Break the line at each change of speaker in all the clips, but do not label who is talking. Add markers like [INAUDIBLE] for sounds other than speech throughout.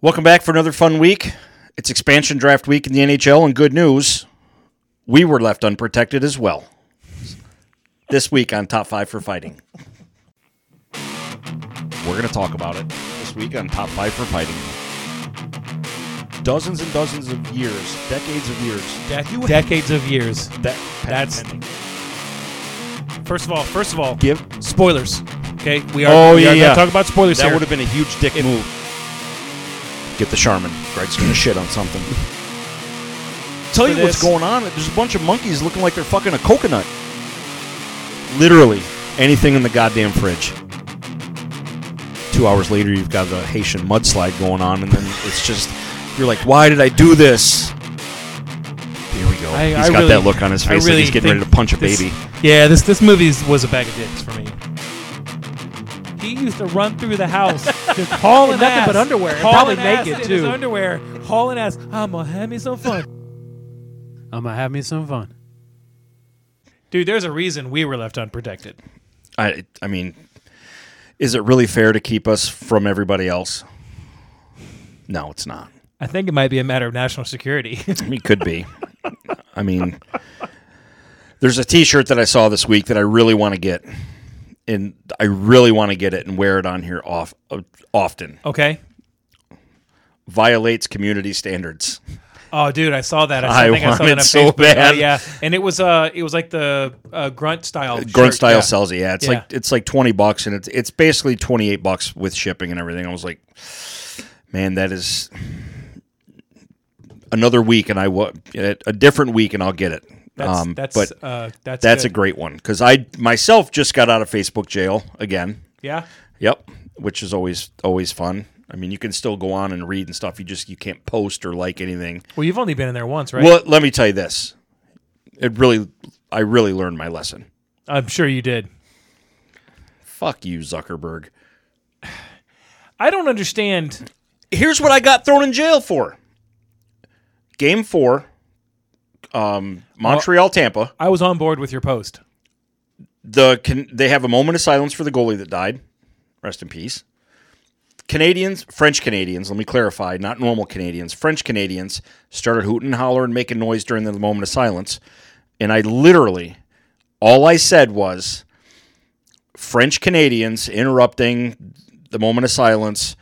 Welcome back for another fun week. It's expansion draft week in the NHL, and good news, we were left unprotected as well. This week on Top 5 for Fighting. We're going to talk about it this week on Top 5 for Fighting. Dozens and dozens of years, decades of years.
Dec-
You-
decades of years.
That,
That's- First of all, first of all,
give.
spoilers. Okay, we are.
Oh,
we
yeah,
are
yeah.
Gonna talk about spoilers
That
here.
would have been a huge dick move. Get the Charmin. Greg's
[LAUGHS]
going to shit on something. Tell you what's
this.
going on. There's a bunch of monkeys looking like they're fucking a coconut. Literally anything in the goddamn fridge. Two hours later, you've got the Haitian mudslide going on, and then it's just you're like, "Why did I do this?" Here we go.
I-
He's
I
got
really-
that look on his
I
face
really
like he's getting ready to
think
punch a
this-
baby.
Yeah, this this movie is- was a bag of dicks for me. He used to run through the house, just hauling
nothing
ass,
but underwear, and
hauling
probably
ass
naked,
in his
too.
underwear, hauling ass. I'm gonna have me some fun,
I'm gonna have me some fun.
dude. There's a reason we were left unprotected.
I I mean, is it really fair to keep us from everybody else? No, it's not.
I think it might be a matter of national security.
I mean, it could be. I mean, there's a T-shirt that I saw this week that I really want to get, and I really want to get it and wear it on here off uh, often.
okay.
Violates community standards.
Oh, dude, I saw that.
I
I, think I saw
want
that
it
on
so
Facebook.
bad.
Oh, yeah, and it was uh, it was like the uh, grunt style.
Grunt
shirt,
style
yeah.
sells it. Yeah, it's like
Yeah.
it's like twenty bucks, and it's it's basically twenty eight bucks with shipping and everything. I was like, man, that is another week, and I will a different week, and I'll get it.
That's
um,
that's
but
uh, that's
that's
good.
a great one because I myself just got out of Facebook jail again.
yeah.
Yep, which is always always fun. I mean, you can still go on and read and stuff. You just you can't post or like anything.
Well, you've only been in there once, right?
Well, let me tell you this. It really, I really learned my lesson.
I'm sure you did.
Fuck you, Zuckerberg.
I don't understand.
here's what I got thrown in jail for. Game four, um, Montreal, Tampa.
I was on board with your post.
The can, they have a moment of silence for the goalie that died. Rest in peace. Canadians, French Canadians. Let me clarify, not normal Canadians. French Canadians started hooting and hollering, making noise during the moment of silence, and I literally, all I said was, French Canadians interrupting the moment of silence.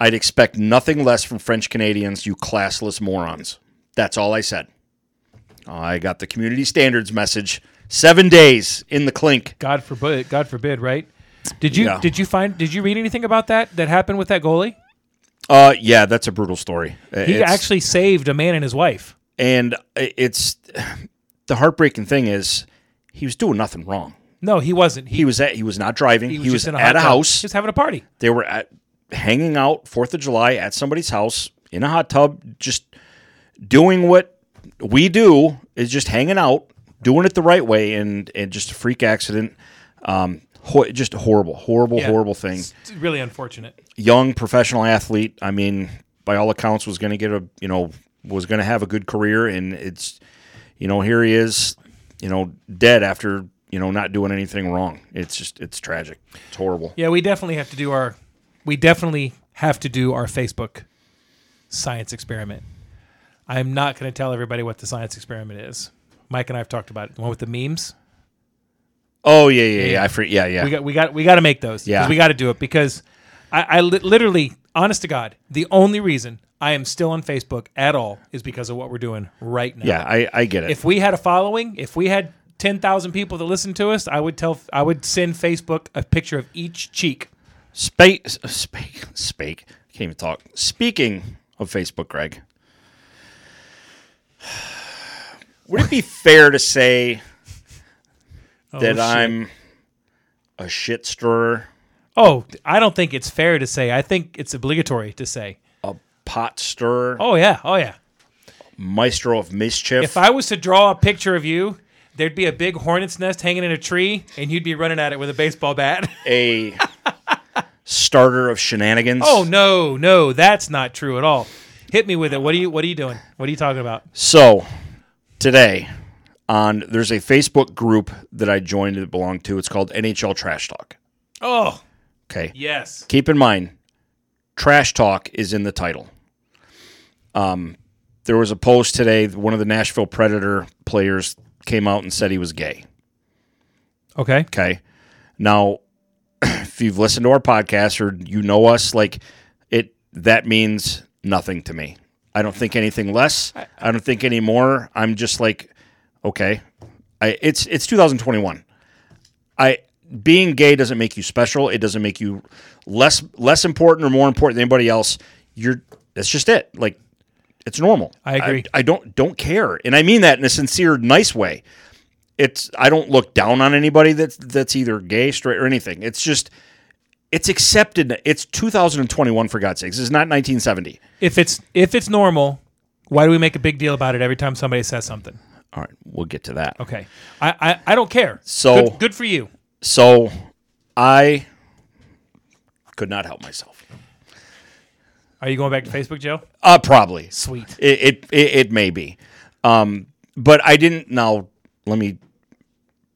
I'd expect nothing less from French Canadians, you classless morons. That's all I said. I got the community standards message. Seven days in the clink.
God forbid. God forbid. Right? Did you
Yeah.
did you find did you read anything about that that happened with that goalie?
Uh, yeah, that's a brutal story. Uh,
He
It's-
actually saved a man and his wife.
and i- it's the heartbreaking thing is he was doing nothing wrong.
No, he wasn't. He,
He was at he was not driving. He was,
just in a hot
at a
tub.
house.
He was having a party.
They were at hanging out Fourth of July at somebody's house in a hot tub, just doing what we do is just hanging out, doing it the right way, and and just a freak accident. Um, ho- just a horrible, horrible,
Yeah.
horrible thing.
It's really unfortunate.
Young professional athlete. I mean, by all accounts, was going to get a you know was going to have a good career, and it's you know here he is, you know dead after you know not doing anything wrong. It's just it's tragic. It's horrible.
Yeah, we definitely have to do our we definitely have to do our Facebook science experiment. I am not going to tell everybody what the science experiment is. Mike and I have talked about it. The one with the memes.
Oh yeah, yeah, yeah. I for, yeah, yeah.
We got we got we got to make those. 'cause
Yeah.
we got to do it because I, I li- literally, honest to God, the only reason I am still on Facebook at all is because of what we're doing right now.
Yeah, I, I get it.
If we had a following, if we had ten thousand people that listen to us, I would tell I would send Facebook a picture of each cheek.
spake, spake, spake. I can't even talk. Speaking of Facebook, Greg, [SIGHS] would it be fair to say that
Oh, shit.
I'm a shit stirrer,
Oh, I don't think it's fair to say. I think it's obligatory to say.
a pot stirrer,
Oh yeah, oh yeah.
maestro of mischief?
If I was to draw a picture of you, there'd be a big hornet's nest hanging in a tree, and you'd be running at it with a baseball bat. [LAUGHS]
a starter of shenanigans?
Oh no, no, that's not true at all. Hit me with it. What are you what are you doing? What are you talking about?
So today on there's a Facebook group that I joined that belong to. It's called NHL Trash Talk.
Oh,
Okay.
yes.
Keep in mind, trash talk is in the title. Um, there was a post today. One of the Nashville Predator players came out and said he was gay.
Okay.
Okay. Now, [CLEARS THROAT] if you've listened to our podcast or you know us, like it, that means nothing to me. I don't think anything less. I don't think any more. I'm just like, okay, I, it's it's 2021. I being gay doesn't make you special. It doesn't make you less less important or more important than anybody else. You're that's just it. Like it's normal.
I agree.
I, don't don't care, and I mean that in a sincere, nice way. It's I don't look down on anybody that's that's either gay, straight, or anything. It's just it's accepted. It's 2021 for God's sakes. It's not 1970.
If it's if it's normal, why do we make a big deal about it every time somebody says something?
All right, we'll get to that.
Okay. I I, I don't care.
So-
good, good for you.
So I could not help myself.
Are you going back to Facebook, Joe?
Uh, probably.
Sweet.
It it, it, it may be. Um, but I didn't. Now let me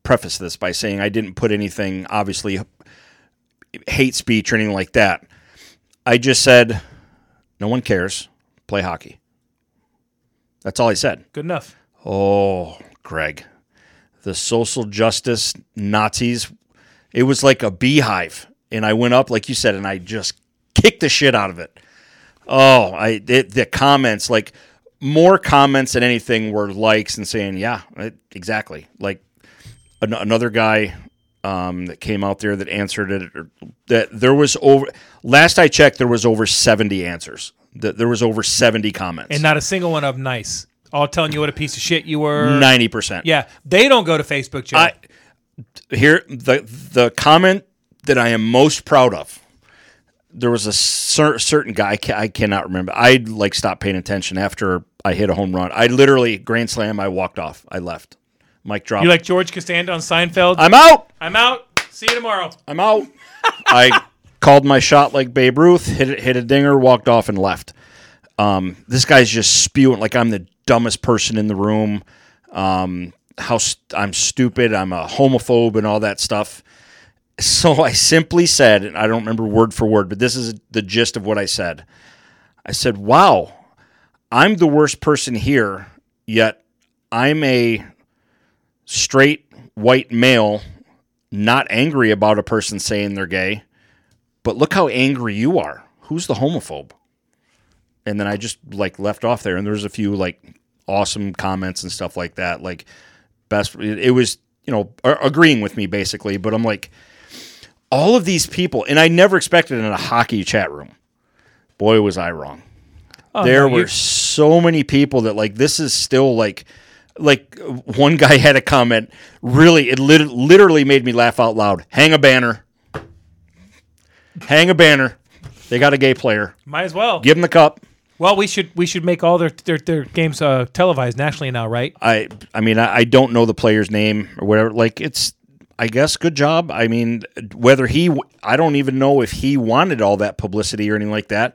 preface this by saying I didn't put anything obviously hate speech or anything like that. I just said no one cares. Play hockey. That's all I said.
Good enough.
Oh, Greg, the social justice Nazis. It was like a beehive, and I went up, like you said, and I just kicked the shit out of it. Oh, I it, the comments, like more comments than anything, were likes and saying, "Yeah, it- exactly." Like an- another guy um, that came out there that answered it, or, that there was over. Last I checked, there was over seventy answers. That there was over seventy comments,
And not a single one of them nice. All telling you what a piece of shit you were.
ninety percent.
Yeah. They don't go to Facebook, Joe.
I here the the comment that I am most proud of. There was a cer- certain guy I, ca- I cannot remember. I like stopped paying attention after I hit a home run. I literally grand slam. I walked off. I left. Mike dropped.
you like George Costanza on Seinfeld?
I'm out.
I'm out. See you tomorrow.
I'm out. I called my shot like Babe Ruth. Hit it. Hit a dinger. Walked off and left. Um, this guy's just spewing like I'm the dumbest person in the room. Um, how st- I'm stupid. I'm a homophobe and all that stuff. So I simply said, and I don't remember word for word, but this is the gist of what I said. I said, "Wow, I'm the worst person here, yet I'm a straight white male, not angry about a person saying they're gay, but look how angry you are. Who's the homophobe?" And then I just like left off there, and there was a few like awesome comments and stuff like that. Like best, it it was you know a- agreeing with me basically, but I'm like. All of these people, and I never expected it in a hockey chat room. Boy, was I wrong
Oh,
there
no,
were
you-
so many people that like this is still like like uh, one guy had a comment really it lit- literally made me laugh out loud hang a banner hang a banner they got a gay player
might as well.
give him the cup
Well, we should we should make all their their, their games uh, televised nationally now, right?
i i mean I, I don't know the player's name or whatever like it's i guess good job i mean whether he w- i don't even know if he wanted all that publicity or anything like that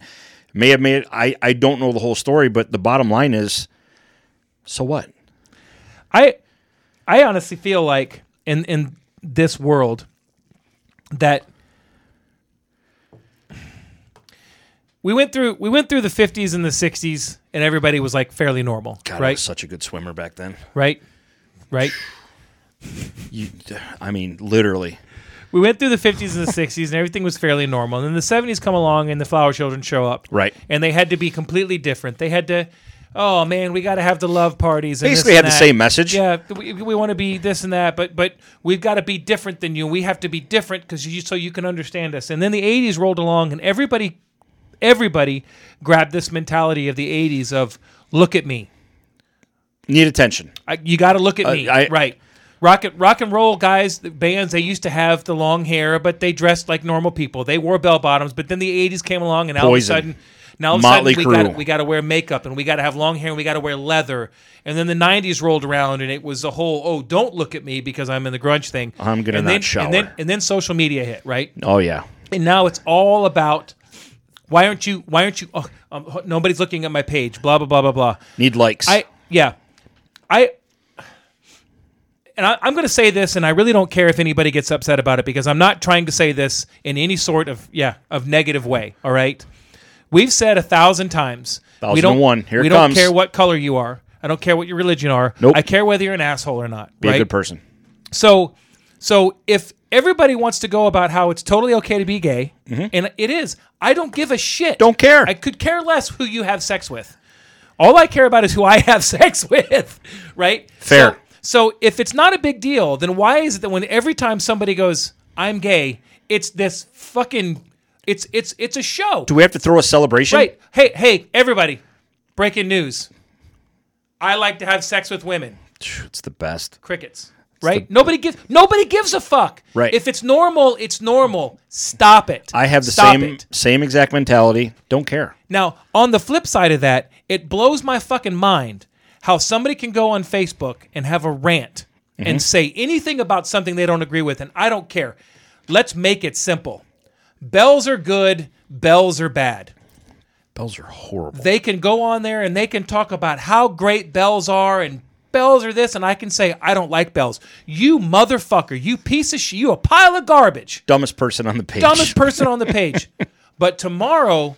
may have made i i don't know the whole story but the bottom line is so what
I I honestly feel like in in this world that we went through we went through the 50s and the 60s and everybody was like fairly normal,
God, I
right?
was such a good swimmer back then.
Right? Right?
You, I mean, literally.
We went through the 50s and the 60s and everything was fairly normal. And then the 70s come along and the flower children show up.
Right.
And they had to be completely different. They had to Oh man, we got to have the love parties. And this
Basically
and
had the
that.
same message.
Yeah, th- we, we want to be this and that, but but we've got to be different than you. We have to be different because you so you can understand us. And then the '80s rolled along, and everybody everybody grabbed this mentality of the '80s of look at me,
Need attention.
I, you got to look at me,
Uh, I-
right? Rock and rock and roll guys, the bands they used to have the long hair, but they dressed like normal people. They wore bell bottoms, but then the '80s came along, and all
Poison.
of a sudden, now all of
Motley
a sudden we got
Crue.
we got to wear makeup and we got to have long hair and we got to wear leather. And then the '90s rolled around, and it was the whole "oh, don't look at me because I'm in the grunge" thing.
I'm gonna
and
not
then,
shower.
And then, and then social media hit, right?
Oh yeah.
and now it's all about why aren't you? Why aren't you? Oh, um, nobody's looking at my page. Blah blah blah blah blah.
Need likes.
I yeah, I and I, I'm going to say this, and I really don't care if anybody gets upset about it because I'm not trying to say this in any sort of yeah of negative way. All right, We've said a thousand times. we
Thousand
don't
and one. Here it
we
comes.
don't care what color you are. I don't care what your religion are.
Nope.
I care whether you're an asshole or not.
Be
right?
a good person.
So, so if everybody wants to go about how it's totally okay to be gay, and it is, I don't give a shit.
Mm-hmm. Don't care.
I could care less who you have sex with. All I care about is who I have [LAUGHS] sex with, right?
Fair.
So, so if it's not a big deal, then why is it that when every time somebody goes, "I'm gay," it's this fucking, it's it's it's a show.
Do we have to throw a celebration?
Right. Hey, hey, everybody! Breaking news. I like to have sex with women
Phew, It's the best.
crickets. Right? nobody gives nobody gives a fuck.
Right.
If it's normal, it's normal. Stop it.
I have the
Stop
same
It.
same exact mentality. Don't care.
Now, on the flip side of that, it blows my fucking mind how somebody can go on Facebook and have a rant
Mm-hmm.
and say anything about something they don't agree with, and I don't care. Let's make it simple. Bells are good, bells are bad.
Bells are horrible.
They can go on there and they can talk about how great bells are and bells are this, and I can say, I don't like bells. You motherfucker, you piece of shit, you a pile of garbage
Dumbest person on the page. [LAUGHS]
dumbest person on the page. But tomorrow,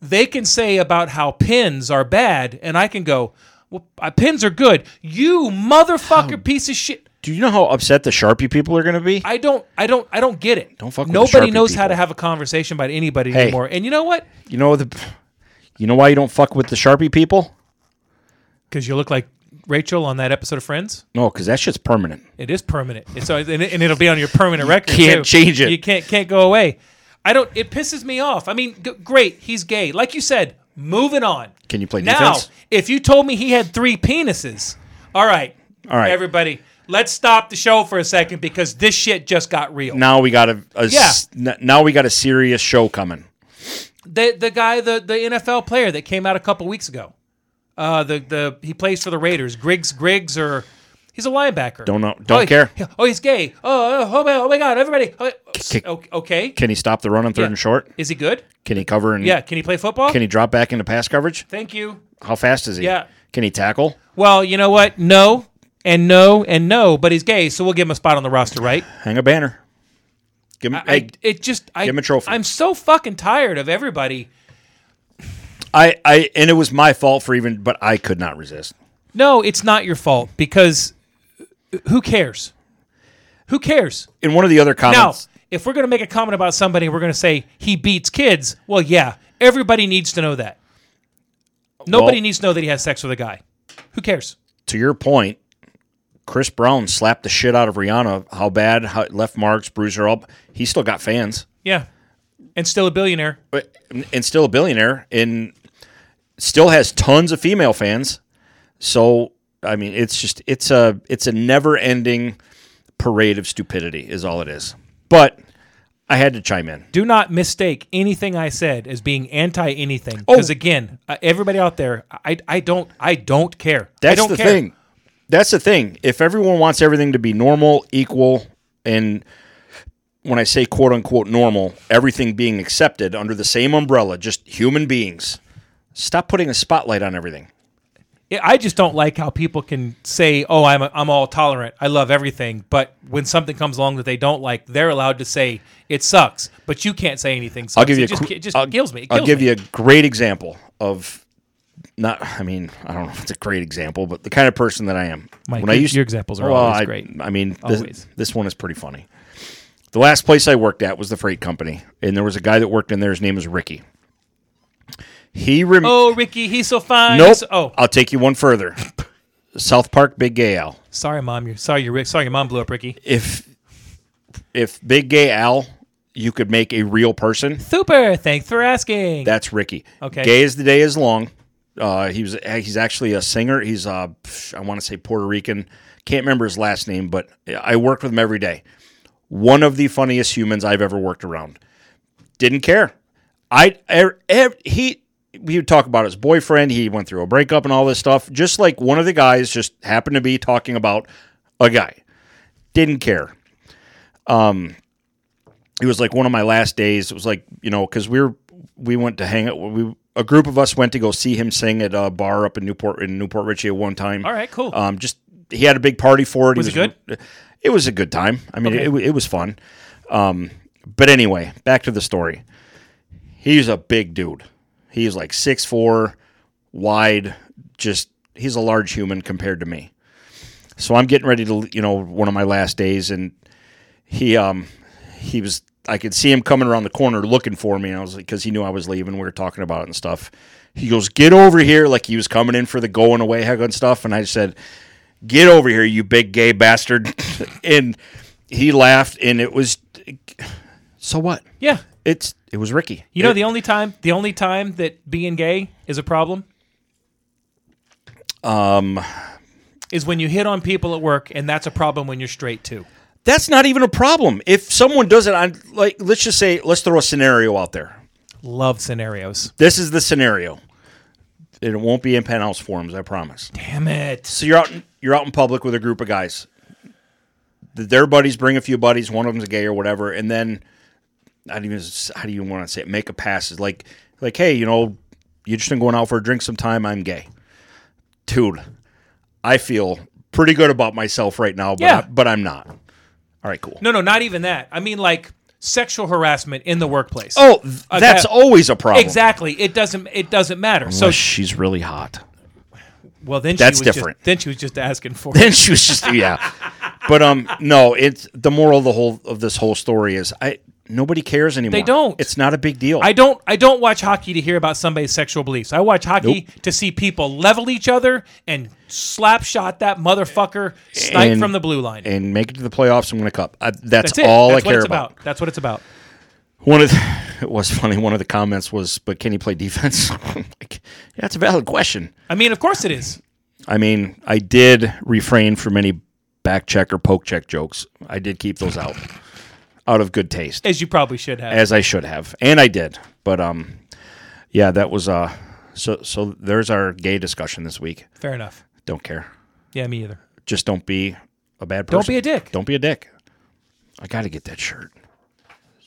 they can say about how pins are bad, and I can go, well, uh, pins are good. You motherfucker, piece of shit.
Do you know how upset the Sharpie people are going to be?
I don't, I don't, I don't get it.
Don't fuck with the
Nobody
Sharpie
knows how
people.
to have a conversation about anybody anymore. And you know what?
you know the. You know why you don't fuck with the Sharpie people?
Because you look like Rachel on that episode of Friends.
No, because that shit's permanent.
It is permanent. It's always, and, it, and it'll be on your permanent record.
can't
too.
change it.
You can't can't go away. I don't. It pisses me off. I mean, g- great, he's gay. Like you said, moving on.
Can you play
now?
defense?
If you told me he had three penises, all right,
All right.
everybody, let's stop the show for a second because this shit just got real.
Now we got a, a s- n- now we got a serious show coming.
The the guy, the the NFL player that came out a couple weeks ago, uh, the the he plays for the Raiders, Griggs Griggs or. He's a linebacker.
Don't know- don't
oh, he-
care.
oh, he's gay. Oh, oh, oh, my- oh my God! Everybody. Oh,
kick-
okay.
Can he stop the run on third
Yeah.
and short?
Is he good?
Can he cover and
Yeah. Can he play football?
Can he drop back into pass coverage?
Thank you.
How fast is he?
Yeah.
Can he tackle?
Well, you know what? No, and no, and no. But he's gay, so we'll give him a spot on the roster, right?
Hang a banner. Give him. I,
I, it just I,
Give him a trophy.
I'm so fucking tired of everybody.
I, I, and it was my fault for even, but I could not resist.
No, it's not your fault because who cares? Who cares?
In one of the other
Now,
comments,
if we're gonna make a comment about somebody, we're gonna say he beats kids. Well, yeah, everybody needs to know that. Nobody
Well-
needs to know that he has sex with a guy. Who cares?
to your point, Chris Brown slapped the shit out of Rihanna. How bad? How it left marks, bruised her up. He still got fans,
Yeah, and still a billionaire.
but, and still a billionaire, and still has tons of female fans. So I mean, it's just it's a it's a never ending parade of stupidity is all it is. But I had to chime in.
Do not mistake anything I said as being anti anything.
Oh.
Because again, uh, everybody out there, I, I don't I don't care. I
That's
don't
the
care.
thing. That's the thing. If everyone wants everything to be normal, equal, and when I say quote unquote normal, everything being accepted under the same umbrella, just human beings, stop putting a spotlight on everything.
I- I just don't like how people can say, "Oh, I'm a, I'm all tolerant. I love everything," but when something comes along that they don't like, they're allowed to say it sucks. But you can't say anything. Sucks.
I'll give you
It
a
just,
qu-
it just
I'll-
kills me. It
I'll
kills
give
me.
you a great example of not. I mean, I don't know if it's a great example, but the kind of person that I am.
Mike,
I
your- your examples are always
I,
great.
I mean, this,
Always.
this one is pretty funny. The last place I worked at was the freight company, and there was a guy that worked in there. His name was Ricky. He rem-
Oh, Ricky, he's so fine.
nope.
He's so- oh,
I'll take you one further. South Park Big Gay Al.
sorry, mom. You're sorry. You're Rick. Sorry, your mom blew up Ricky.
If if Big Gay Al, you could make a real person.
Super. Thanks for asking.
That's Ricky.
Okay.
Gay as the day is long. Uh, he was he's actually a singer. He's uh, psh, I want to say Puerto Rican. Can't remember his last name, but I worked with him every day. One of the funniest humans I've ever worked around. Didn't care. I er, er, he we would talk about his boyfriend. He went through a breakup and all this stuff. Just like one of the guys just happened to be talking about a guy. Didn't care Um, it was like one of my last days. It was like you know because we were we went to hang out. We a group of us went to go see him sing at a bar up in Newport in Newport Richie at one time.
All right, cool.
Um, just he had a big party for it.
Was
he
it
good? It was a good time. I mean, it it, it was fun. Um, but anyway, back to the story. He's a big dude. He's like six four, wide. Just he's a large human compared to me. So I'm getting ready to, you know, one of my last days, and he um he was I could see him coming around the corner looking for me, and I was like, because he knew I was leaving. We were talking about it and stuff. He goes, "Get over here!" Like he was coming in for the going away hug and stuff, and I said, "Get over here, you big gay bastard!" [LAUGHS] and he laughed, and it was, so what?
Yeah.
It's it was Ricky.
You know the only time the only time that being gay is a problem?
um,
Is when you hit on people at work and that's a problem when you're straight too.
that's not even a problem. If someone does it on like, let's just say, let's throw a scenario out there.
Love scenarios.
This is the scenario. And It won't be in penthouse forums, I promise.
Damn it.
So you're out in, you're out in public with a group of guys. Th- Their buddies bring a few buddies. One of them's gay or whatever, and then I don't even how do you want to say it? Make a pass is like like hey, you know, you just been going out for a drink sometime. I'm gay, dude. I feel pretty good about myself right now, but
Yeah.
I, but I'm not. All right, cool.
No, no, not even that. I mean like sexual harassment in the workplace.
Oh, th- that's
uh, that-
always a problem.
Exactly. It doesn't it doesn't matter.
So
So
she's really hot.
well then
That's
she was
different.
Just, then she was just asking for it.
then she was just yeah but um no it's the moral of the whole of this whole story is i nobody cares anymore
They don't.
it's not a big deal
I don't I don't watch hockey to hear about somebody's sexual beliefs. I watch hockey to see people level each other and slap shot that motherfucker snipe
And-
from the blue line.
and make it to the playoffs i'm gonna cup I, that's,
That's it.
all
That's
i
what
care
it's
about.
about. That's what it's about.
one of the, [LAUGHS] it was funny one of the comments was but can he play defense [LAUGHS] like, yeah, that's a valid question
I mean, of course it is.
i mean i did refrain from any back check or poke check jokes i did keep those out out of good taste
As you probably should have.
as I should have, and I did. But um, yeah, that was uh, so so. There's our gay discussion this week.
Fair enough.
Don't care.
Yeah, me either.
Just don't be a bad person.
Don't be a dick.
Don't be a dick. I got to get that shirt.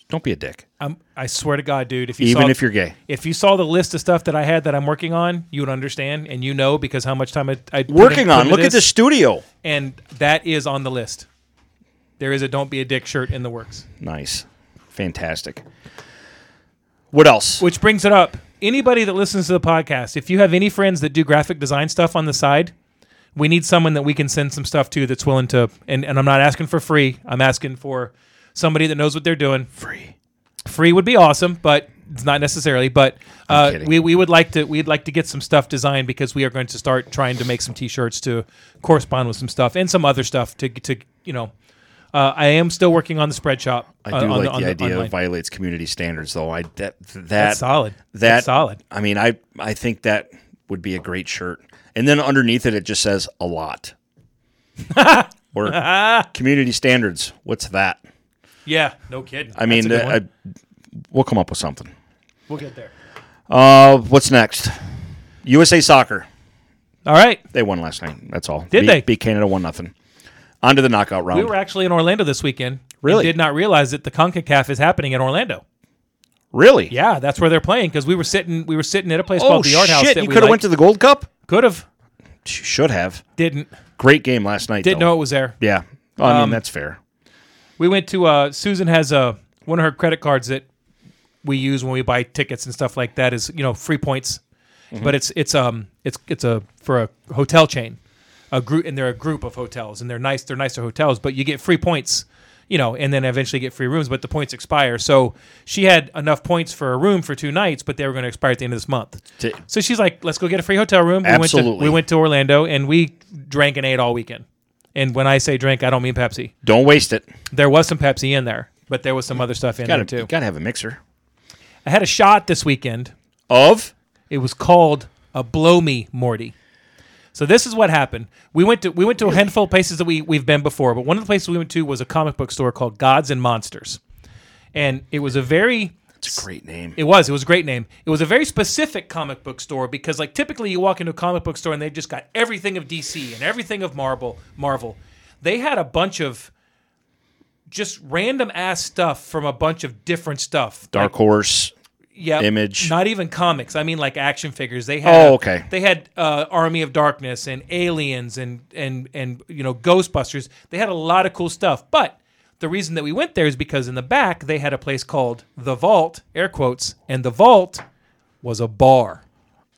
Don't be a dick,
I'm, I swear to God, dude. If you
even
saw,
if you're gay.
if you saw the list of stuff that I had that I'm working on, you would understand, and you know because how much time I, I put in- put
Working on.
into
Look at the studio.
and that is on the list. There is a "Don't Be a Dick" shirt in the works,
Nice, fantastic. What else?
which brings it up. Anybody that listens to the podcast, if you have any friends that do graphic design stuff on the side, we need someone that we can send some stuff to that's willing to. And, and I'm not asking for free. I'm asking for somebody that knows what they're doing.
Free.
free would be awesome, but it's not necessarily. But uh,
kidding.
we, we would like to we'd like to get some stuff designed because we are going to start trying to make some t-shirts to correspond with some stuff and some other stuff to to you know. Uh, I am still working on the spread shop.
I
uh,
do
on
like the,
on
idea
online.
it violates community standards, though. I that that
That's solid.
that
That's solid.
I mean, I I think that would be a great shirt. And then underneath it, it just says a lot.
[LAUGHS]
or community standards. What's that?
Yeah, no kidding.
I mean, uh, I, we'll come up with something.
we'll get there.
Uh, what's next? USA Soccer.
All right,
They won last night. That's all.
Did
Beat-
they?
beat Canada one nothing? On to the knockout round.
we were actually in Orlando this weekend. and
Really?
did not realize that the Concacaf is happening in Orlando.
really?
Yeah, that's where they're playing because we were sitting we were sitting at a place
Oh
called the
shit!
Yard House. That
you
we
could have went to the Gold Cup.
could have
Sh- Should have.
didn't
Great game last night.
didn't know Um, it was there.
Yeah. Well, I mean, that's fair.
We went to uh, Susan has a one of her credit cards that we use when we buy tickets and stuff like that is you know free points,
Mm-hmm.
but it's it's um it's it's a for a hotel chain, a group and they're a group of hotels and they're nice they're nicer hotels but you get free points, you know and then eventually get free rooms but the points expire so she had enough points for a room for two nights but they were going to expire at the end of this month.
T-
So she's like, let's go get a free hotel room. We Went to,
Absolutely.
we went to Orlando and we drank and ate all weekend. And when I say drink, I don't mean Pepsi.
Don't waste it.
There was some Pepsi in there, but there was some other stuff in
Got
there
to.
too.
Got to have a mixer
I had a shot this weekend.
of.
It was called a blow me Morty. So this is what happened. We went to we went to a handful of places that we we've been before, but one of the places we went to was a comic book store called Gods and Monsters. And it was a very
It's a great name.
it was. It was a great name. It was a very specific comic book store because, like, typically you walk into a comic book store and they just got everything of DC and everything of Marvel. Marvel. They had a bunch of just random ass stuff from a bunch of different stuff.
Dark Horse.
yeah,
Image.
Not even comics. I mean, like action figures. They had.
Oh, okay.
They had uh, Army of Darkness and Aliens and and and you know Ghostbusters. They had a lot of cool stuff, but. The reason that we went there is because in the back they had a place called the Vault, air quotes, and the Vault was a bar.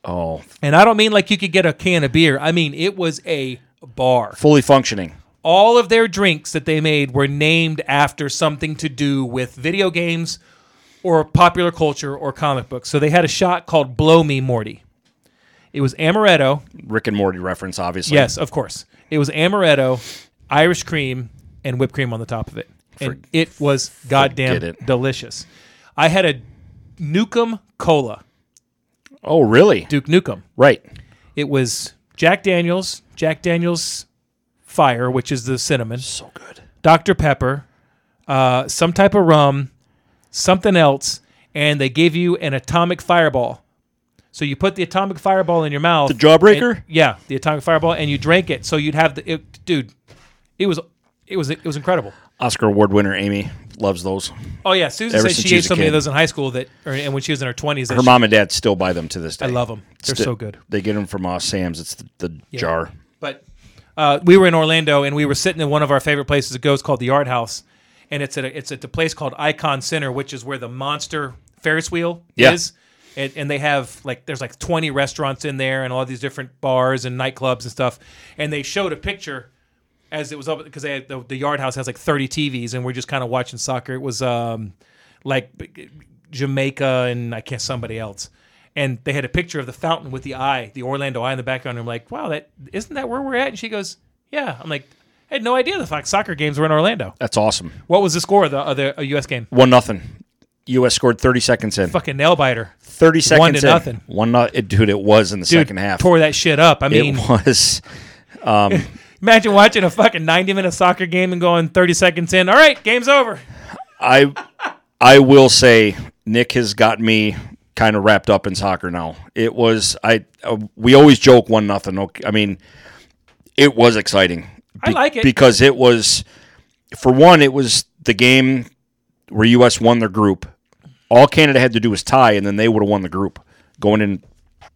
Oh,
And I don't mean like you could get a can of beer. I mean it was a bar.
fully functioning.
All of their drinks that they made were named after something to do with video games or popular culture or comic books. So they had a shot called Blow Me Morty. It was amaretto.
Rick and Morty reference, obviously.
Yes, of course. It was amaretto, Irish cream, and whipped cream on the top of it. And it was goddamn
forget it.
delicious. I had a Nukem Cola,
Oh, really?
Duke Nukem.
Right.
It was Jack Daniels, Jack Daniels Fire, which is the cinnamon,
So good.
Dr. Pepper, uh, some type of rum, something else, and they gave you an atomic fireball. So you put the atomic fireball in your mouth.
The Jawbreaker?
and- yeah, the atomic fireball, and you drank it. So you'd have the it, dude. It was it was it was incredible.
Oscar Award winner Amy loves those.
Oh yeah, Susan
Ever
said
since
she
she
ate
was a
so many of
kid.
those in high school that, or, and when she was in her twenties,
Her mom and dad still buy them to this day.
I love them. They're so good.
They get them from uh, Sam's. It's the, the jar.
But uh, we were in Orlando, and we were sitting in one of our favorite places to go. It's called the Yard House, and it's at a, it's at the place called Icon Center, which is where the monster Ferris wheel
Yeah.
is. And, and they have like there's like 20 restaurants in there, and all these different bars and nightclubs and stuff. And they showed a picture as it was up because they had the, the Yard House has like 30 TVs, and we're just kind of watching soccer. It was um like b- Jamaica and I guess somebody else. And they had a picture of the fountain with the eye, the Orlando eye in the background. And I'm like, wow, that isn't that where we're at? And she goes, yeah. I'm like, I had no idea the Fox soccer games were in Orlando.
That's awesome.
What was the score of the other U.S. game?
One nothing. U.S. scored 30 seconds in.
Fucking nail biter,
30 seconds
One to
in.
nothing.
One no- it, dude, it was in the
dude.
second half.
Tore that shit up. I mean,
it was.
imagine watching a fucking 90 minute soccer game and going 30 seconds in. All right, game's over.
I I will say Nick has got me kind of wrapped up in soccer now. It was I uh, we always joke one nothing. Okay, I mean, it was exciting.
I like it.
because it was for one, it was the game where U.S. won their group. All Canada had to do was tie, and then they would have won the group going in.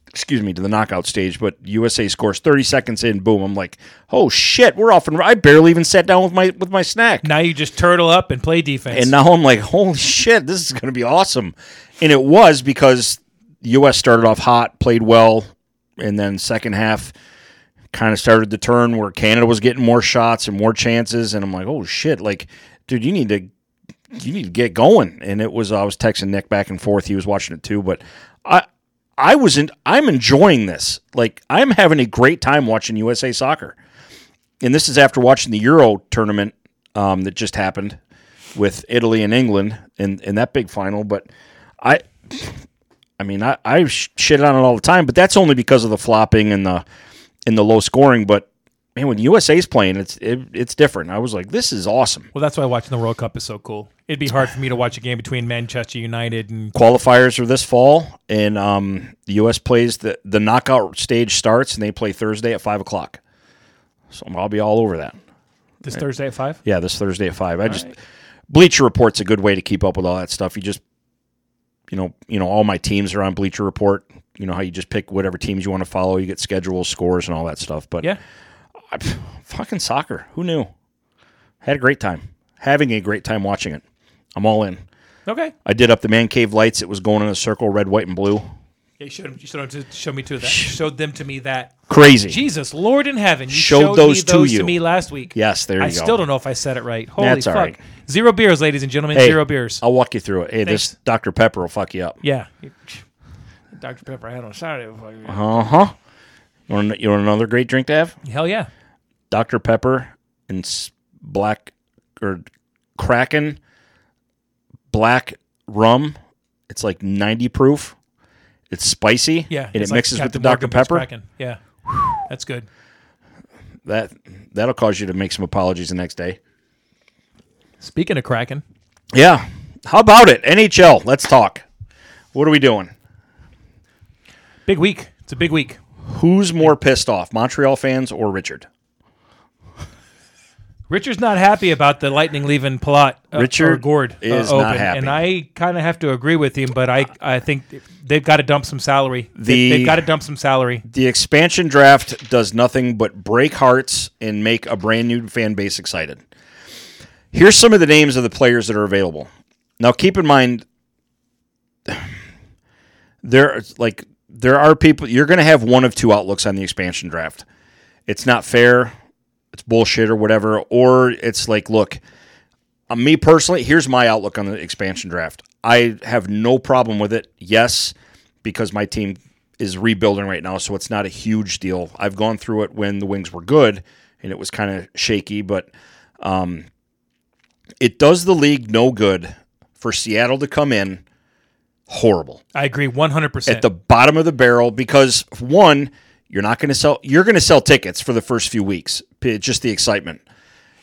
Excuse me to the knockout stage, but USA scores thirty seconds in. Boom! I'm like, oh shit, we're off and I barely even sat down with my with my snack.
Now you just turtle up and play defense.
And now I'm like, holy shit, this is going to be awesome. And it was because the U.S. started off hot, played well, and then second half kind of started the turn where Canada was getting more shots and more chances. And I'm like, oh shit, like, dude, you need to you need to get going. And it was I was texting Nick back and forth. He was watching it too, but I. I was in, I'm enjoying this. Like I'm having a great time watching USA soccer, and this is after watching the Euro tournament um, that just happened with Italy and England in, in that big final. But I, I mean, I, I sh- shit on it all the time, but that's only because of the flopping and the and the low scoring. But man, when USA's playing, it's it, it's different. I was like, this is awesome.
well, that's why watching the World Cup is so cool. It'd be hard for me to watch a game between Manchester United and
Qualifiers are this fall, and um, the U.S. plays the the knockout stage starts, and they play Thursday at five o'clock. So I'll be all over that.
this Thursday at five.
Yeah, this Thursday at five. I just Bleacher Report's a good way to keep up with all that stuff. You just you know, you know, all my teams are on Bleacher Report. You know how you just pick whatever teams you want to follow. You get schedules, scores, and all that stuff. But
Yeah.
I, pff, fucking soccer. Who knew? Had a great time. Having a great time watching it. I'm all in.
Okay.
I did up the man cave lights. It was going in a circle, red, white, and blue.
Yeah, you showed, you showed, them to, showed me to that. showed them to me that.
Crazy.
Jesus, Lord in heaven, you
Showed
showed,
those
me
to
those to
you.
me last week.
Yes, there you
I
go.
still don't know if I said it right. Holy
That's all
fuck.
right.
Zero beers, ladies and gentlemen.
Hey, Oh.
Zero beers.
I'll walk you through it. Hey, this
Thanks.
Dr. Pepper will fuck you up.
[LAUGHS] Yeah. Dr. Pepper I had on Saturday. Before you-
Uh huh. You want, you want another great drink to have?
Hell yeah.
Dr. Pepper and s- black or Kraken black rum. It's like 90 proof. It's spicy.
Yeah.
And it
it's like
mixes with the
Captain
Dr.
Morgan meets
Pepper.
Kraken. Yeah. That's good.
That that'll cause you to make some apologies the next day.
Speaking of Kraken,
Yeah. How about it? NHL, let's talk. What are we doing?
big week. It's a big week.
Who's more pissed off, Montreal fans or Richard?
Richard's not happy about the Lightning leaving Palat uh, or
Richard
Gord uh,
is not
open,
happy.
and I kind of have to agree with him. But I, I think they've got to dump some salary.
The-
they, they've got to dump some salary.
The expansion draft does nothing but break hearts and make a brand new fan base excited. Here's some of the names of the players that are available. Now, keep in mind, there are- like there are people you're going to have one of two outlooks on the expansion draft. It's not fair, it's bullshit or whatever, or it's like, look, uh, me personally, here's my outlook on the expansion draft. I have no problem with it. Yes, because my team is rebuilding right now, so it's not a huge deal. I've gone through it when the wings were good and it was kind of shaky, but um, it does the league no good for Seattle to come in horrible
I agree 100%.
at the bottom of the barrel because one, you're not going to sell. You're going to sell tickets for the first few weeks. P- Just the excitement.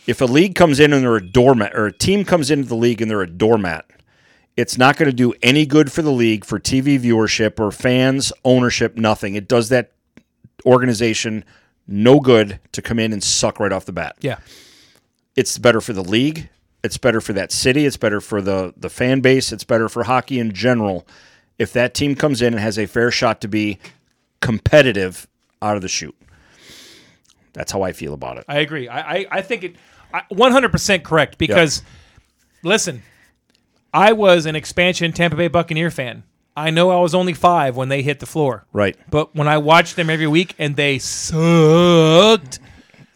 If a league comes in and they're a doormat, or a team comes into the league and they're a doormat, it's not going to do any good for the league, for TV viewership, or fans, ownership, nothing. It does that organization no good to come in and suck right off the bat
yeah.
it's better for the league. It's better for that city. It's better for the the fan base. It's better for hockey in general. If that team comes in and has a fair shot to be competitive out of the shoot, that's how I feel about it.
I agree. I, I, I think it I- 100% correct because listen, I was an expansion Tampa Bay Buccaneer fan. I know I was only five when they hit the floor.
Right?
But when I watched them every week and they sucked,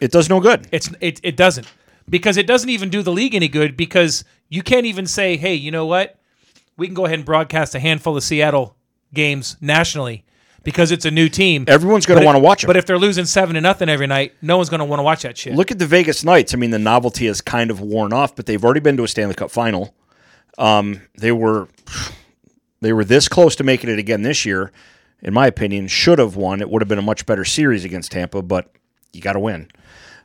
It does no good.
it's it, it doesn't because it doesn't even do the league any good because you can't even say, hey, you know what? We can go ahead and broadcast a handful of Seattle games nationally because it's a new team.
Everyone's going
But
to
if-
want to watch it.
But if they're losing seven to nothing every night, no one's going to want to watch that shit.
Look at the Vegas Knights. I mean, the novelty has kind of worn off, but they've already been to a Stanley Cup final. Um, they were they were this close to making it again this year. In my opinion, should have won. It would have been a much better series against Tampa, but you got to win.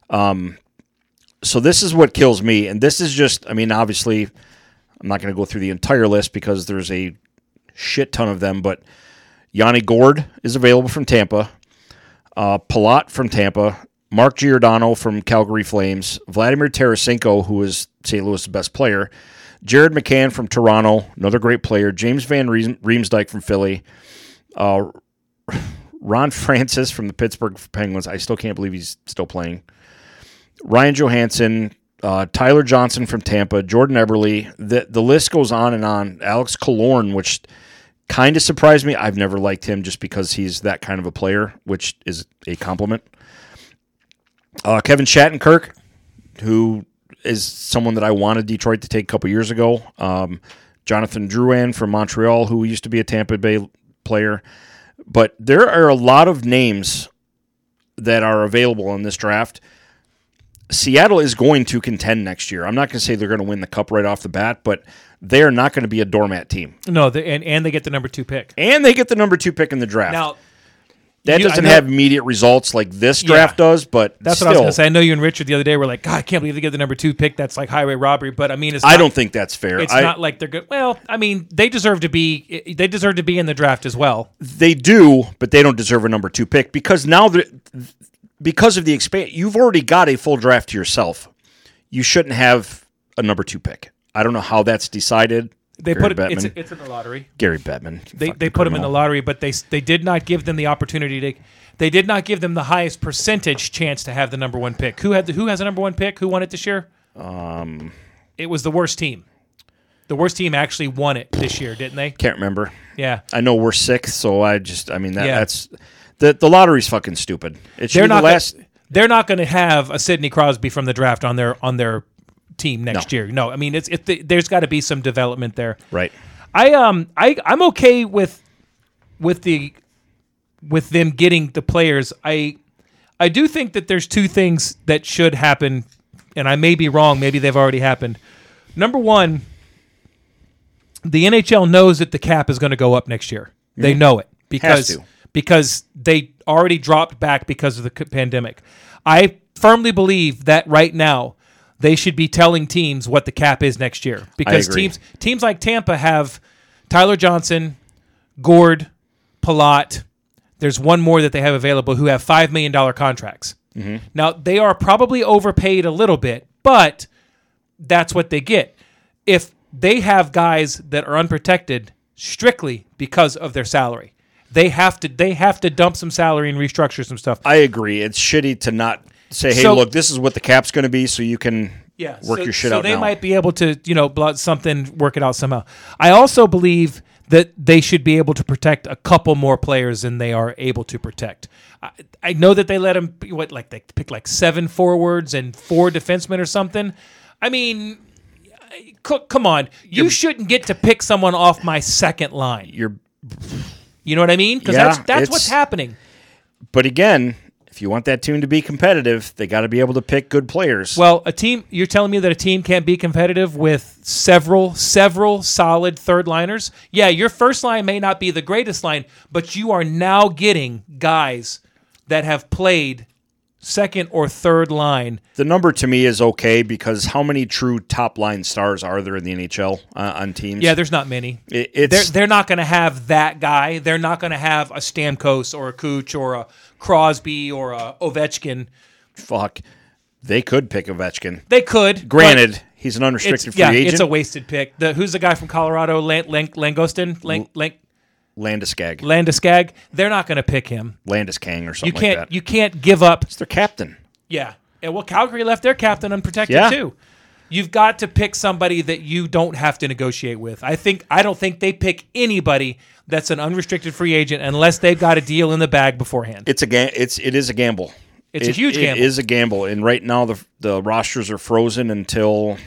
Um, so this is what kills me, and this is just. I mean, obviously, I'm not going to go through the entire list because there's a shit ton of them. But Yanni Gord is available from Tampa. Uh, Palat from Tampa, Mark Giordano from Calgary Flames, Vladimir Tarasenko, who is St. Louis' best player, Jared McCann from Toronto, another great player, James Van Reem- Riemsdyk from Philly, uh, [LAUGHS] Ron Francis from the Pittsburgh Penguins. I still can't believe he's still playing. Ryan Johansson, uh, Tyler Johnson from Tampa, Jordan Eberle. The, the list goes on and on. Alex Kalorn, which kind of surprised me. I've never liked him just because he's that kind of a player, which is a compliment. Uh, Kevin Shattenkirk, who is someone that I wanted Detroit to take a couple years ago. Um, Jonathan Drouin from Montreal, who used to be a Tampa Bay player. But there are a lot of names that are available in this draft. Seattle is going to contend next year. I'm not going to say they're going to win the cup right off the bat, but they are not going to be a doormat team.
No, the, and and they get the number two pick.
and they get the number two pick in the draft.
Now
that
you- I
doesn't
know-
have immediate results like this draft does, but
that's
still,
what I was going to say. I know you and Richard the other day were like, God, I can't believe they get the number two pick. That's like highway robbery. But I mean, it's not,
I don't think that's fair.
It's
I,
not like they're good. Well, I mean, they deserve to be. They deserve to be in the draft as well.
they do, but they don't deserve a number two pick because now that because of the expand, you've already got a full draft to yourself. You shouldn't have a number two pick. I don't know how that's decided.
They
Gary
put it. It's,
Bettman.
it's in the lottery.
Gary Bettman.
They
Fucking
they put them in the
criminal.
lottery, but they they did not give them the opportunity to. They did not give them the highest percentage chance to have the number one pick. Who had the, who has a number one pick? Who won it this year? Um, it was the worst team. The worst team actually won it this year, didn't they?
Can't remember.
Yeah.
I know we're sixth, so I just. I mean that,
Yeah.
that's the the lottery's fucking stupid. It should
they're
be the
not
last.
Gonna, they're not going to have a Sidney Crosby from the draft on their on their team next year. No, I mean it's it, there's got to be some development there.
right.
I um I I'm okay with with the with them getting the players. I I do think that there's two things that should happen, and I may be wrong. Maybe they've already happened. Number one, the NHL knows that the cap is going to go up next year. They know it because
to.
because they already dropped back because of the c- pandemic. I firmly believe that right now they should be telling teams what the cap is next year because
agree.
teams teams like Tampa have Tyler Johnson, Gord, Palat. There's one more that they have available who have five million dollar contracts. Now they are probably overpaid a little bit, but that's what they get. If they have guys that are unprotected strictly because of their salary, they have to they have to dump some salary and restructure some stuff.
I agree. It's shitty to not say, "Hey,
So-
look, this is what the cap's going to be," so you can
yeah,
work
so,
your shit
so
out
they
now.
might be able to, you know, blot something, work it out somehow. I also believe that they should be able to protect a couple more players than they are able to protect. I, I know that they let them what like they pick like seven forwards and four defensemen or something. I mean, I- c- come on, you shouldn't get to pick someone off my second line.
You're,
You know what I mean? Because
Yeah,
that's that's what's
it's-
happening.
but again, if you want that team to be competitive, they got to be able to pick good players.
Well, a team. You're telling me that a team can't be competitive with several, several solid third liners. Yeah, your first line may not be the greatest line, but you are now getting guys that have played second or third line.
the number to me is okay because how many true top line stars are there in the NHL uh, on teams?
Yeah, there's not many.
It- it's
They're they're not going to have that guy. They're not going to have a Stamkos or a Cooch or a Crosby or a Ovechkin.
fuck. They could pick Ovechkin.
They could. but-
Granted, he's an
It's,
unrestricted free
yeah,
agent.
it's a wasted pick. The, who's the guy from Colorado? Lang, Lang, Langoston? Lang, Lang,
Landeskog,
Landeskog, they're not going to pick him.
Landeskang, or
You
something
can't.
like that.
You can't give up.
it's their captain.
Yeah. And well, Calgary left their captain unprotected
Yeah.
too. You've got to pick somebody that you don't have to negotiate with. I think. I don't think they pick anybody that's an unrestricted free agent unless they've got a deal in the bag beforehand.
It's a ga- it's it is a gamble.
It's a
It-
huge gamble.
It is a gamble, and right now the the rosters are frozen until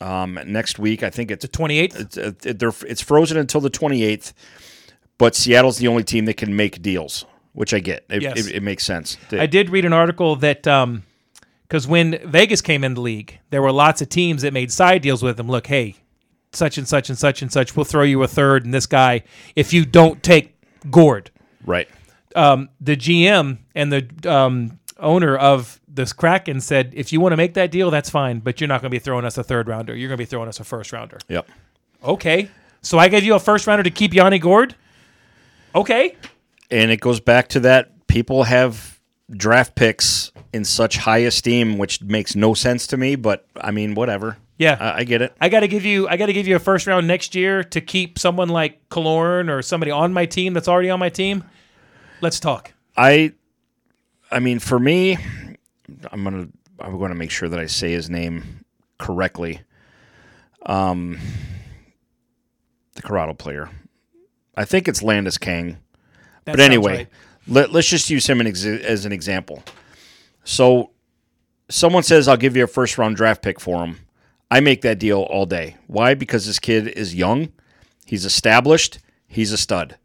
um, next week. I think it's
Twenty eighth.
it's, uh, they're, it's frozen until the 28th, but Seattle's the only team that can make deals, which I get. It,
Yes.
it, it makes sense.
I did read an article that um 'cause because when Vegas came in the league, there were lots of teams that made side deals with them. Look, hey, such and such and such and such, we'll throw you a third and this guy if you don't take Gord.
right.
um, the GM and the um, owner of this Kraken said, if you want to make that deal, that's fine, but you're not going to be throwing us a third rounder. You're going to be throwing us a first rounder.
Yep.
Okay. So I gave you a first rounder to keep Yanni Gord? Okay.
And it goes back to that people have draft picks in such high esteem, which makes no sense to me, but I mean, whatever.
Yeah.
I, I get it.
I got to give you I got to give you a first round next year to keep someone like Kalorn or somebody on my team that's already on my team. Let's talk.
I, I mean, for me, I'm gonna I'm gonna make sure that I say his name correctly. Um, the Corrado player, I think it's Landis Kang, but
sounds
anyway,
right.
let, let's just use him an exa- as an example. So, someone says I'll give you a first round draft pick for him. I make that deal all day. Why? Because this kid is young, he's established, he's a stud.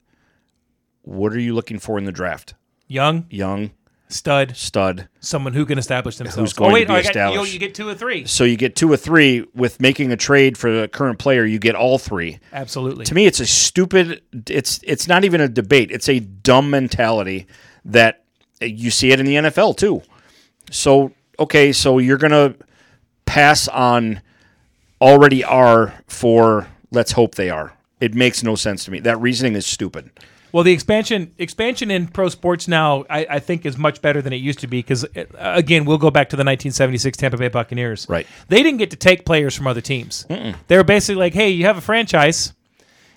What are you looking for in the draft?
Young,
young
stud,
stud.
someone who can establish themselves.
going
oh
to
wait,
be
I got, you,
established.
you get two or three.
So you get two or three with making a trade for the current player. You get all three.
Absolutely.
To me, it's a stupid. It's it's not even a debate. It's a dumb mentality that you see it in the NFL too. So okay, so you're gonna pass on already are for let's hope they are. It makes no sense to me. That reasoning is stupid.
Well, the expansion expansion in pro sports now, I, I think, is much better than it used to be because, again, we'll go back to the 1976 Tampa Bay Buccaneers.
Right.
They didn't get to take players from other teams. They were basically like, "Hey, you have a franchise.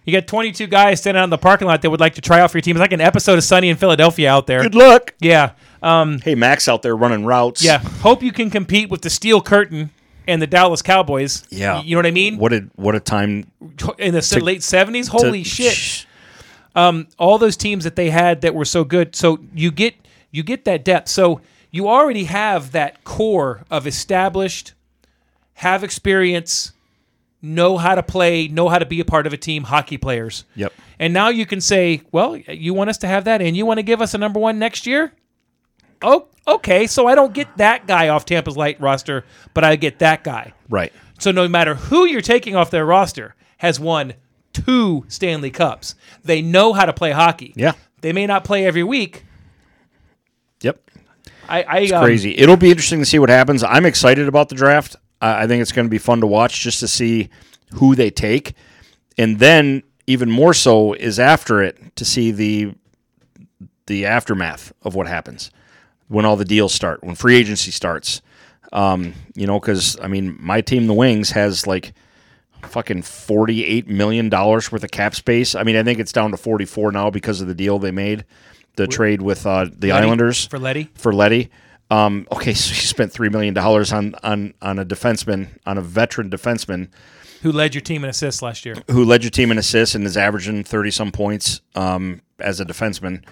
You got 22 guys standing out in the parking lot that would like to try out for your team. It's like an episode of Sunny in Philadelphia out there.
Good luck.
yeah, um,
Hey, Max out there running routes.
yeah. Hope you can compete with the Steel Curtain and the Dallas Cowboys.
yeah.
you know what I mean.
What a what a time.
in the late 70s,
to-
holy shit! all those teams that they had that were so good. So you get you get that depth. So you already have that core of established, have experience, know how to play, know how to be a part of a team, hockey players.
Yep.
And now you can say, well, you want us to have that, and you want to give us a number one next year. Oh, okay. So I don't get that guy off Tampa's light roster, but I get that guy.
Right.
So no matter who you're taking off their roster has won two Stanley Cups. They know how to play hockey.
Yeah.
They may not play every week.
Yep.
I, I um,
It's crazy. It'll be interesting to see what happens. I'm excited about the draft. I, I think it's going to be fun to watch just to see who they take, and then even more so is after it to see the the aftermath of what happens when all the deals start, when free agency starts. Um, you know, because I mean, my team, the Wings, has like fucking forty eight million dollars worth of cap space. I mean, I think it's down to forty four now because of the deal they made, the trade with uh, the Islanders
for Letty.
for Letty. Um, okay, so he spent three million dollars on on on a defenseman, on a veteran defenseman,
who led your team in assists last year.
who led your team in assists and is averaging 30 some points um, as a defenseman.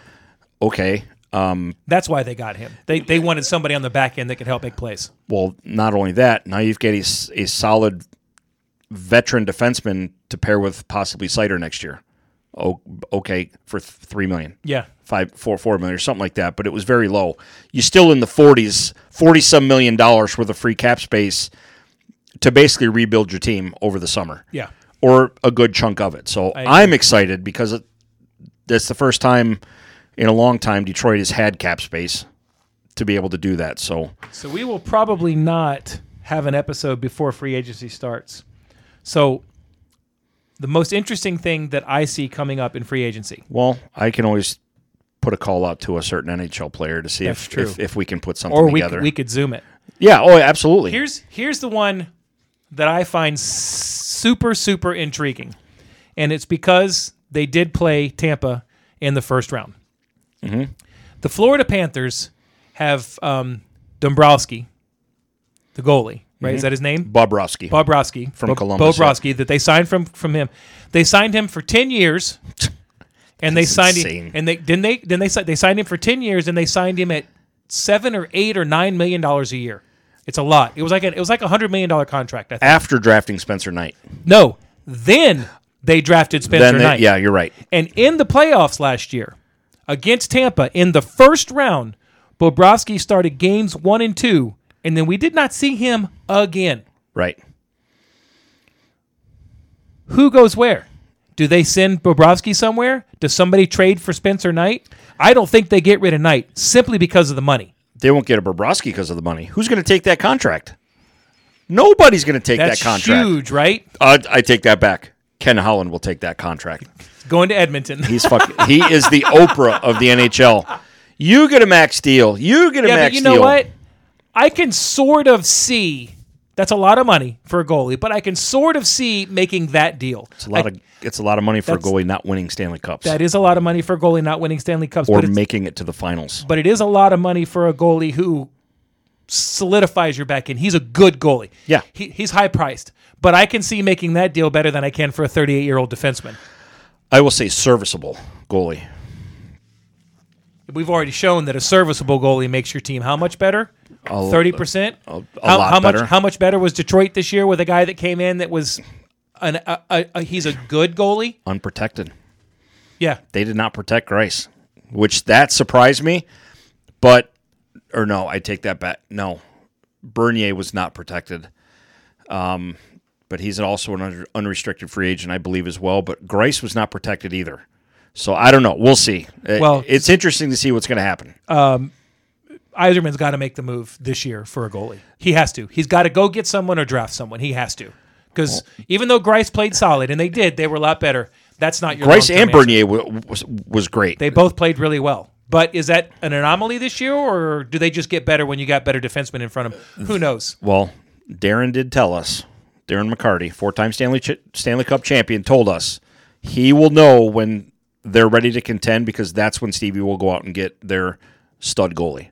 Okay. Um,
That's why they got him. They they wanted somebody on the back end that could help make plays.
well, not only that, now you've got a, s- a solid veteran defenseman to pair with possibly Cider next year. Oh, okay, for th- three million,
Yeah.
five, four, four million, or something like that. But it was very low. You're still in the forties, forty some million dollars worth of free cap space to basically rebuild your team over the summer.
Yeah.
or a good chunk of it. So
agree.
I'm excited because it, that's the first time in a long time Detroit has had cap space to be able to do that. So
So we will probably not have an episode before free agency starts. So the most interesting thing that I see coming up in free agency.
well, I can always put a call out to a certain NHL player to see
That's
if,
true.
if if we can put something
Or we
together.
could, we could zoom it.
yeah, oh, absolutely.
Here's here's the one that I find s- super super intriguing, and it's because they did play Tampa in the first round. The Florida Panthers have um, Dombrowski, the goalie, right? Is that his name?
Bobrovsky.
Bobrovsky
From
Bo-
Columbus, yeah.
Bobrovsky that they signed from from him. They signed him for
[LAUGHS]
ten years, and they
That's
signed
insane.
him. And they didn't they then they si- they signed him for ten years, and they signed him at seven or eight or nine million dollars a year. It's a lot. It was like a, it was like a hundred million dollar contract. I think.
After drafting Spencer Knight,
No, then they drafted Spencer
then they-
Knight.
yeah, you're right.
And in the playoffs last year against Tampa in the first round, Bobrovsky started games one and two, and then we did not see him again.
Right.
Who goes where? Do they send Bobrovsky somewhere? Does somebody trade for Spencer Knight? I don't think they get rid of Knight simply because of the money.
They won't get a Bobrovsky because of the money. Who's going to take that contract? Nobody's going to take
That's
that contract.
huge, right?
Uh, I take that back. Ken Holland will take that contract.
Going to Edmonton.
He's fucking. he is the Oprah of the NHL. You get a max deal. You get a
yeah,
max
but you know
deal.
what? I can sort of see that's a lot of money for a goalie, but I can sort of see making that deal.
It's a lot
I-
of it's a lot of money for a
That's-
goalie not winning Stanley Cups
that is a lot of money for a goalie not winning Stanley Cups,
or
but, it's,
making it to the finals.
but it is a lot of money for a goalie who solidifies your back end. He's a good goalie.
Yeah.
He, he's high priced, but I can see making that deal better than I can for a 38 year old defenseman.
I will say serviceable goalie.
We've already shown that a serviceable goalie makes your team how much better? Thirty percent.
a lot
how
better.
much? How much better was Detroit this year with a guy that came in that was an a, a, a, he's a good goalie?
unprotected.
Yeah,
They did not protect Grice, which that surprised me. But or no, I take that back. No, Bernier was not protected. Um, but he's also an un- unrestricted free agent, I believe, as well. But Grice was not protected either. So I don't know. We'll see. It-
Well-
it's interesting to see what's going to happen.
Eiserman's got to make the move this year for a goalie. He has to. He's got to go get someone or draft someone. He has to because even though Grice played solid and they did, they were a lot better. That's not your
Grice
long-term
and
answer.
Bernier w- was, was great.
They both played really well. But is that an anomaly this year, or do they just get better when you got better defensemen in front of them?
[SIGHS]
Who knows?
Well, Darren did tell us. Darren McCarty, four-time Stanley Ch- Stanley Cup champion, told us he will know when they're ready to contend because that's when Stevie will go out and get their stud goalie.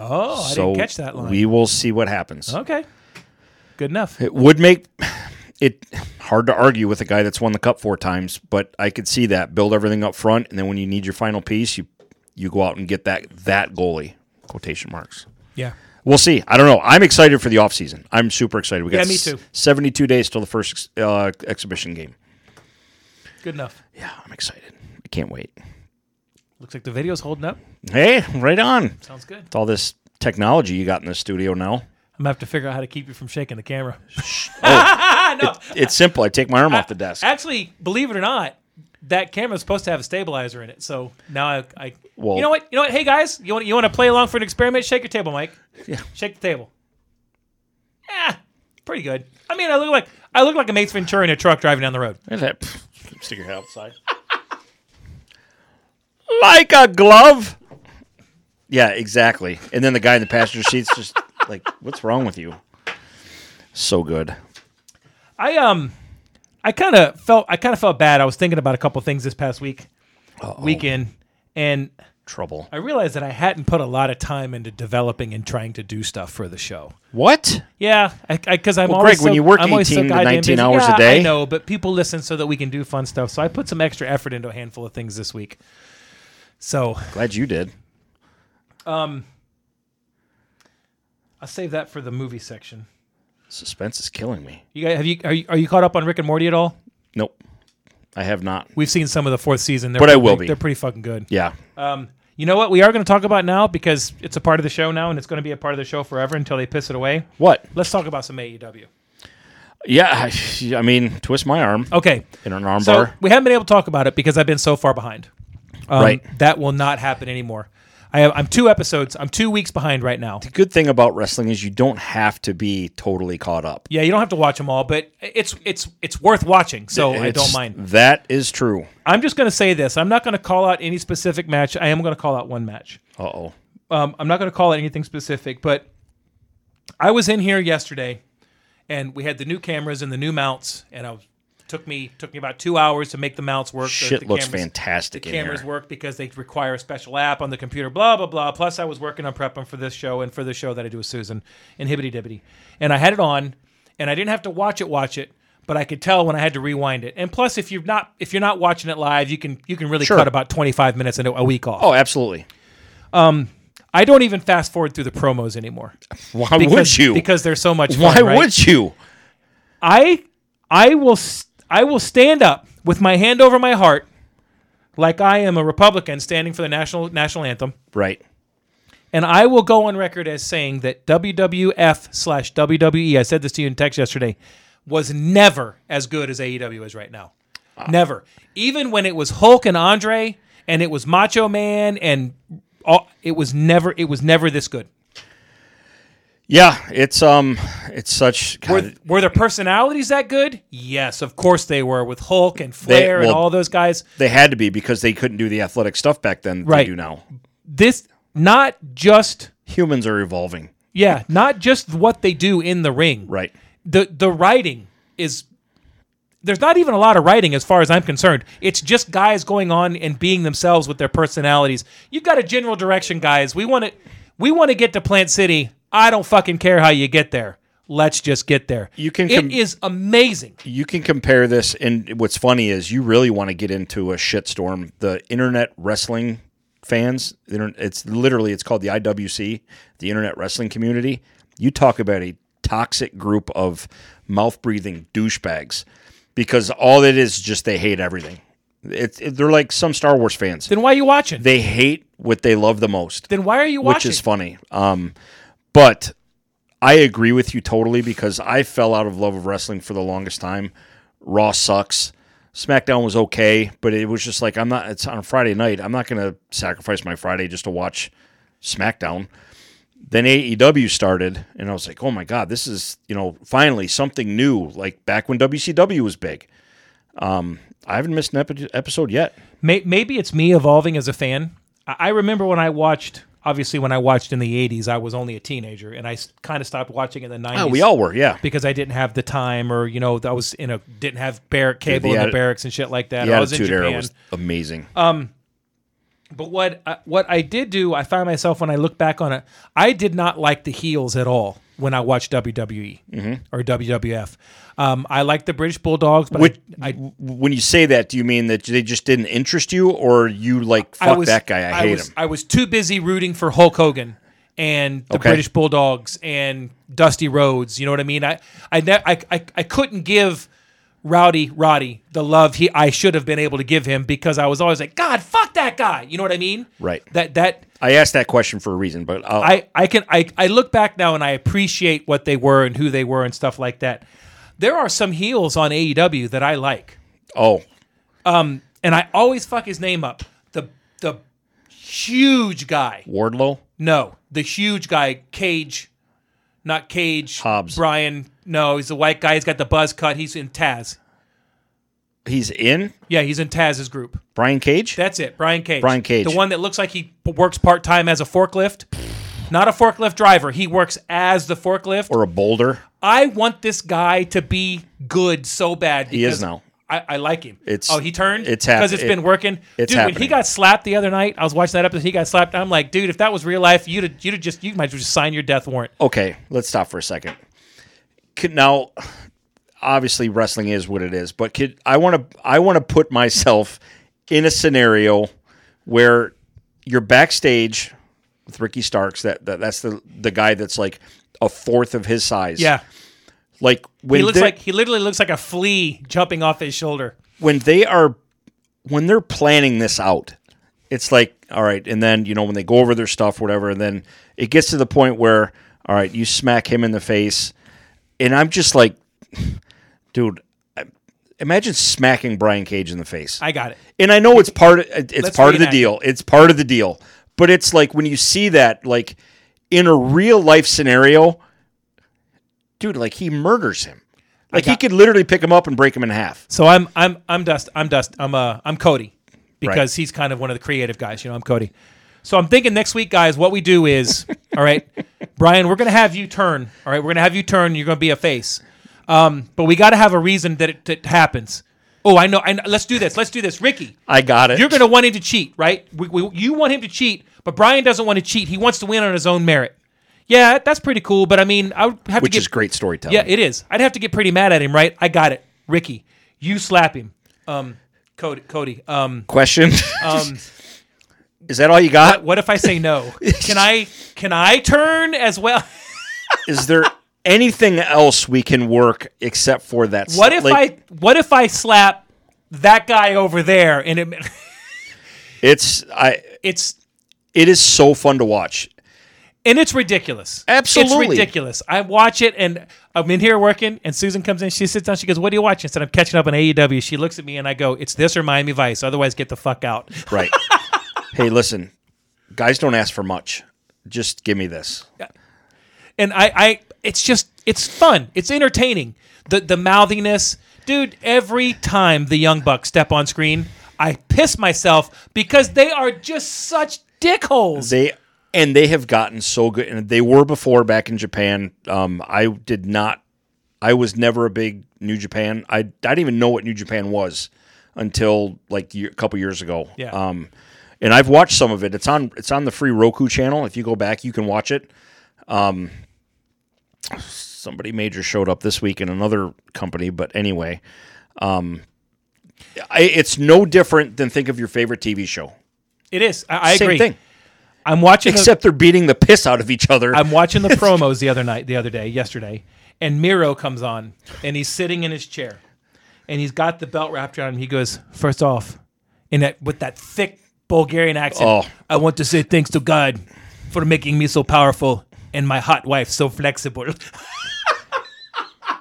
Oh, I didn't catch that line.
We will see what happens.
Okay. Good enough.
It would make it hard to argue with a guy that's won the cup four times, but I could see that build everything up front, and then when you need your final piece, you you go out and get that that goalie quotation marks.
Yeah.
We'll see. I don't know. I'm excited for the offseason. I'm super excited. We got
Yeah, me
s-
too.
72 days till the first ex- uh, exhibition game.
Good enough.
Yeah, I'm excited. I can't wait.
Looks like the video's holding up.
Hey, right on. With
Sounds good.
all this technology you got in the studio now,
I'm gonna have to figure out how to keep you from shaking the camera.
Oh.
[LAUGHS] no,
it's simple. I take my arm off the
[LAUGHS]
desk.
actually, believe it or not, that camera's supposed to have a stabilizer in it. So now I, I
Well-
you know what, you know what? Hey guys, you want you want to play along for an experiment? Shake your table, Mike. Yeah. Shake the table. Yeah, pretty good. I mean, I look like I look like a Mace Ventura in a truck driving down the road.
Stick your head outside. like a glove. Yeah, exactly. And then the guy in the
[LAUGHS]
passenger seat's just like, what's wrong with you? So good.
I um, I kind of felt I kind of felt bad. I was thinking about a couple things this past week, weekend, and
trouble.
I realized that I hadn't put a lot of time into developing and trying to do stuff for the show.
What?
Yeah, because I'm
Well,
always
Greg, when
so-
you work
I'm always
18 to
goddamn
19
busy.
hours a
Yeah,
day-
I know, but people listen so that we can do fun stuff. So I put some extra effort into a handful of things this week. So
Glad you did.
I'll save that for the movie section.
Suspense is killing me.
You guys, have you are, you are you caught up on Rick and Morty at all?
Nope. I have not.
We've seen some of the fourth season, They're
But I will
pretty-
be.
They're pretty fucking good.
Yeah.
Um, you know what? We are going to talk about now because it's a part of the show now, and it's going to be a part of the show forever until they piss it away.
What?
Let's talk about some E AEW.
Yeah. I mean, twist my arm
Okay,
in an arm
Oh. so
bar.
we haven't been able to talk about it because I've been so far behind. Um,
Right.
that will not happen anymore. I have, I'm two episodes. I'm two weeks behind right now.
The good thing about wrestling is you don't have to be totally caught up.
Yeah, you don't have to watch them all, but it's it's it's worth watching. So Oh, I don't
It's-
mind.
That is true.
I'm just going to say this. I'm not going to call out any specific match. I am going to call out one match.
Uh oh.
um, I'm not going to call it anything specific, but I was in here yesterday, and we had the new cameras and the new mounts, and I was, took me took me about two hours to make the mounts work. The-
Shit
the
looks
cameras-
fantastic
The
in
cameras
here.
work because they require a special app on the computer. Blah blah blah. Plus, I was working on prepping for this show and for the show that I do with Susan and Hibbity Dibbity, and I had it on, and I didn't have to watch it. Watch it. But I could tell when I had to rewind it, and plus, if you're not if you're not watching it live, you can you can really
Sure.
cut about 25 minutes into a week off.
Oh, absolutely.
I don't even fast forward through the promos anymore.
Why
because,
would you?
Because they're so much
Why
fun. right?
would you?
I? I will. s- I will stand up with my hand over my heart, like I am a Republican standing for the national national anthem,
Right.
and I will go on record as saying that WWF slash WWE. I said this to you in text yesterday. Was never as good as AEW is right now. Never. Even when it was Hulk and Andre, and it was Macho Man, and all, it was never. It was never this good.
Yeah, it's um, it's such. God,
Were, were their personalities that good? Yes, of course they were with Hulk and
They-
Flair and
well-
all those guys.
they had to be because they couldn't do the athletic stuff back then. That
Right.
They do now.
This not just
Humans are evolving.
yeah, not just what they do in the ring.
Right.
The the writing is there's not even a lot of writing as far as I'm concerned. It's just guys going on and being themselves with their personalities. You've got a general direction, guys. We want to we want to get to Plant City. I don't fucking care how you get there. Let's just get there.
You can com-
It is amazing.
You can compare this, and what's funny is you really want to get into a shitstorm. The internet wrestling fans, the inter- it's literally it's called the IWC, the internet wrestling community. You talk about a toxic group of mouth breathing douchebags because all it is just they hate everything. It's it, they're like some Star Wars fans.
Then why are you watching?
They hate what they love the most.
then why are you
which
watching?
is funny. Um, but I agree with you totally because I fell out of love of wrestling for the longest time. Raw sucks. SmackDown was okay, but it was just like I'm not. It's on Friday night. I'm not going to sacrifice my Friday just to watch SmackDown. Then AEW started, and I was like, oh my god, this is you know finally something new. Like back when WCW was big. Um, I haven't missed an epi- episode yet.
May- maybe it's me evolving as a fan. I-, I remember when I watched, obviously, when I watched in the 80s, I was only a teenager and I kind of stopped watching in the 90s.
Oh, we all were, yeah.
because I didn't have the time or, you know, I was in a, didn't have barrack cable
the
in the
atti-
barracks and shit like that.
The
I was in
Attitude
Japan.
Era was amazing.
But what I, what I did do, I found myself when I look back on it, I did not like the heels at all when I watched WWE
Mm-hmm.
or WWF. Um, I liked the British Bulldogs, but I-
Which-
I,
when you say that, do you mean that they just didn't interest you, or you like fuck that guy? I, hate
was,
him.
I was too busy rooting for Hulk Hogan and the
Okay.
British Bulldogs and Dusty Rhodes. You know what I mean? I I ne- I, I, I couldn't give Rowdy Roddy the love he I should have been able to give him because I was always like, God, fuck that guy. You know what I mean?
Right.
That that
I asked that question for a reason, but I'll,
I, I can I, I look back now and I appreciate what they were and who they were and stuff like that. There are some heels on AEW that I like. Um,
oh,
And I always fuck his name up. The the huge guy.
Wardlow,
No, the huge guy, Cage, not Cage.
Hobbs.
Brian. No, he's the white guy. He's got the buzz cut. He's in Taz.
he's in
Yeah, he's in Taz's group.
Brian Cage.
That's it. Brian Cage.
Brian Cage.
The one that looks like he p- works part time as a forklift. Not a forklift driver. He works as the forklift.
or a boulder.
I want this guy to be good so bad.
He is
because
now.
I, I like him.
It's-
oh, he turned.
it's hap-
because it's
it-
been working.
it's
dude, when
happening.
he got slapped the other night, I was watching that episode. He got slapped. I'm like, dude, if that was real life, you'd have, you'd have just you might have just signed your death warrant.
okay, let's stop for a second. Could, now, obviously, wrestling is what it is, but could I want to I want to put myself in a scenario where you're backstage with Ricky Starks. That, that that's the the guy that's like a fourth of his size.
Yeah,
like when
he looks
they-
like he literally looks like a flea jumping off his shoulder.
when they are when they're planning this out it's like all right and then you know when they go over their stuff whatever and then it gets to the point where all right you smack him in the face and i'm just like [LAUGHS] dude I- imagine smacking brian cage in the face
I got it.
and i know it's part of it's
Let's
part of the
reenact.
deal it's part of the deal but it's like when you see that like in a real life scenario dude like he murders him like he
got-
could literally pick him up and break him in half
So I'm I'm I'm Dust. I'm Dust. I'm uh I'm Cody because he's kind of one of the creative guys. You know, I'm Cody. So I'm thinking next week, guys, what we do is, [LAUGHS] all right, Brian, we're gonna have you turn. All right, we're gonna have you turn. You're gonna be a face. Um, but we got to have a reason that it, that it happens. Oh, I know. I know. Let's do this. Let's do this, Ricky.
I got it.
You're going to want him to cheat, right? We, we, you want him to cheat, but Brian doesn't want to cheat. He wants to win on his own merit. Yeah, that's pretty cool. But I mean, I would have
which
to get
is great storytelling.
yeah, it is. I'd have to get pretty mad at him, right? I got it, Ricky. You slap him, um, Cody. Cody. Um,
Question.
[LAUGHS]
[LAUGHS]
um,
is that all you got?
what if I say no? Can I? Can I turn as well?
Is there anything else we can work except for that?
What if I? What if I slap that guy over there? And it,
It's I.
it's
It is so fun to watch.
and it's ridiculous.
Absolutely.
it's ridiculous. I watch it, and I'm in here working, and Susan comes in. She sits down. She goes, "What are you watching?" I said, "I'm catching up on AEW." She looks at me, and I go, "It's this or Miami Vice. Otherwise, get the fuck out."
Right. [LAUGHS] hey, listen, guys, don't ask for much. Just give me this.
and I, I it's just it's fun. It's entertaining. The the mouthiness, dude. Every time the young bucks step on screen, I piss myself because they are just such dickholes.
They and they have gotten so good, and they were before back in Japan. Um, I did not. I was never a big New Japan. I, I didn't even know what New Japan was until like year, a couple years ago.
Yeah.
Um, and I've watched some of it. It's on it's on the free Roku channel. If you go back, you can watch it. Um, somebody major showed up this week in another company, but anyway, um, I, it's no different than think of your favorite TV show.
It is. I, I
Same
agree.
thing.
I'm watching. the-
Except they're beating the piss out of each other.
I'm
[LAUGHS]
watching the promos the other night, the other day, yesterday, and Miro comes on and he's sitting in his chair and he's got the belt wrapped around him. He goes, First off, in that with that thick Bulgarian accent,
Oh.
I want to say thanks to God for making me so powerful and my hot wife so flexible. [LAUGHS]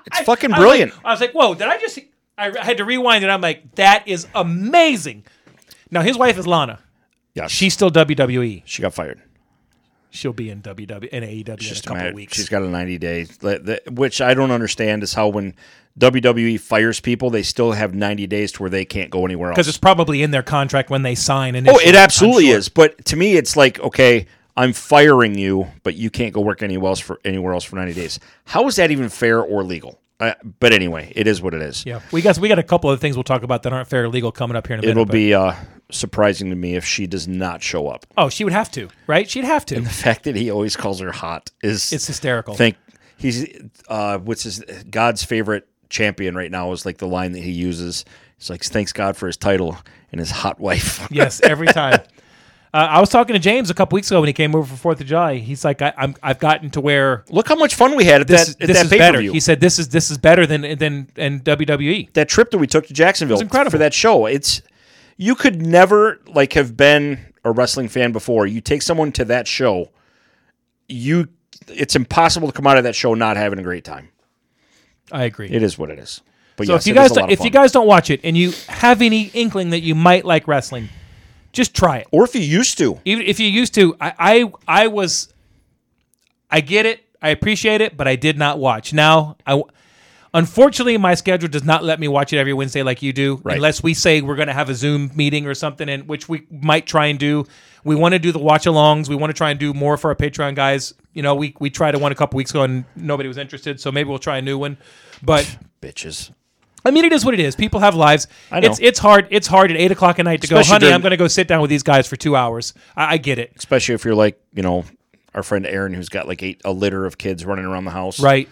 It's fucking brilliant.
I was like, Whoa, did I just. I re- had to rewind it. I'm like, That is amazing. Now, his wife is Lana.
yeah, she
She's still WWE.
she got fired.
She'll be in WWE and AEW
Just
in a couple
mad.
of weeks.
She's got a ninety day, le- the- which I don't understand is how when WWE fires people, they still have ninety days to where they can't go anywhere
because
else.
it's probably in their contract when they sign. And
Oh, it absolutely is. But to me, it's like okay, I'm firing you, but you can't go work anywhere else for anywhere else for ninety days. How is that even fair or legal? Uh, but anyway, it is what it is.
Yeah, we got we got a couple of things we'll talk about that aren't fair or legal coming up here in a minute.
It'll
but-
be uh, surprising to me if she does not show up.
oh, she would have to, right? She'd have to.
The fact that he always calls her hot is
[LAUGHS] It's hysterical.
Think he's uh, what's his God's favorite champion right now is like the line that he uses. It's like thanks God for his title and his hot wife.
[LAUGHS]
[LAUGHS]
yes, every time. Uh, I was talking to James a couple weeks ago when he came over for Fourth of July. He's like, I, I'm I've gotten to where
Look how much fun we had at
this
that at
this
that
is
pay
better.
per view.
He said this is this is better than than E." and WWE.
That trip that we took to Jacksonville
incredible.
for that show. It's you could never like have been a wrestling fan before. You take someone to that show, you it's impossible to come out of that show not having a great time.
I agree.
It is what it is. But
So
yes,
if you
it is
guys
a
don't,
lot of
if
fun.
you guys don't watch it and you have any inkling that you might like wrestling, just try it.
or if you used to,
even if you used to I, I i was i get it i appreciate it but i did not watch now i unfortunately my schedule does not let me watch it every wednesday like you do unless we say we're going to have a zoom meeting or something and which we might try and do we want to do the watch alongs we want to try and do more for our patreon guys you know we we tried one a couple weeks ago and nobody was interested so maybe we'll try a new one but
bitches.
I mean, it is what it is. People have lives.
I know.
It's it's hard. It's hard at eight o'clock at night to
Especially
go, honey.
during-
I'm going to go sit down with these guys for two hours. I, I get it.
especially if you're like you know our friend Aaron who's got like eight a litter of kids running around the house.
Right.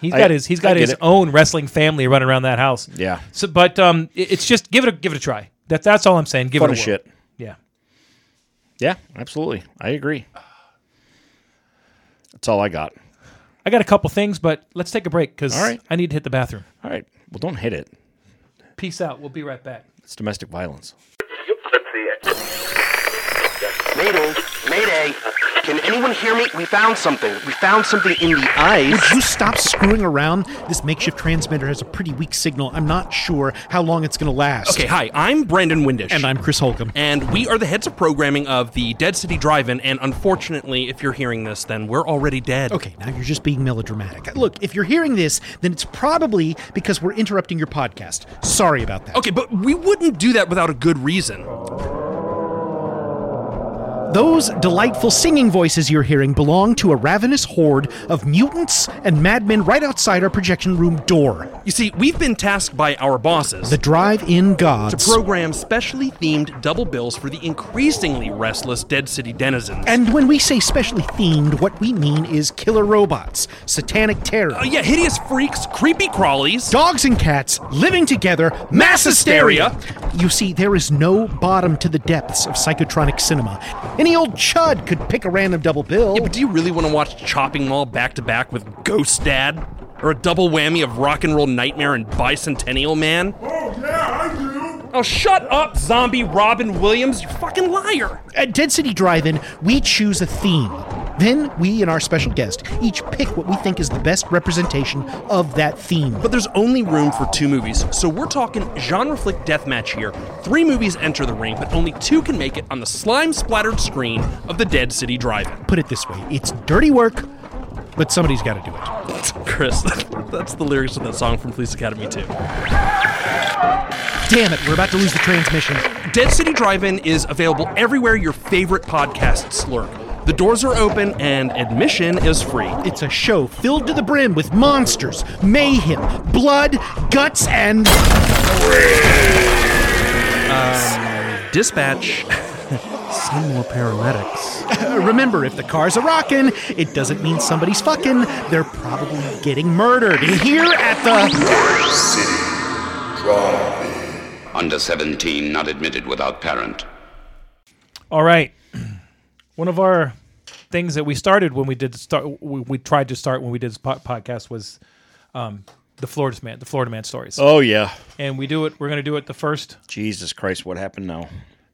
He's
I-
got his he's
I
got
get
his
it.
own wrestling family running around that house.
Yeah.
So, but um, it- it's just give it a give it a try. That that's all I'm saying. Give
Fun
it a
as
whirl.
shit.
Yeah.
Yeah, absolutely. I agree. That's all I got.
I got a couple things, but let's take a break because
All right.
I need to hit the bathroom.
All right. Well, don't hit it.
Peace out. We'll be right back.
It's domestic violence.
Let's see it. Mayday, Mayday. Can anyone hear me? We found something. We found something in the
Would
ice.
you stop screwing around? This makeshift transmitter has a pretty weak signal. I'm not sure how long it's going to last.
Okay, hi, I'm Brandon Windish.
And I'm Chris Holcomb.
And we are the heads of programming of the Dead City Drive In. And unfortunately, if you're hearing this, then we're already dead.
Okay, now you're just being melodramatic. Look, if you're hearing this, then it's probably because we're interrupting your podcast. Sorry about that.
Okay, but we wouldn't do that without a good reason.
Those delightful singing voices you're hearing belong to a ravenous horde of mutants and madmen right outside our projection room door.
You see, we've been tasked by our bosses
The drive in
to
gods.
program specially themed double bills for the increasingly restless Dead City denizens.
and when we say specially themed, what we mean is killer robots, satanic terror,
Uh, yeah, hideous freaks, creepy crawlies.
dogs and cats living together, mass hysteria. You see, there is no bottom to the depths of psychotronic cinema. Any old chud could pick a random double bill.
Yeah, but do you really want to watch Chopping Mall back to back with Ghost Dad? Or a double whammy of Rock and Roll Nightmare and Bicentennial Man?
Oh, yeah, I do.
Oh, shut up, zombie Robin Williams, you fucking liar!
At Dead City Drive In, we choose a theme. Then we and our special guest each pick what we think is the best representation of that theme.
But there's only room for two movies, so we're talking genre flick deathmatch here. Three movies enter the ring, but only two can make it on the slime splattered screen of the Dead City Drive In.
Put it this way it's dirty work, but somebody's got to do it.
Chris, [LAUGHS] that's the lyrics of that song from Police Academy 2.
Damn it, we're about to lose the transmission.
Dead City Drive In is available everywhere your favorite podcasts lurk. The doors are open and admission is free.
It's a show filled to the brim with monsters, mayhem, blood, guts, and.
Dispatch. Send more paramedics.
[LAUGHS] Remember, if the cars are rocking, it doesn't mean somebody's fucking. They're probably getting murdered. And here at the.
Under 17, not admitted without parent.
All right. [CLEARS THROAT] One of our things that we started when we did start, we, we tried to start when we did this po- podcast was um, the Florida man, the Florida man stories,
Oh yeah.
and we do it. We're going to do it the first,
Jesus Christ, what happened now?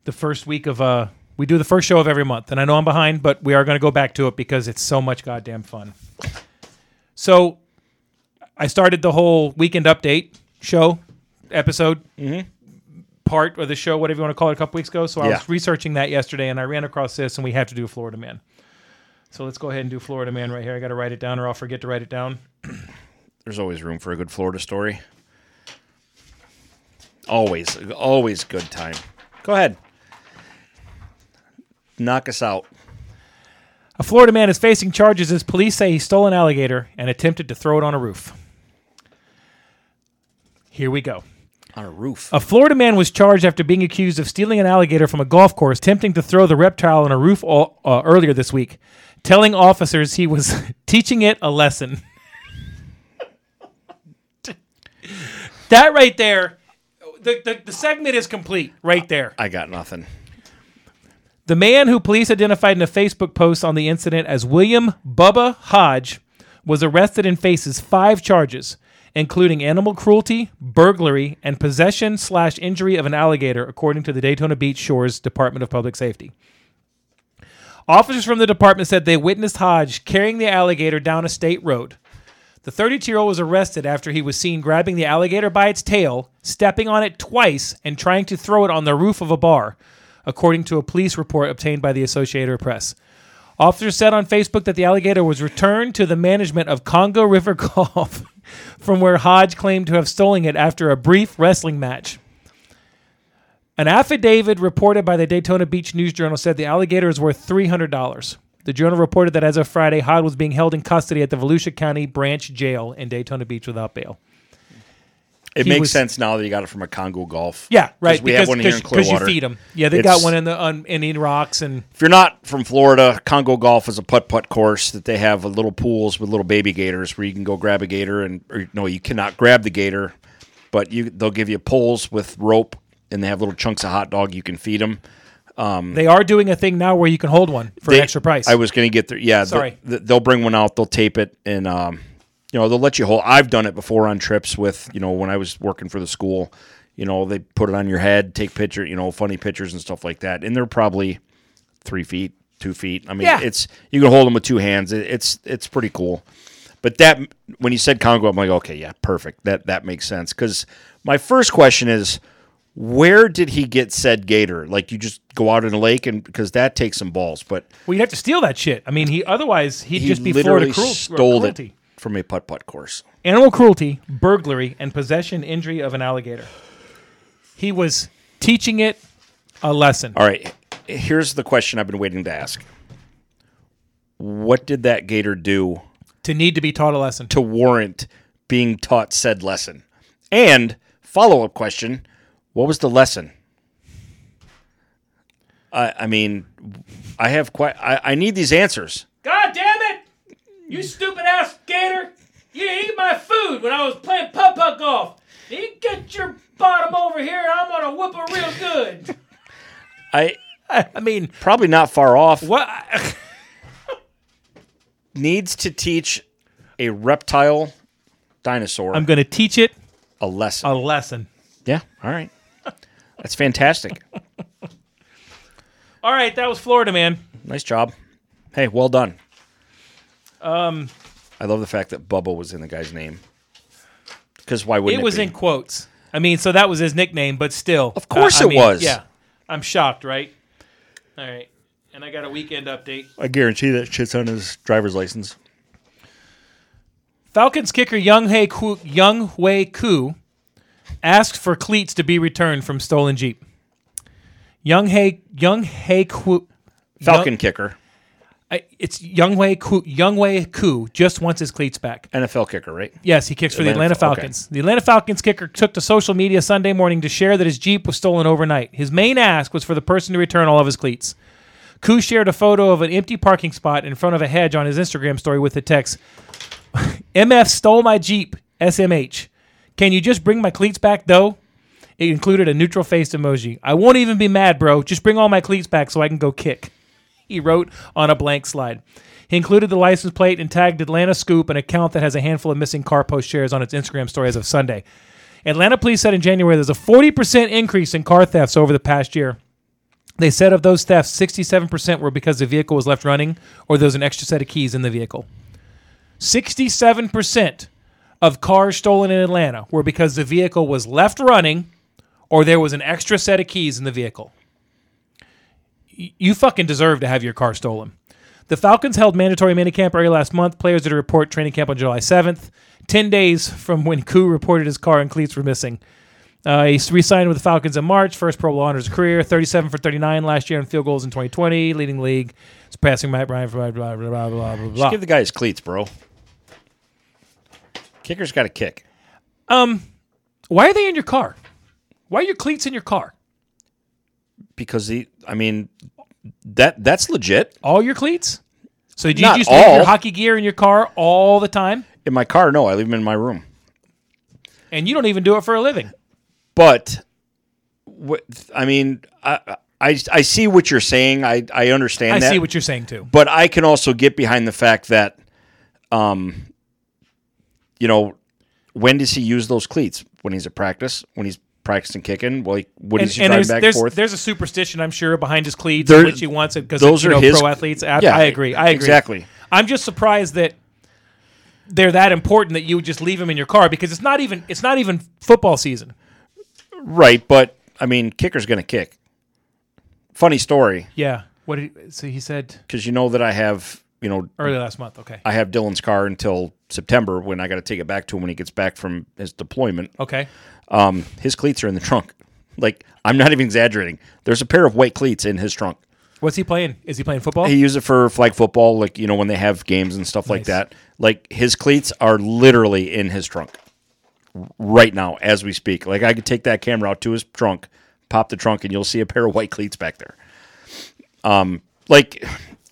the first week of uh, we do the first show of every month. And I know I'm behind, but we are going to go back to it because it's so much goddamn fun. So, I started the whole weekend update show episode. Part of the show, whatever you want to call it, a couple weeks ago. So I
Mm-hmm. Yeah.
was researching that yesterday, and I ran across this, and we have to do Florida Man. So let's go ahead and do Florida Man right here. I got to write it down, or I'll forget to write it down.
There's always room for a good Florida story. Always, always good time. Go ahead. Knock us out.
A Florida man is facing charges as police say he stole an alligator and attempted to throw it on a roof. Here we go.
On a roof.
A Florida man was charged after being accused of stealing an alligator from a golf course, attempting to throw the reptile on a roof all, uh, earlier this week, telling officers he was [LAUGHS] teaching it a lesson. [LAUGHS] that right there, the, the, the segment is complete right there.
I got nothing.
The man who police identified in a Facebook post on the incident as William Bubba Hodge was arrested and faces five charges, including animal cruelty, burglary, and possession slash injury of an alligator, according to the Daytona Beach Shores Department of Public Safety. Officers from the department said they witnessed Hodge carrying the alligator down a state road. The 32 year old was arrested after he was seen grabbing the alligator by its tail, stepping on it twice, and trying to throw it on the roof of a bar, according to a police report obtained by the Associated Press. Officers said on Facebook that the alligator was returned to the management of Congo River [LAUGHS] Golf, from where Hodge claimed to have stolen it after a brief wrestling match. An affidavit reported by the Daytona Beach News Journal said the alligator is worth $300. The journal reported that as of Friday, Hod was being held in custody at the Volusia County Branch Jail in Daytona Beach without bail.
It
he
makes
was-
sense now that you got it from a Congo Golf.
Yeah, right.
'Cause We have one here in
'cause- 'cause
Clearwater.
you feed them. Yeah, they
It's-
got one in the on Indian Rocks, and
If you're not from Florida, Congo Golf is a putt putt course that they have little pools with little baby gators where you can go grab a gator and or, no, you cannot grab the gator, but you they'll give you poles with rope and they have little chunks of hot dog you can feed them.
they are doing a thing now where you can hold one for
Hmm. They-
an extra price.
I was going to get there. Yeah, th-
Sorry.
th- they'll bring one out. They'll tape it, and um, you know they'll let you hold. I've done it before on trips with you know when I was working for the school. You know they put it on your head, take picture, you know funny pictures and stuff like that. And they're probably three feet, two feet. I mean,
Yeah.
it's you can hold them with two hands. It, it's it's pretty cool. But that when you said Congo, I'm like, okay, yeah, perfect. That that makes sense. Because my first question is, where did he get said gator? Like you just go out in a lake and because that takes some balls. But
well, you'd have to steal that shit. I mean, he otherwise he'd
he
just be
literally
Florida cruel,
stole
cruelty.
it from a putt putt course.
animal cruelty, burglary, and possession injury of an alligator. He was teaching it a lesson.
All right, here's the question I've been waiting to ask: What did that gator do
to need to be taught a lesson.
to warrant being taught said lesson? And follow up question: What was the lesson? I, I mean, I have quite. I, I need these answers.
God damn it! You stupid ass gator! You ate my food when I was playing putt putt golf. You get your bottom over here, and I'm gonna whoop it real good.
I
[LAUGHS] I mean,
probably not far off.
what?
needs to teach a reptile dinosaur
I'm gonna teach it
a lesson?
a lesson.
Yeah. All right. That's fantastic.
All right, that was Florida, man.
nice job. Hey, well done. Um,
Um,
I love the fact that Bubba was in the guy's name. Because why wouldn't
it
it
was
be?
in quotes. I mean, so that was his nickname, but still,
Of course
I
it was.
Yeah, I'm shocked, right? All right, and I got a weekend update.
I guarantee that shit's on his driver's license.
Falcons kicker Young Hae Koo, Young Wei Koo asked for cleats to be returned from stolen Jeep. Young Hae Young Hae Koo
Falcon kicker,
I- it's Young Wei Koo Young Wei Koo just wants his cleats back.
NFL kicker, right?
Yes, he kicks for the
Atlanta-
Atlanta
okay.
Falcons. The Atlanta Falcons kicker took to social media Sunday morning to share that his Jeep was stolen overnight. His main ask was for the person to return all of his cleats. Koo shared a photo of an empty parking spot in front of a hedge on his Instagram story with the text MF stole my Jeep, SMH. Can you just bring my cleats back, though? It included a neutral faced emoji. I won't even be mad, bro. Just bring all my cleats back so I can go kick he wrote on a blank slide. He included the license plate and tagged Atlanta Scoop, an account that has a handful of missing car post shares on its Instagram story as of Sunday. Atlanta police said in January there's a 40% increase in car thefts over the past year. They said of those thefts, 67% were because the vehicle was left running or there was an extra set of keys in the vehicle. 67% of cars stolen in Atlanta were because the vehicle was left running or there was an extra set of keys in the vehicle you fucking deserve to have your car stolen. The Falcons held mandatory minicamp early last month. Players did a report training camp on July 7th, 10 days from when [LAUGHS] Koo reported his car and cleats were missing. Uh, he re signed with the Falcons in March, first Pro Bowl honor of his career, 37 for 39 last year on field goals in 2020, leading the league, surpassing Matt Ryan for blah, blah, blah, blah, blah, blah, blah.
Give the guy his cleats, bro. Kicker's got to kick.
Why are they in your car? Why are your cleats in your car?
Because he, I mean, that that's legit.
All your cleats? So do you
Not
just leave
all.
your hockey gear in your car all the time?
In my car, no, I leave him in my room.
And you don't even do it for a living.
but what I mean, I, I I see what you're saying. I I understand.
I
that,
see what you're saying, too.
But I can also get behind the fact that, um, you know, when does he use those cleats? When he's at practice? When he's practicing kicking? Well, he, when
and,
he's
and
driving
there's,
back
there's,
forth?
there's a superstition I'm sure behind his cleats,
There-
which he wants it because
those
you
are
know,
his-
pro athletes. I,
Yeah,
I agree. I agree.
exactly.
I'm just surprised that they're that important that you would just leave them in your car because it's not even it's not even football season.
right, but I mean, kicker's gonna kick. Funny story,
Yeah. What did, so he said
because you know that I have you know
early last month. Okay.
I have Dylan's car until September when I got to take it back to him when he gets back from his deployment.
Okay.
um, his cleats are in the trunk. Like I'm not even exaggerating. There's a pair of white cleats in his trunk.
What's he playing? Is he playing football?
He uses it for flag football, like you know when they have games and stuff like
Nice.
that. Like his cleats are literally in his trunk. right now as we speak. Like I could take that camera out to his trunk, pop the trunk, and you'll see a pair of white cleats back there. Um, like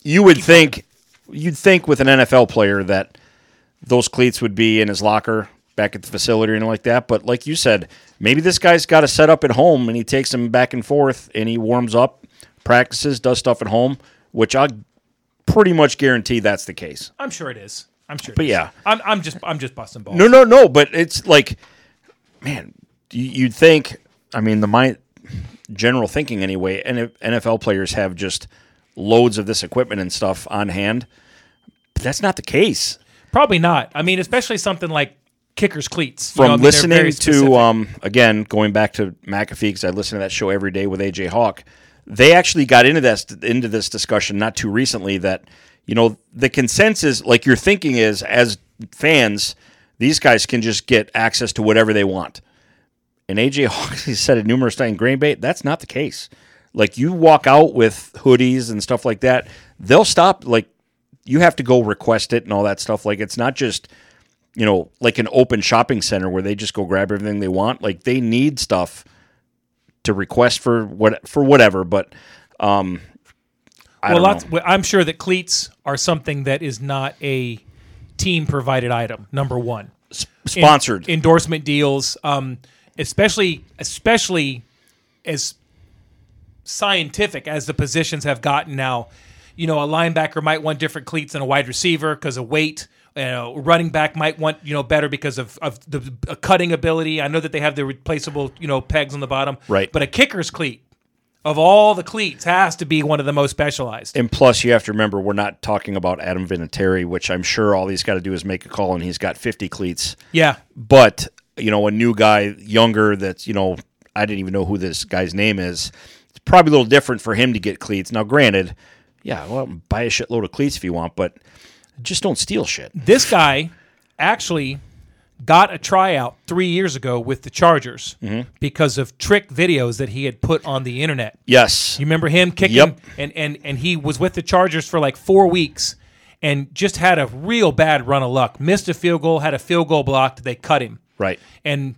you would think, you'd think with an NFL player that those cleats would be in his locker back at the facility or anything like that. But like you said, maybe this guy's got a setup at home and he takes them back and forth and he warms up, practices, does stuff at home, which I pretty much guarantee that's the case.
I'm sure it is. I'm sure. it
But
is.
yeah.
I'm, I'm just I'm just busting balls.
No, no, no. But it's like, man, you, you'd think. I mean, the my general thinking anyway. And if NFL players have just loads of this equipment and stuff on hand, but that's not the case.
Probably not. I mean, especially something like kickers cleats. You
From
know, I mean, they're very
listening to,
specific.
um, again, going back to McAfee because I listen to that show every day with AJ Hawk. They actually got into this into this discussion not too recently that you know the consensus, like your thinking is as fans, these guys can just get access to whatever they want. and [LAUGHS] AJ Hawks has said it numerous times, Green Bay, that's not the case. Like you walk out with hoodies and stuff like that, they'll stop. Like you have to go request it and all that stuff. Like it's not just, you know, like an open shopping center where they just go grab everything they want. Like they need stuff to request for what for whatever. But um, I
well,
don't
lots,
know.
well, I'm sure that cleats are something that is not a team provided item. Number one, En-
sponsored.
endorsement deals, um, especially especially as scientific as the positions have gotten now. You know, a linebacker might want different cleats than a wide receiver because of weight. You know, a running back might want you know better because of of the uh, cutting ability. I know that they have the replaceable you know pegs on the bottom,
Right.
But a kicker's cleat of all the cleats has to be one of the most specialized.
And plus, you have to remember, we're not talking about Adam Vinatieri, which I'm sure all he's got to do is make a call, and he's got 50 cleats.
Yeah,
but you know a new guy younger that's you know i didn't even know who this guy's name is it's probably a little different for him to get cleats now granted yeah well buy a shitload of cleats if you want but just don't steal shit
this guy actually got a tryout three years ago with the Chargers because of trick videos that he had put on the internet.
yes
You remember him kicking,
Yep.
and and and he was with the Chargers for like four weeks, and just had a real bad run of luck. Missed a field goal, had a field goal blocked. They cut him.
right
And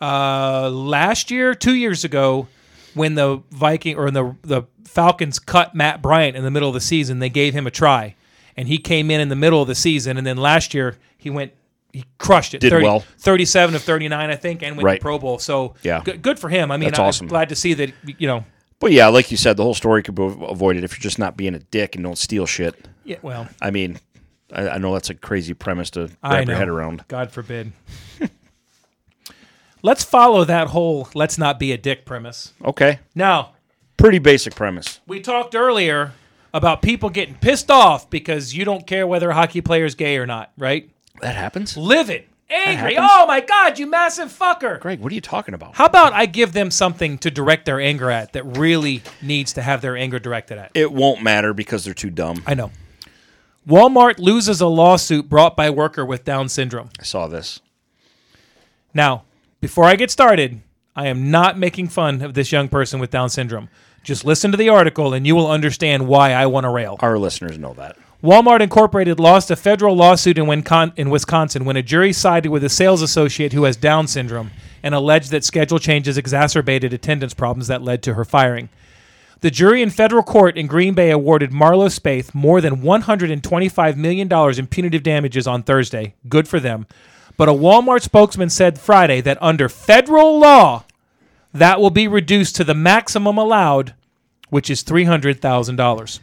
uh, last year, two years ago, when the Viking or the the Falcons cut Matt Bryant in the middle of the season, they gave him a try, and he came in in the middle of the season. And then last year, he went. He crushed it.
Did well.
37 of 39, I think, and went
Right.
to Pro Bowl. So
Yeah.
good, good for him. I mean,
That's
I'm
awesome.
glad to see that, you know,
but yeah like you said the whole story could be avoided if you're just not being a dick and don't steal shit
yeah, well,
i mean i, I know that's a crazy premise to
I
wrap
know.
your head around
God forbid. [LAUGHS] let's follow that whole let's not be a dick premise.
okay
Now,
pretty basic premise
we talked earlier about people getting pissed off because you don't care whether a hockey player is gay or not, right?
that happens
Livid, angry.
happens?
Oh my God, you massive fucker.
greg what are you talking about
How about I give them something to direct their anger at that really needs to have their anger directed at?
it won't matter because they're too dumb
I know. Walmart loses a lawsuit brought by worker with Down syndrome.
i saw this
Now, before I get started, I am not making fun of this young person with Down syndrome. Just listen to the article and you will understand why I want to rail.
our listeners know that
Walmart Incorporated lost a federal lawsuit in, Wincon- in Wisconsin when a jury sided with a sales associate who has Down syndrome and alleged that schedule changes exacerbated attendance problems that led to her firing. The jury in federal court in Green Bay awarded Marlo Spaeth more than $125 million in punitive damages on Thursday. Good for them. But a Walmart spokesman said Friday that under federal law, that will be reduced to the maximum allowed, which is $300,000.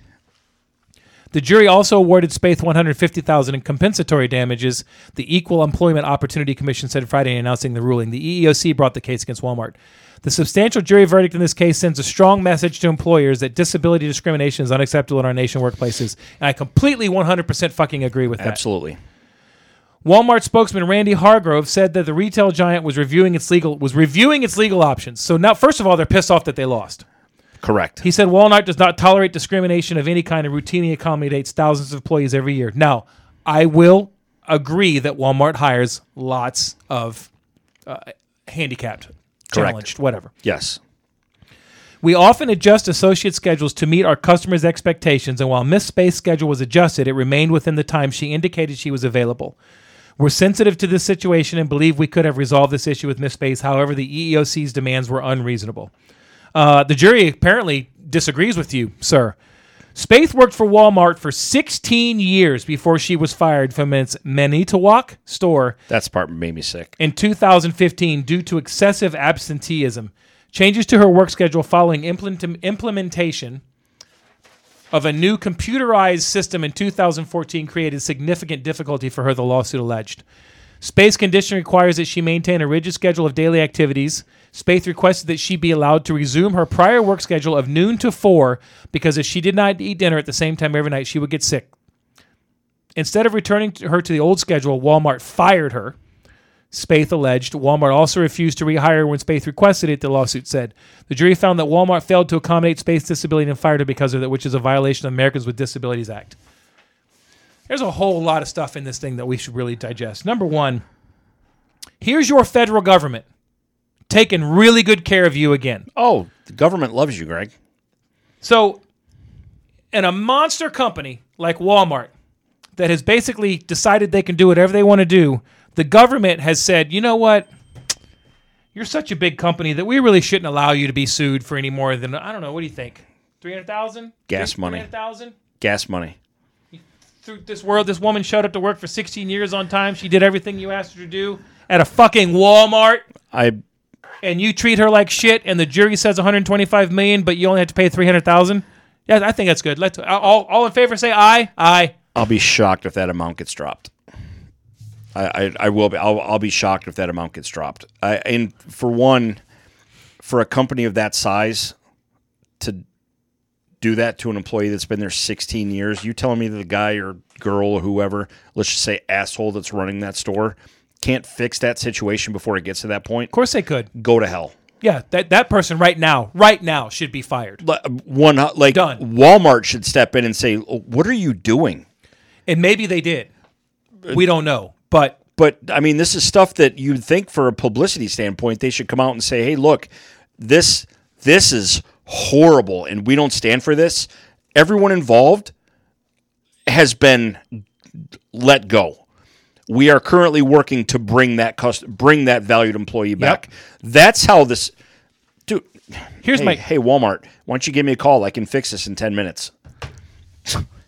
The jury also awarded Spaeth 150,000 in compensatory damages. The Equal Employment Opportunity Commission said Friday in announcing the ruling. The E EEOC brought the case against Walmart. The substantial jury verdict in this case sends a strong message to employers that disability discrimination is unacceptable in our nation workplaces. And I completely 100% fucking agree with that.
absolutely
Walmart spokesman Randy Hargrove said that the retail giant was reviewing its legal was reviewing its legal options. So now first of all they're pissed off that they lost.
correct
He said Walmart does not tolerate discrimination of any kind and routinely accommodates thousands of employees every year. Now, I will agree that Walmart hires lots of uh, handicapped, challenged, whatever.
Yes.
We often adjust associate schedules to meet our customers' expectations, and while Miss Space's schedule was adjusted, it remained within the time she indicated she was available. We're sensitive to this situation and believe we could have resolved this issue with Miss Space. However, the E EEOC's demands were unreasonable. Uh, the jury apparently disagrees with you, sir. Spaith worked for Walmart for 16 years before she was fired from its Manitowoc store
That's the part that made me sick.
in 2015 due to excessive absenteeism. Changes to her work schedule following implement- implementation of a new computerized system in 2014 created significant difficulty for her, the lawsuit alleged. Space condition requires that she maintain a rigid schedule of daily activities. Spaith requested that she be allowed to resume her prior work schedule of noon to four because if she did not eat dinner at the same time every night, she would get sick. Instead of returning to her to the old schedule, Walmart fired her. Spath alleged Walmart also refused to rehire when Spath requested it, the lawsuit said. The jury found that Walmart failed to accommodate Spath's disability and fired her because of that, which is a violation of Americans with Disabilities Act. There's a whole lot of stuff in this thing that we should really digest. Number one, here's your federal government taking really good care of you again.
Oh, the government loves you, Greg.
So, in a monster company like Walmart that has basically decided they can do whatever they want to do, the government has said, you know what? You're such a big company that we really shouldn't allow you to be sued for any more than, I don't know, what do you think? 300,000?
Gas
Three-
money.
300,000?
Gas money.
Through this world, this woman showed up to work for 16 years on time. She did everything you asked her to do at a fucking Walmart,
I
and you treat her like shit, and the jury says 125 million, but you only have to pay 300,000? Yeah, I think that's good. Let's all, all in favor say aye. Aye.
I'll be shocked if that amount gets dropped. I, I, I will be. I'll, I'll be shocked if that amount gets dropped. I, and for one, for a company of that size to do that to an employee that's been there 16 years, you telling me that the guy or girl or whoever, let's just say asshole that's running that store, can't fix that situation before it gets to that point?
Of course they could.
Go to hell.
Yeah, that, that person right now, right now should be fired.
Like, One like
Done.
Walmart should step in and say, "What are you doing?"
And maybe they did. We don't know. But
But I mean, this is stuff that you'd think, for a publicity standpoint, they should come out and say, "Hey, look, this this is horrible, and we don't stand for this." Everyone involved has been let go. We are currently working to bring that cust- bring that valued employee back. That's how this, dude.
here's
Hey,
my
hey, Walmart, why don't you give me a call? I can fix this in ten minutes,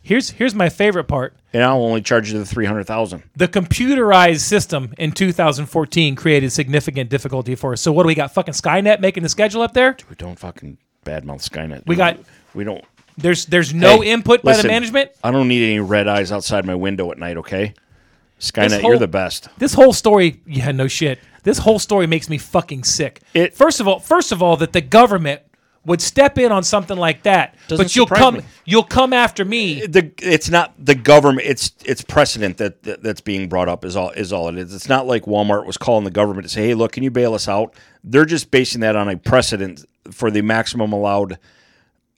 here's here's my favorite part.
and I'll only charge you the three hundred thousand.
The computerized system in 2014 created significant difficulty for us. So what do we got? Fucking Skynet making the schedule up there?
We don't fucking badmouth Skynet.
We
dude.
got-
we don't.
There's there's no
Hey,
input by the
listen,
management.
I don't need any red eyes outside my window at night, okay? Skynet,
whole-
you're the best.
This whole story, yeah, no shit. This whole story makes me fucking sick.
It-
first of all, first of all, that the government would step in on something like that,
Doesn't
but you'll
surprise
come,
me.
you'll come after me.
The, it's not the government. It's it's precedent that, that that's being brought up is all is all it is. It's not like Walmart was calling the government to say, "Hey, look, can you bail us out?" They're just basing that on a precedent for the maximum allowed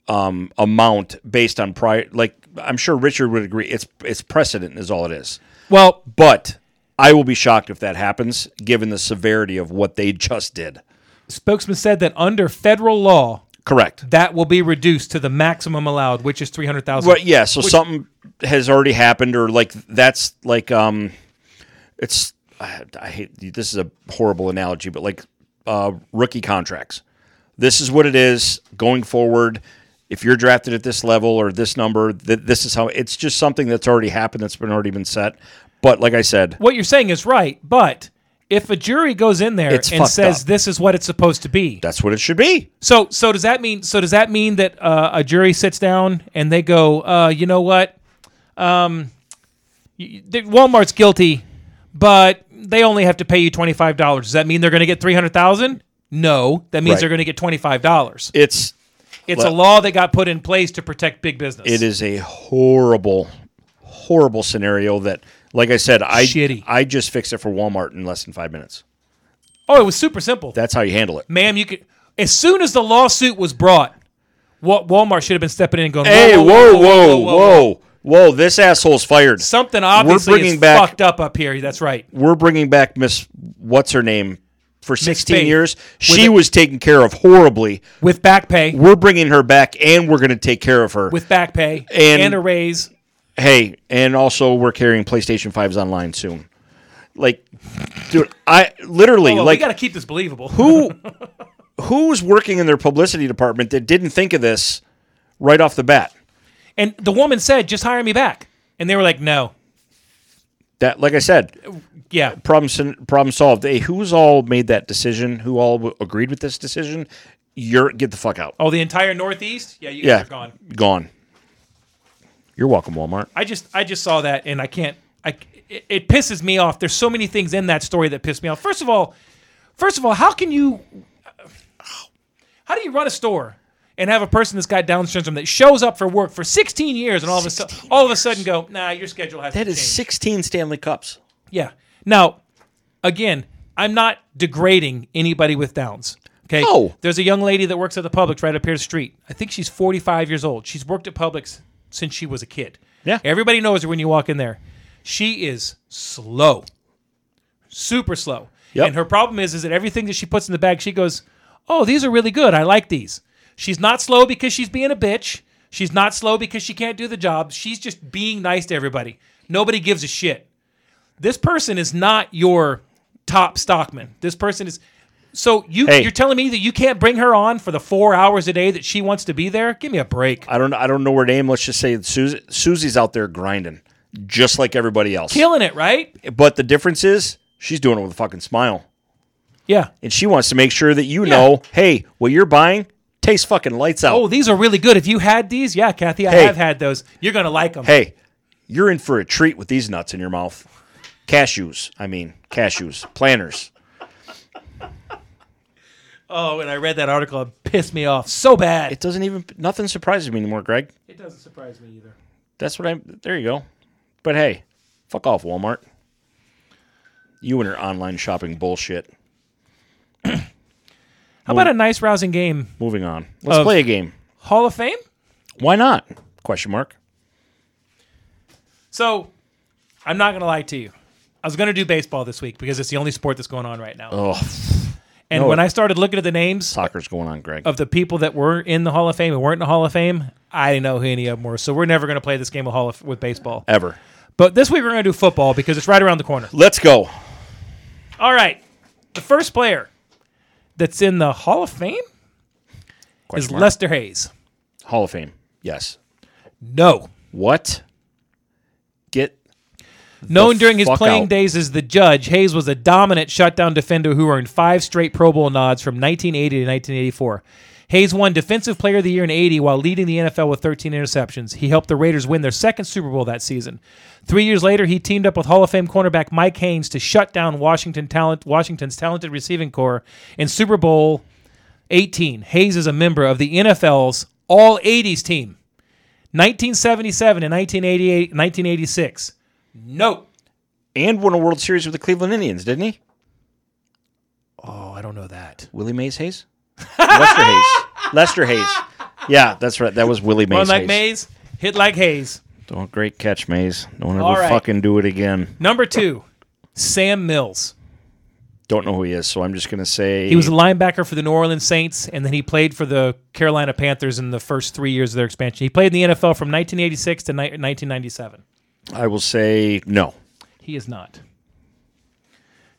um, amount based on prior. Like I'm sure Richard would agree. It's it's precedent is all it is.
well,
But I will be shocked if that happens, given the severity of what they just did.
spokesman said that under federal law,
Correct.
that will be reduced to the maximum allowed, which is three hundred thousand.
Well, yeah. So something has already happened, or like that's like um, it's I, I hate this is a horrible analogy, but like uh, rookie contracts. This is what it is going forward. If you're drafted at this level or this number, th- this is how it's just something that's already happened that's been already been set. But like I said,
What you're saying is right, but if a jury goes in there
It's
and
fucked
says
up.
this is what it's supposed to be,
that's what it should be.
so so does that mean so does that mean that uh, a jury sits down and they go, uh, you know what, um, y- y- Walmart's guilty, but they only have to pay you twenty five dollars. Does that mean they're going to get three hundred thousand? No, that means
Right.
they're going to get twenty five dollars.
It's
It's a law that got put in place to protect big business.
it is a horrible, horrible scenario that, like I said, I
Shitty.
I just fixed it for Walmart in less than five minutes.
Oh, it was super simple.
That's how you handle it.
ma'am, you could. As soon as the lawsuit was brought, what Walmart should have been stepping in and going,
Hey, whoa, whoa, whoa, whoa, This asshole's fired.
Something obviously
bringing
is
back-
fucked up up here. That's right.
We're bringing back Miss what's her name for 16
Faith.
years. She
it-
was taken care of horribly.
With back pay,
We're bringing her back and we're going to take care of her.
with back pay,
And-
and, a raise.
hey, and also we're carrying PlayStation 5s online soon. Like, dude, I literally
Well, Oh, we
like
got to keep this believable.
who who's working in their publicity department that didn't think of this right off the bat?
And the woman said, "Just hire me back," and they were like, "No,
That, like I said,
yeah,
problem sen- problem solved. Hey, who's all made that decision? Who all w- agreed with this decision? You're get the fuck out.
oh, the entire Northeast, yeah, you guys
yeah,
are gone."
Gone. You're welcome, Walmart.
I just I just saw that and I can't I it, it pisses me off. There's so many things in that story that piss me off. First of all, first of all, how can you how do you run a store and have a person that's got Down syndrome that shows up for work for 16 years and all of a sudden all of a sudden go, "Nah, your schedule has
That
to
is
change."
16 Stanley Cups.
Yeah. Now, again, I'm not degrading anybody with Downs. Okay.
No.
There's a young lady that works at the Publix right up here the street. I think she's 45 years old. She's worked at Publix since she was a kid.
Yeah.
Everybody knows her when you walk in there. She is slow, super slow.
Yep.
And her problem is, is that everything that she puts in the bag, she goes, "Oh, these are really good. I like these." She's not slow because she's being a bitch. She's not slow because she can't do the job. She's just being nice to everybody. Nobody gives a shit this person is not your top stockman. This person is. So you
Hey.
you're telling me that you can't bring her on for the four hours a day that she wants to be there? Give me a break.
I don't I don't know her name. Let's just say Susie, Susie's out there grinding, just like everybody else.
Killing it, right?
But the difference is she's doing it with a fucking smile,
Yeah.
and she wants to make sure that you know, hey, what you're buying tastes fucking lights out.
Oh, these are really good. If you had these, yeah, Kathy, I
Hey.
have had those. You're gonna like them.
hey, you're in for a treat with these nuts in your mouth. Cashews, I mean, cashews, planters.
Oh, when I read that article, it pissed me off so bad.
It doesn't even nothing surprises me anymore, Greg.
it doesn't surprise me either.
That's what I'm. There you go. But hey, fuck off, Walmart. You and your online shopping bullshit.
How about a nice rousing game?
Moving on. Let's
Of-
play a game.
Hall of Fame?
Why not? Question mark.
So, I'm not gonna lie to you. I was gonna do baseball this week because it's the only sport that's going on right now.
Oh,
and
no.
when I started looking at the names,
soccer's going on, Greg.
of the people that were in the Hall of Fame and weren't in the Hall of Fame, I didn't know who any of them were. So we're never going to play this game of Hall of, with baseball.
Ever.
But this week we're going to do football because it's right around the corner.
Let's go.
All right. The first player that's in the Hall of Fame
Question
is
mark.
Lester Hayes.
Hall of Fame. Yes.
No.
What? Get
Known during his
fuck
playing
out.
days as the judge, Hayes was a dominant shutdown defender who earned five straight Pro Bowl nods from 1980 to 1984. Hayes won Defensive Player of the Year in 80 while leading the NFL with 13 interceptions. He helped the Raiders win their second Super Bowl that season. Three years later, he teamed up with Hall of Fame cornerback Mike Haynes to shut down Washington talent, Washington's talented receiving core in Super Bowl 18. Hayes is a member of the NFL's All 80s team. 1977 and 1988, 1986. Nope.
and won a World Series with the Cleveland Indians, didn't he?
Oh, I don't know that.
Willie Mays Hayes? Lester Hayes. Lester Hayes. Yeah, that's right. That was Willie Mays.
Run like
Hayes.
Mays, hit like Hayes.
Oh, great catch, Mays. Don't ever
All right.
fucking do it again.
Number two, Sam Mills.
Don't know who he is, so I'm just gonna say
He was a linebacker for the New Orleans Saints, and then he played for the Carolina Panthers in the first three years of their expansion. He played in the NFL from 1986 to ni- 1997.
I will say no.
He is not.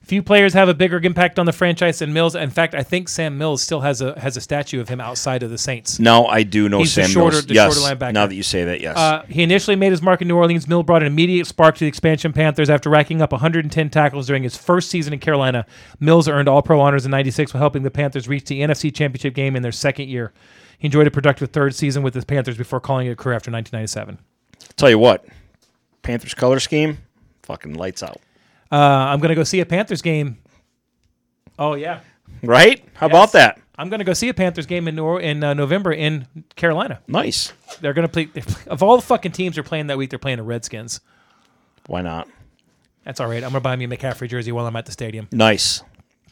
Few players have a bigger impact on the franchise than Mills. In fact, I think Sam Mills still has a has a statue of him outside of the Saints.
No, I do know
He's the
Sam
shorter-
Mills.
the
yes.
shorter linebacker.
Now that you say that, yes.
Uh, he initially made his mark in New Orleans. Mill brought an immediate spark to the expansion Panthers after racking up 110 tackles during his first season in Carolina. Mills earned All Pro honors in '96 while helping the Panthers reach the NFC Championship game in their second year. He enjoyed a productive third season with the Panthers before calling it a career after 1997.
Tell you what, Panthers color scheme, fucking lights out.
Uh, I'm gonna go see a Panthers game. Oh yeah,
Right? How about that?
I'm gonna go see a Panthers game in New or- in uh, November in Carolina.
Nice.
They're gonna play. they play- Of all the fucking teams they're playing that week, they're playing the Redskins.
Why not?
That's all right. I'm gonna buy me a McCaffrey jersey while I'm at the stadium.
Nice.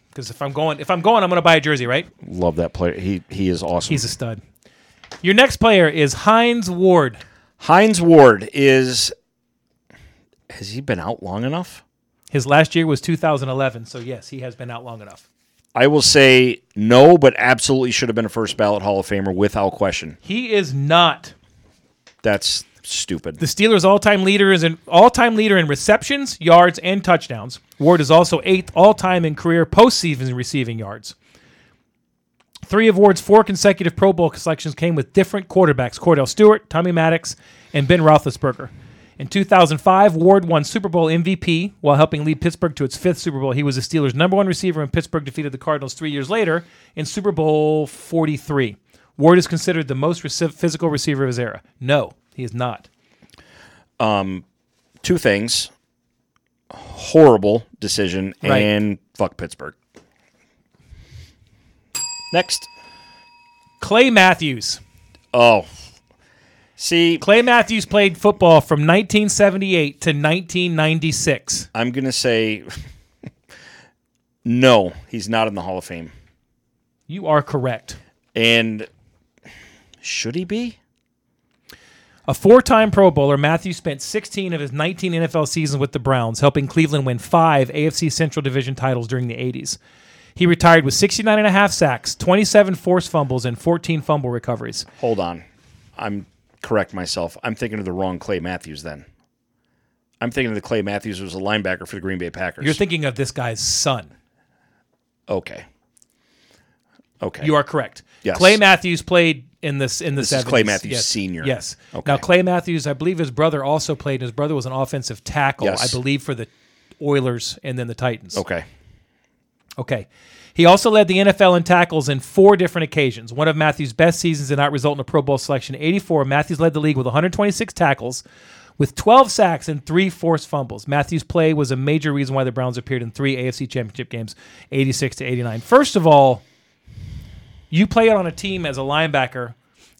Because if I'm going, if I'm going, I'm going to buy a jersey, right?
Love that player. He he is awesome.
He's a stud. Your next player is Heinz Ward.
Heinz Ward is has he been out long enough?
His last year was 2011, so yes, he has been out long enough.
I will say no, but absolutely should have been a first ballot Hall of Famer without question.
He is not.
That's Stupid.
The Steelers' all-time leader is an all-time leader in receptions, yards, and touchdowns. Ward is also eighth all-time in career postseason receiving yards. Three of Ward's four consecutive Pro Bowl selections came with different quarterbacks: Cordell Stewart, Tommy Maddox, and Ben Roethlisberger. In 2005, Ward won Super Bowl MVP while helping lead Pittsburgh to its fifth Super Bowl. He was the Steelers' number one receiver, and Pittsburgh defeated the Cardinals three years later in Super Bowl 43. Ward is considered the most rece- physical receiver of his era. No, he is not.
Two things. Horrible decision
Right.
and fuck Pittsburgh. Next.
Clay Matthews.
Oh. See,
Clay Matthews played football from 1978 to 1996.
I'm going to say [LAUGHS] no, he's not in the Hall of Fame.
You are correct.
And should he be?
A four time Pro Bowler, Matthews spent 16 of his 19 NFL seasons with the Browns, helping Cleveland win five AFC Central Division titles during the 80s. He retired with 69 and a half sacks, 27 forced fumbles, and 14 fumble recoveries.
Hold on. I'm correct myself. I'm thinking of the wrong Clay Matthews then. I'm thinking of the Clay Matthews who was a linebacker for the Green Bay Packers.
You're thinking of this guy's son.
okay. Okay.
You are correct.
Yes.
Clay Matthews played in this in the
is
70s.
Clay Matthews
yes.
Sr..
Yes.
Okay.
Now Clay Matthews, I believe his brother also played. His brother was an offensive tackle,
Yes.
I believe, for the Oilers and then the Titans.
Okay.
Okay. He also led the NFL in tackles in four different occasions. One of Matthews' best seasons did not result in a Pro Bowl selection. 84, Matthews led the league with 126 tackles, with 12 sacks and three forced fumbles. Matthews' play was a major reason why the Browns appeared in three AFC championship games, 86 to 89. First of all, you played on a team as a linebacker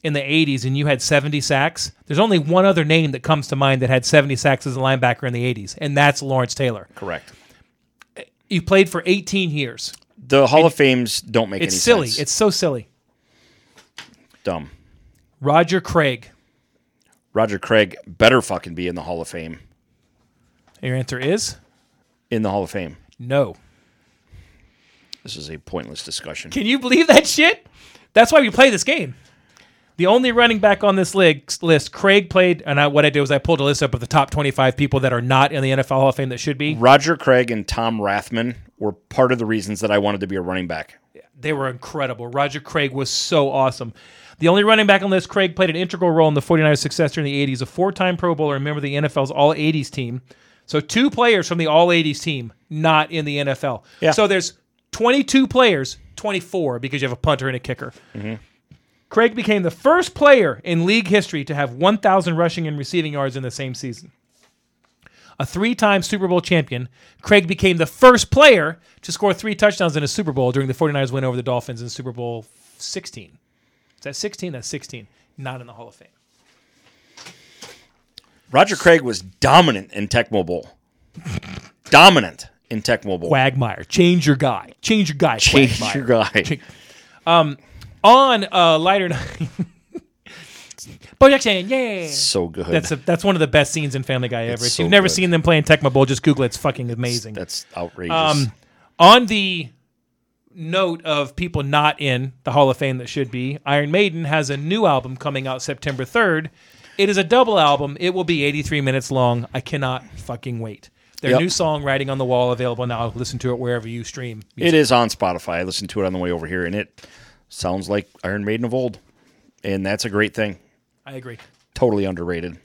in the 80s and you had 70 sacks. There's only one other name that comes to mind that had 70 sacks as a linebacker in the 80s, and that's Lawrence Taylor.
Correct.
You played for 18 years.
The Hall of Fames don't make
It's
any
silly.
sense.
It's so silly.
dumb.
Roger Craig.
Roger Craig better fucking be in the Hall of Fame.
Your answer is
In the Hall of Fame.
no.
This is a pointless discussion.
Can you believe that shit? That's why we play this game. The only running back on this lig- list, Craig played, and I, what I did was I pulled a list up of the top 25 people that are not in the NFL Hall of Fame that should be.
Roger Craig and Tom Rathman were part of the reasons that I wanted to be a running back.
They were incredible. Roger Craig was so awesome. The only running back on this, Craig played an integral role in the 49ers' success during the 80s, a four time Pro Bowler and member of the NFL's All 80s team. So, two players from the All 80s team not in the NFL.
Yeah.
So, there's 22 players, 24 because you have a punter and a kicker. Craig became the first player in league history to have 1,000 rushing and receiving yards in the same season. A three time Super Bowl champion, Craig became the first player to score three touchdowns in a Super Bowl during the 49ers win over the Dolphins in Super Bowl 16. Is that 16? That's 16. Not in the Hall of Fame.
Roger Craig was dominant in Tecmo Bowl. [LAUGHS] dominant in Tecmo Bowl.
Quagmire. Change your guy. Change your guy.
Change
Quagmire.
your
[LAUGHS]
guy.
On uh, lighter night. [LAUGHS] Bo Jackson, yeah.
So good.
That's a, that's one of the best scenes in Family Guy ever. if
so
you've never
good.
seen them play in Tecmo Bowl, just Google it. It's fucking amazing.
That's outrageous.
On the note of people not in the Hall of Fame that should be, Iron Maiden has a new album coming out September 3rd. It is a double album. It will be 83 minutes long. I cannot fucking wait. Their
Yep.
new song, Writing on the Wall, available now. Listen to it wherever you stream.
it is on Spotify. I listened to it on the way over here, and it sounds like Iron Maiden of old. And that's a great thing.
I agree.
Totally underrated.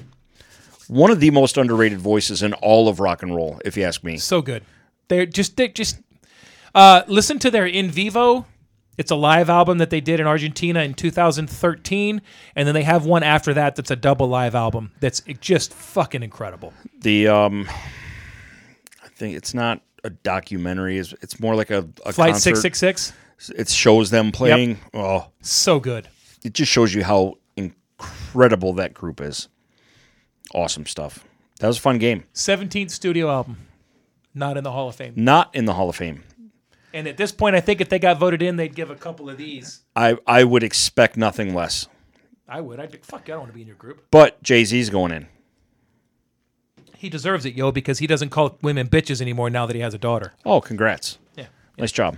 One of the most underrated voices in all of rock and roll, if you ask me.
So good. They're just, they just, uh, listen to their In Vivo. It's a live album that they did in Argentina in 2013. And then they have one after that that's a double live album that's just fucking incredible.
The um, I think it's not a documentary. It's, it's more like a, a
Flight
concert.
666.
It shows them playing. Oh,
So good.
it just shows you how incredible that group is. Awesome stuff. That was a fun game.
17th studio album. Not in the Hall of Fame.
Not in the Hall of Fame.
And at this point, I think if they got voted in, they'd give a couple of these.
I, I would expect nothing less.
I would. I'd be, fuck, I don't want to be in your group.
But Jay Z's going in.
He deserves it, yo, because he doesn't call women bitches anymore now that he has a daughter.
Oh, congrats.
Yeah.
Nice job.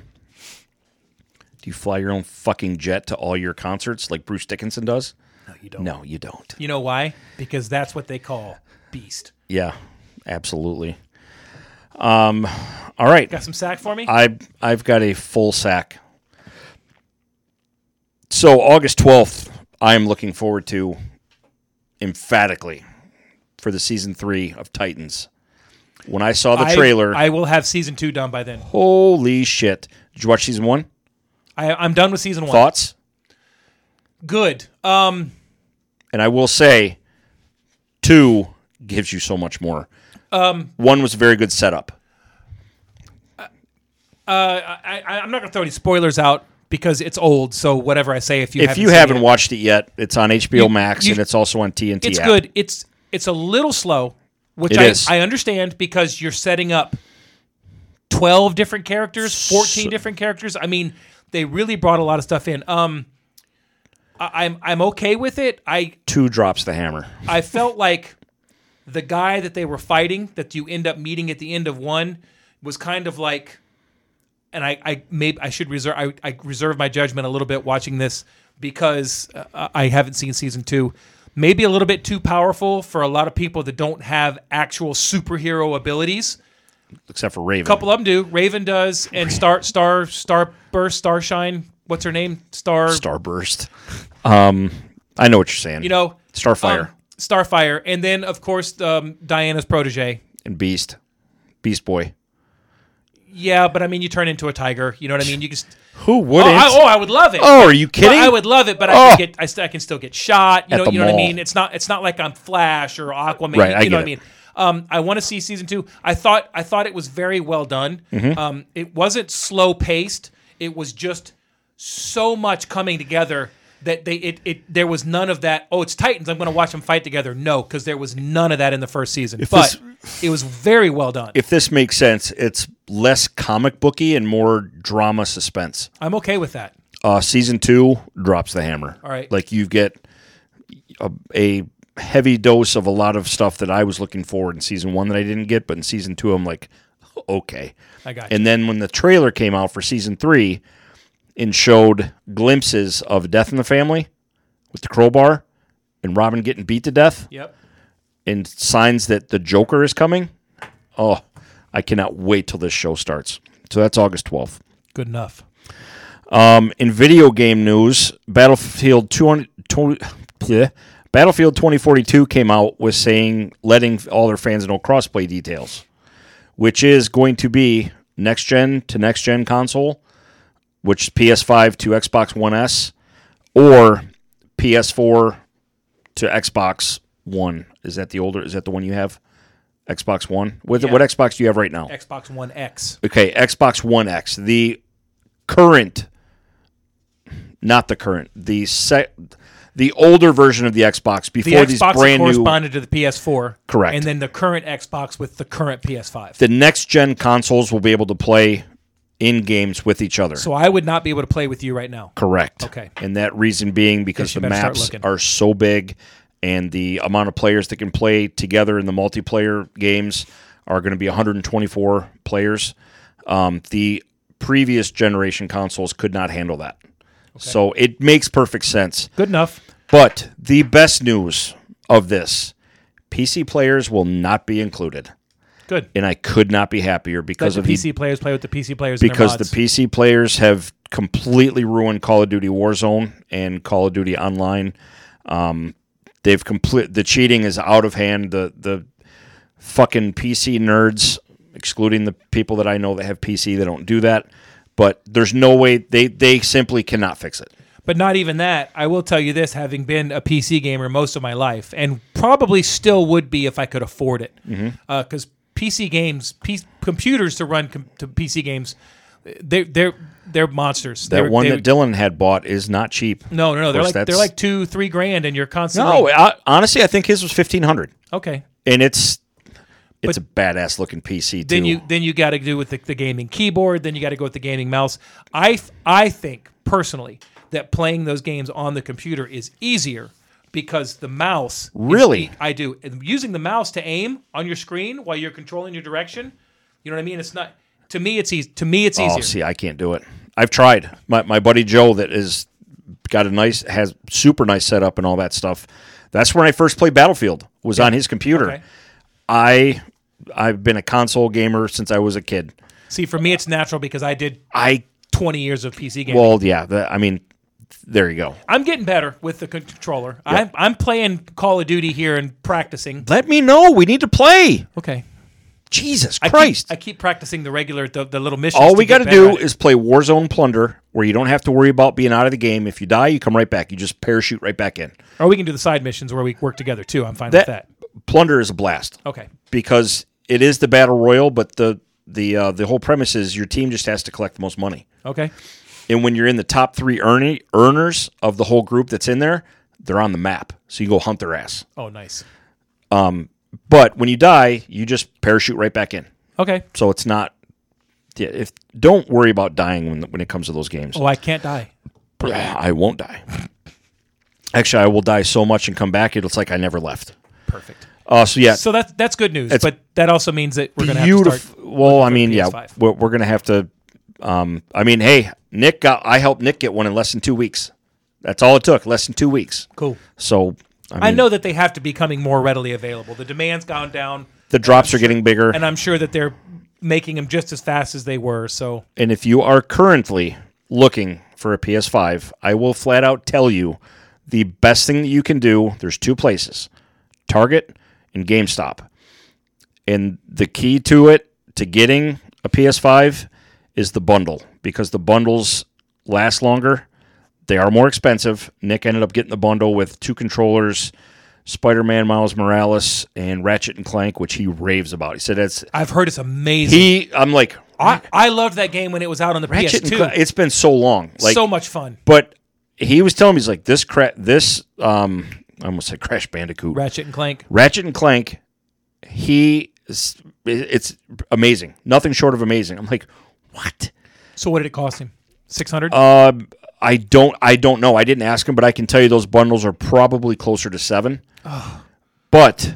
Do you fly your own fucking jet to all your concerts like Bruce Dickinson does? No, you don't. No, you don't.
You know why? Because that's what they call beast.
Yeah, absolutely. Um, all right.
Got some sack for me?
I I've got a full sack. So August twelfth, I am looking forward to emphatically for the season three of Titans. When I saw the
I-
trailer,
I, will have season two done by then.
holy shit! Did you watch season one?
I, I'm done with season one.
Thoughts?
Good. Um,
And I will say, two gives you so much more. Um, one was a very good setup.
I, I, I'm not going to throw any spoilers out because it's old. So whatever I say, if you
If
haven't
you
seen
haven't
it-
watched it yet, it's on HBO Max
you-
and it's also on TNT.
it's
app.
good. It's it's a little slow, which
It
I,
is.
I understand because you're setting up twelve different characters, fourteen different characters. I mean, they really brought a lot of stuff in. Um, I, I'm I'm okay with it. I
Two drops the hammer.
I felt like the guy that they were fighting that you end up meeting at the end of one was kind of like and I, I maybe I should reserve I, I reserve my judgment a little bit watching this because uh, I haven't seen season two. Maybe a little bit too powerful for a lot of people that don't have actual superhero abilities.
Except for Raven.
A couple of them do. Raven does, and Star Star Starburst Starshine. What's her name? Star
Starburst. Um, I know what you're saying.
You know
Starfire
um, Starfire, and then of course um, Diana's protege,
and Beast, Beast Boy.
Yeah, but I mean, you turn into a tiger. You know what I mean? You just
Who
oh,
wouldn't?
I, oh, I would love it.
Oh, are you
But
kidding?
I would love it, but I
Oh.
can get I, st- I can still get shot. You
At
know,
the
you know what I
mall.
mean? It's not it's not like I'm Flash or Aquaman.
Right,
you
I get
know what I
it.
mean? Um, I want to see season two. I thought I thought it was very well done.
Mm-hmm.
Um, it wasn't slow paced. It was just so much coming together that they it, it there was none of that. Oh, it's Titans. I'm going to watch them fight together. No, because there was none of that in the first season. but it was very well done.
if this makes sense, it's less comic booky and more drama suspense.
I'm okay with that.
Uh, season two drops the hammer.
All right.
like you get a, a heavy dose of a lot of stuff that I was looking forward in season one that I didn't get, but in season two I'm like, okay.
I got you.
And then when the trailer came out for season three and showed glimpses of Death in the Family with the crowbar and Robin getting beat to death
Yep.
and signs that the Joker is coming, oh, I cannot wait till this show starts. So that's August 12th.
Good enough.
Um, in video game news, Battlefield 200, 20 bleh, Battlefield 2042 came out with saying letting all their fans know crossplay details, which is going to be next gen to next gen console, which is PS5 to Xbox One S, or PS4 to Xbox One. Is that the older? Is that the one you have? Xbox One. What, what Xbox do you have right now?
Xbox One X.
Okay, Xbox One X, the current, not the current, the se- the older version of the Xbox
The
before these
Xbox
brand new,
corresponded to the PS4.
Correct.
And then the current Xbox with the current PS5.
the next gen consoles will be able to play in games with each other.
so I would not be able to play with you right now.
Correct.
Okay.
And that reason being because
Guess you
the
better start
maps
looking.
are so big and the amount of players that can play together in the multiplayer games are going to be 124 players. Um, the previous generation consoles could not handle that. So it makes perfect sense.
Good enough.
But the best news of this PC players will not be included.
Good.
And I could not be happier
Let
because
the
of the
PC players play with the PC players. and their
because the
mods.
PC players have completely ruined Call of Duty Warzone and Call of Duty Online. Um, they've complete the cheating is out of hand. The the fucking PC nerds, excluding the people that I know that have PC, they don't do that. But there's no way they they simply cannot fix it.
but not even that. I will tell you this: having been a PC gamer most of my life, and probably still would be if I could afford it,
Mm-hmm.
because PC games, P- computers to run com- to PC games, they're they're they're monsters.
That
they're,
one
they-
that Dylan had bought is not cheap.
no, no, no.
Of
They're
course,
like they're
that's-
like two, three grand, and you're constantly
no. I, honestly, I think his was fifteen hundred,
okay.
and it's it's a badass looking PC too.
then you then you got to do with the, the gaming keyboard then you got to go with the gaming mouse i th- i think personally that playing those games on the computer is easier because the mouse is
Really?
e- I do And using the mouse to aim on your screen while you're controlling your direction you know what i mean it's not to me it's easy to me it's
Oh,
easier
see, I can't do it. I've tried. My, my buddy Joe, that is got a nice has super nice setup and all that stuff. That's when I first played Battlefield. Was on his computer.
Okay.
I I've been a console gamer since I was a kid.
See, for me, it's natural because I did
I
20 years of PC gaming.
well, yeah. That, I mean, there you go.
I'm getting better with the con- controller. I'm, I'm playing Call of Duty here and practicing.
Let me know. We need to play.
Okay.
Jesus
I keep-
Christ.
I keep, practicing the regular, the, the little missions.
all we
got
got to do is play Warzone Plunder, where you don't have to worry about being out of the game. If you die, you come right back. You just parachute right back in.
Or we can do the side missions where we work together too. I'm fine with that. Oh,
Plunder is a blast
Okay.
because it is the battle royal, but the the uh, the whole premise is your team just has to collect the most money.
Okay.
And when you're in the top three earning, earners of the whole group that's in there, they're on the map, so you go hunt their ass.
Oh, nice.
But when you die, you just parachute right back in.
Okay.
So it's not. Yeah, if don't worry about dying when when it comes to those games.
Oh, I can't die.
I won't die. Actually, I will die so much and come back. It's like I never left.
Perfect.
Uh, so yeah,
So that's that's good news,
It's
but that also means that we're going to have to start.
beautiful. Well, I mean, yeah,
PS5.
we're, we're gonna have to. Um, I mean, hey, Nick got. I helped Nick get one in less than two weeks. That's all it took. Less than two weeks.
Cool.
So uh, I, mean,
I know that they have to be coming more readily available. The demand's gone down,
the drops are getting bigger.
and I'm sure that they're making them just as fast as they were. So
And if you are currently looking for a PS5, I will flat out tell you the best thing that you can do there's two places Target and GameStop. And the key to it, to getting a PS5, is the bundle because the bundles last longer. They are more expensive. Nick ended up getting the bundle with two controllers. Spider Man Miles Morales and Ratchet and Clank, which he raves about. He said that's
I've heard it's amazing.
he. I'm like,
I, I loved that game when it was out on the
Ratchet and
PS2.
Clank. It's been so long. Like
Oh, so much fun.
but he was telling me he's like this cra- this um I almost said Crash Bandicoot
Ratchet and Clank.
Ratchet and Clank he is, it's amazing nothing short of amazing I'm like what
So what did it cost him? Six hundred.
um I don't I don't know I didn't ask him but I can tell you those bundles are probably closer to 7 but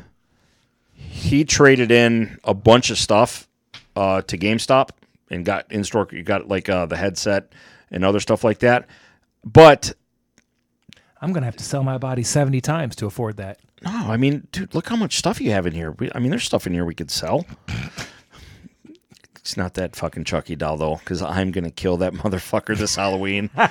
he traded in a bunch of stuff uh, to GameStop and got in store you got like uh, the headset and other stuff like that but
I'm gonna have to sell my body seventy times to afford that.
No, Oh, I mean, dude, look how much stuff you have in here. We, I mean, there's stuff in here we could sell. It's not that fucking Chucky doll though, because I'm gonna kill that [LAUGHS] motherfucker this Halloween.
[LAUGHS]
oh,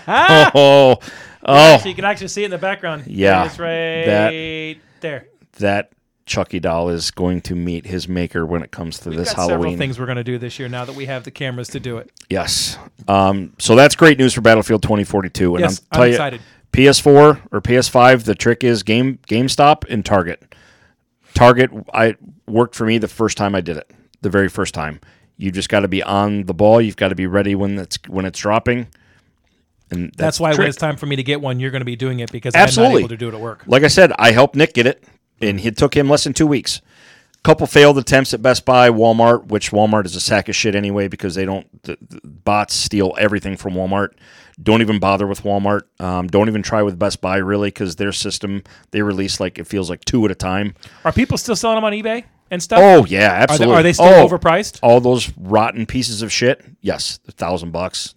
oh, oh,
So you can actually see it in the background.
Yeah,
it's right
that-
there.
that Chucky doll is going to meet his maker when it comes to this
Got
Halloween.
several things we're gonna do this year now that we have the cameras to do it.
Yes. Um, so that's great news for Battlefield 2042. And
Yes,
I'm, tell
I'm
you,
excited.
PS4 or PS5. The trick is game GameStop and Target. Target, I worked for me the first time I did it. The very first time, you just got to be on the ball. You've got to be ready when it's when it's dropping. And that's,
That's, why
the
when
trick.
it's time for me to get one, you're going to be doing it because
Absolutely.
I'm not able to do it at work.
Like I said, I helped Nick get it, and it took him less than two weeks. Couple failed attempts at Best Buy, Walmart, which Walmart is a sack of shit anyway because they don't. The, the bots steal everything from Walmart. Don't even bother with Walmart. Um, don't even try with Best Buy really because their system they release like it feels like two at a time.
Are people still selling them on eBay and stuff?
Oh yeah, absolutely.
are they still
Oh,
overpriced?
All those rotten pieces of shit. Yes, a thousand bucks,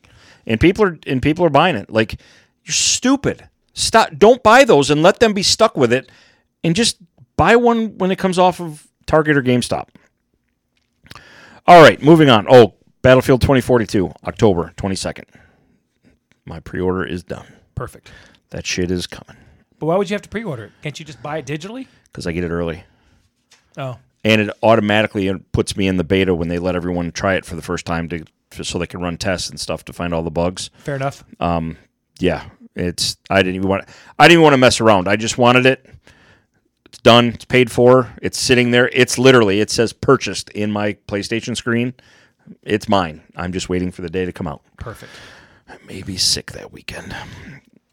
and people are and people are buying it. Like you're stupid. Stop. Don't buy those and let them be stuck with it, and just buy one when it comes off of Target or GameStop. All right, moving on. Oh, Battlefield 2042, October 22nd. My pre-order is done.
Perfect.
That shit is coming
But why would you have to pre-order it? Can't you just buy it digitally?
because I get it early.
Oh,
and it automatically puts me in the beta when they let everyone try it for the first time to just so they can run tests and stuff to find all the bugs.
fair enough.
Oh. Yeah, it's I didn't even want I didn't even want to mess around. I just wanted it. It's done. It's paid for. It's sitting there. It's literally it says purchased in my PlayStation screen. It's mine. I'm just waiting for the day to come out.
Perfect.
I may be sick that weekend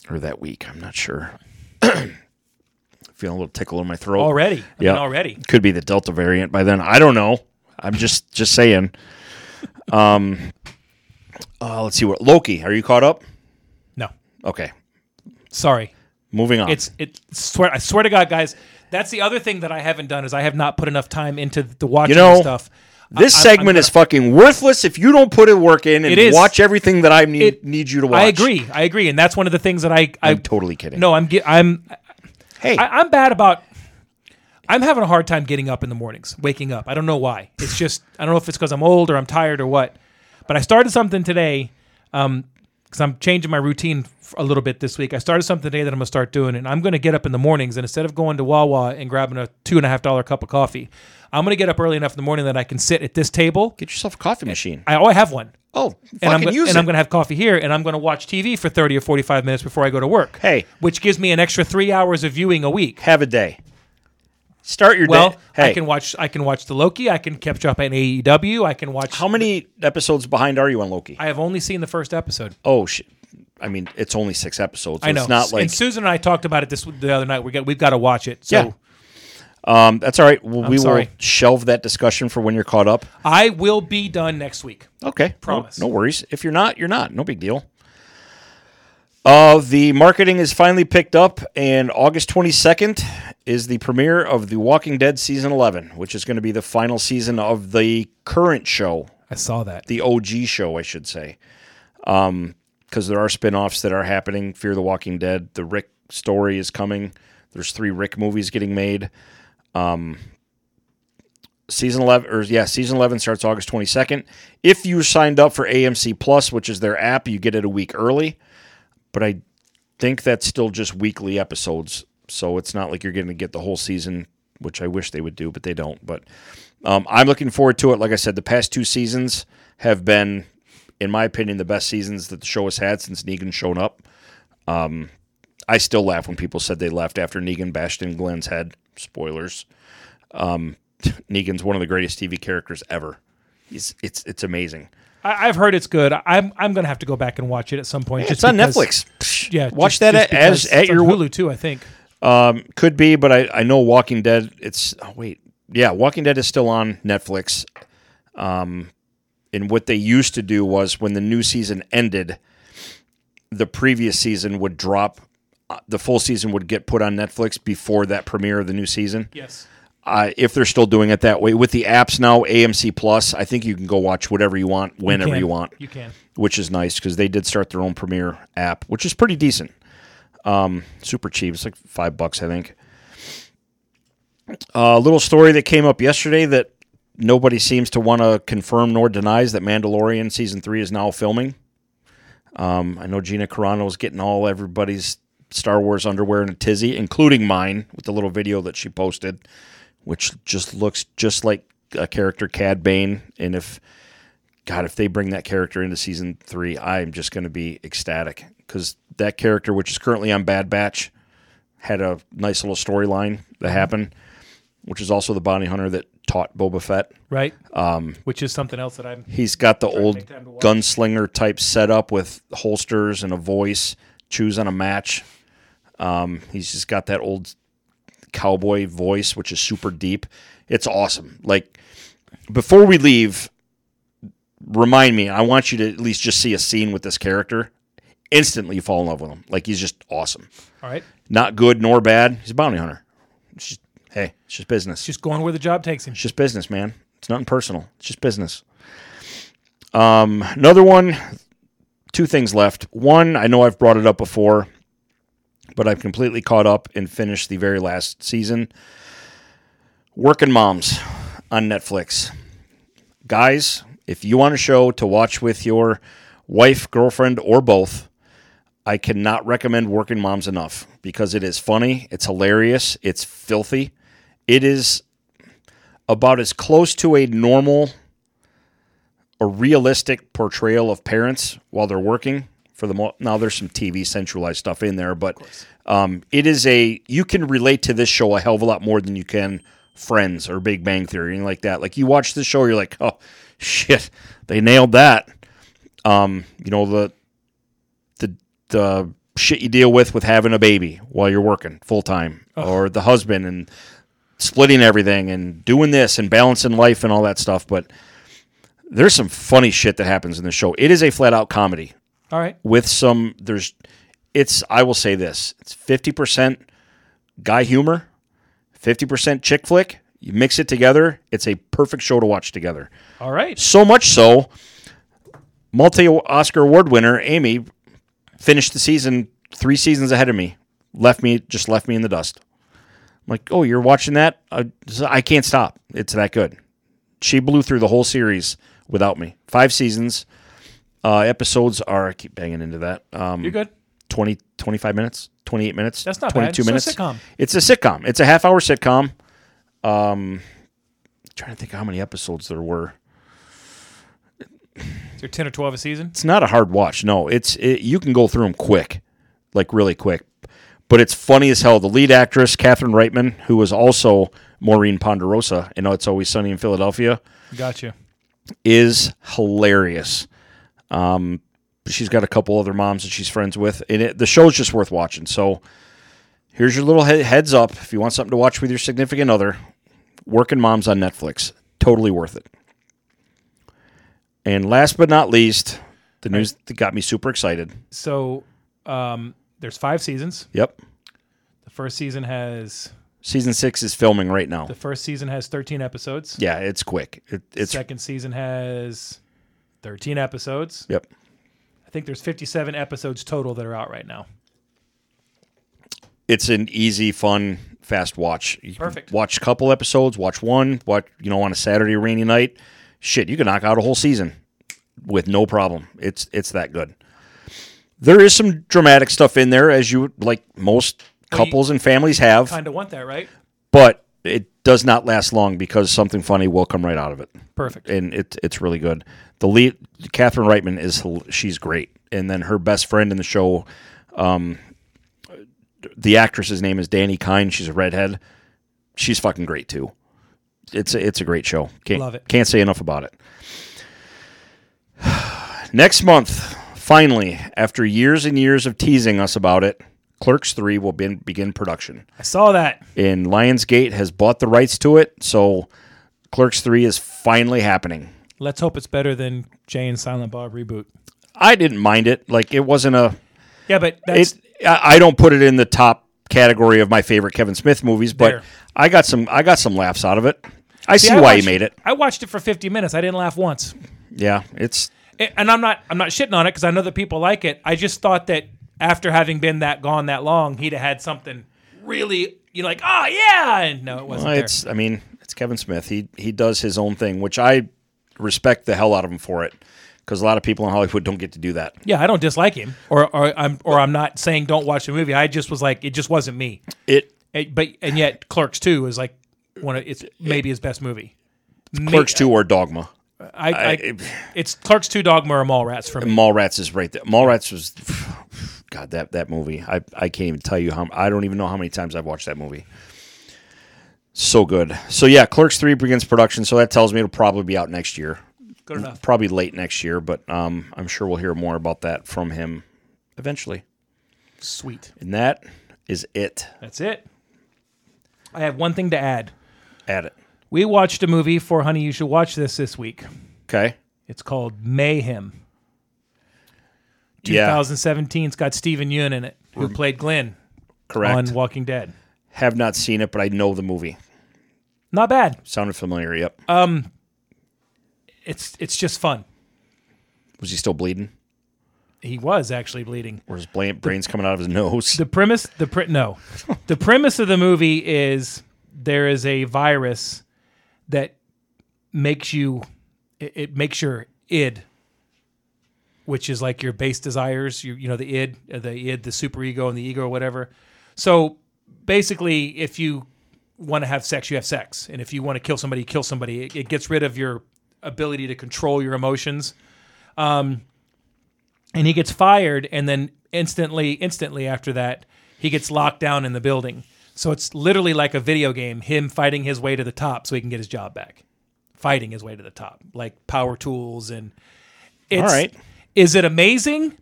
or that week. I'm not sure. [CLEARS THROAT] Feeling a little tickle in my throat
Already. I
Yeah.
mean, already.
could be the delta variant by then i don't know i'm just just saying um uh, let's see what loki are you caught up
No.
okay
Sorry.
moving on
It's it swear I swear to God, guys. That's the other thing that I haven't done is I have not put enough time into the watching
You know-
stuff.
This
I- I'm
segment
gonna-
is fucking worthless if you don't put in work in
It
and
is.
watch everything that I need,
It-
need you to watch.
I agree. I agree, and that's one of the things that I. I
I'm totally kidding.
No, I'm. ge- I'm.
Hey,
I, I'm bad about. I'm having a hard time getting up in the mornings, waking up. I don't know why. It's just I don't know if it's because I'm old or I'm tired or what. But I started something today because I'm changing my routine f- a little bit this week. I started something today that I'm gonna start doing, and I'm gonna get up in the mornings and instead of going to Wawa and grabbing a two and a half dollar cup of coffee, I'm gonna get up early enough in the morning that I can sit at this table.
get yourself a coffee machine.
I oh, I have one.
oh, fucking
And I'm, go-
use
and
it.
I'm going to have coffee here, and I'm going to watch TV for 30 or 45 minutes before I go to work.
Hey.
Which gives me an extra three hours of viewing a week.
have a day. Start your
Well,
day. Hey,
I can watch. I can watch the Loki. I can catch up on AEW. I can watch.
how many episodes behind are you on Loki?
I have only seen the first episode.
oh shit! I mean, it's only six episodes. So
I know.
It's not like
and Susan and I talked about it this the other night. We got we've got to watch it. So
Yeah. um, that's all right. Well, we will
sorry.
shelve that discussion for when you're caught up.
I will be done next week.
Okay.
Promise.
No, no worries. If you're not, you're not. No big deal. Uh, the marketing is finally picked up, and August 22nd is the premiere of The Walking Dead Season 11, which is going to be the final season of the current show,
I saw that.
the OG show, I should say. Because there are spin offs that are happening Fear the Walking Dead, the Rick story is coming. There's three Rick movies getting made. Um, season 11, or yeah, season 11 starts August 22nd. If you signed up for AMC Plus, which is their app, you get it a week early. But I think that's still just weekly episodes. So it's not like you're going to get the whole season, which I wish they would do, but they don't. But um, I'm looking forward to it. Like I said, the past two seasons have been, in my opinion, the best seasons that the show has had since Negan shown up. Um, I still laugh when people said they left after Negan bashed in Glenn's head. Spoilers. Um, [LAUGHS] Negan's one of the greatest TV characters ever. He's, it's it's amazing.
I, I've heard it's good. I'm I'm going to have to go back and watch it at some point.
it's on
because-
Netflix. Psh,
Yeah,
watch
just-
that
just
at, as
because
at
it's on
your um,
Hulu too. I think.
Could be, but I, I know Walking Dead. It's oh, wait, yeah, Walking Dead is still on Netflix. Um, and what they used to do was when the new season ended, the previous season would drop. uh, The full season would get put on Netflix before that premiere of the new season.
Yes.
Uh, if they're still doing it that way, with the apps now, AMC Plus, I think you can go watch whatever you want, whenever
can.
you want
You can.
which is nice because they did start their own Premiere app, which is pretty decent. Um, super cheap. It's like five bucks, I think. A uh, little story that came up yesterday that nobody seems to want to confirm nor denies that Mandalorian season three is now filming. Um, I know Gina Carano's getting all everybody's Star Wars underwear in a tizzy, including mine, with the little video that she posted, which just looks just like a character Cad Bane. And if God, if they bring that character into season three, I'm just going to be ecstatic because that character, which is currently on Bad Batch, had a nice little storyline that happened, which is also the bounty hunter that taught Boba Fett.
Right.
Um,
Which is something else that I'm.
He's got the old
make time to watch.
gunslinger type setup with holsters and a voice. Choose on a match. Um, he's just got that old cowboy voice, which is super deep. It's awesome. Like before we leave, remind me. I want you to at least just see a scene with this character. Instantly, you fall in love with him. Like he's just awesome.
All right.
Not good nor bad. He's a bounty hunter. It's just, hey, it's just business.
Just going where the job takes him.
It's just business, man. It's nothing personal. It's just business. Um, another one, two things left. One, I know I've brought it up before, but I've completely caught up and finished the very last season. Working Moms on Netflix. Guys, if you want a show to watch with your wife, girlfriend, or both, I cannot recommend Working Moms enough because it is funny, it's hilarious, it's filthy. It is about as close to a normal a realistic portrayal of parents while they're working for the mo- now there's some tv centralized stuff in there but um, it is a you can relate to this show a hell of a lot more than you can friends or big bang theory anything like that like you watch this show you're like oh shit they nailed that um, you know the the the shit you deal with with having a baby while you're working full time or the husband and splitting everything and doing this and balancing life and all that stuff. But there's some funny shit that happens in the show. It is a flat out comedy
All right.
with some there's it's I will say this. It's 50% guy humor, 50% chick flick. You mix it together, it's a perfect show to watch together.
All right.
So much so, multi Oscar award winner Amy finished the season three seasons ahead of me. Left me, just left me in the dust. I'm like, oh, you're watching that? I, I can't stop. It's that good. She blew through the whole series without me. Five seasons. Uh, episodes are, I keep banging into that. Um,
You're good.
20, 25 minutes, 28 minutes.
That's not bad.
22
It's a
minutes.
sitcom.
It's a sitcom. It's a half hour sitcom. Um, trying to think how many episodes there were.
Is there 10 or 12 a season?
It's not a hard watch. No, it's it, you can go through them quick, like really quick. But it's funny as hell. The lead actress, Katherine Reitman, who was also Maureen Ponderosa in It's Always Sunny in Philadelphia,
Gotcha.
is hilarious. Um, she's got a couple other moms that she's friends with, and it, the show's just worth watching. So, here's your little he- heads up: if you want something to watch with your significant other, Working Moms on Netflix, totally worth it. And last but not least, the news that got me super excited.
So um, there's five seasons.
Yep,
The first season has
season six is filming right now.
the first season has 13 episodes.
Yeah, it's quick. It, it's
Second season has 13 episodes.
yep.
I think there's 57 episodes total that are out right now.
it's an easy, fun, fast watch. You can
Perfect.
Watch a couple episodes, watch one, watch you know on a Saturday rainy night. Shit, you can knock out a whole season with no problem. It's it's that good. There is some dramatic stuff in there, as you like most couples and families have,
Kind of want that, right?
but it does not last long because something funny will come right out of it,
Perfect.
and it it's really good. The lead, Catherine Reitman, is hel- she's great, and then her best friend in the show um, the actress's name is Danny Kine. She's a redhead. She's fucking great too. It's a, it's a great show. Can't,
Love it.
Can't say enough about it. [SIGHS] Next month, finally, after years and years of teasing us about it, Clerks Three will be, begin production.
I saw that.
And Lionsgate has bought the rights to it, so Clerks Three is finally happening.
Let's hope it's better than Jay and Silent Bob reboot.
I didn't mind it. Like it wasn't a.
Yeah, but that's
It. I I don't put it in the top category of my favorite Kevin Smith movies, but
There.
I got some. I got some laughs out of it. I see,
I
why he
watched-
made it.
I watched it for 50 minutes. I didn't laugh once.
Yeah, it's
It- and I'm not I'm not shitting on it because I know that people like it. I just thought that after having been that gone that long, he'd have had something really you know, like oh yeah, and no, it wasn't.
well,
there.
it's. I mean, it's Kevin Smith. He he does his own thing, which I respect the hell out of him for it, because a lot of people in Hollywood don't get to do that.
yeah, I don't dislike him, or, or I'm or I'm not saying don't watch the movie. I just was like it just wasn't me.
It
It- but and yet Clerks Two is like one of it's maybe his best movie.
Clerks
uh,
Two or Dogma.
I, I, it's Clerks Two, Dogma, or Mallrats for me.
Mallrats is right there. Mallrats was, God, that that movie. I I can't even tell you how. I don't even know how many times I've watched that movie. So good. So yeah, Clerks Three begins production. So that tells me it'll probably be out next year.
Good enough.
Probably late next year, but um, I'm sure we'll hear more about that from him eventually.
Sweet.
And that is it.
That's it. I have one thing to add.
At it.
We watched a movie for Honey. You should watch this this week.
Okay.
It's called Mayhem.
Yeah.
2017. It's got Steven Yeun in it, who played Glenn
Correct.
on Walking Dead.
Have not seen it, but I know the movie.
Not bad.
Sounded familiar. Yep.
Uh, It's it's just fun.
was he still bleeding?
He was actually bleeding.
Or his bla- brains coming out of his nose?
The premise the pre- no. the premise of the movie is there is a virus that makes you it, it makes your id which is like your base desires, you you know the id, uh, the id, the superego and the ego or whatever. So basically if you want to have sex, you have sex. And if you want to kill somebody, you kill somebody. It, it gets rid of your ability to control your emotions. Um, and he gets fired, and then instantly, instantly after that, he gets locked down in the building. So it's literally like a video game, him fighting his way to the top so he can get his job back. Fighting his way to the top, like power tools and it's
All right.
is it amazing?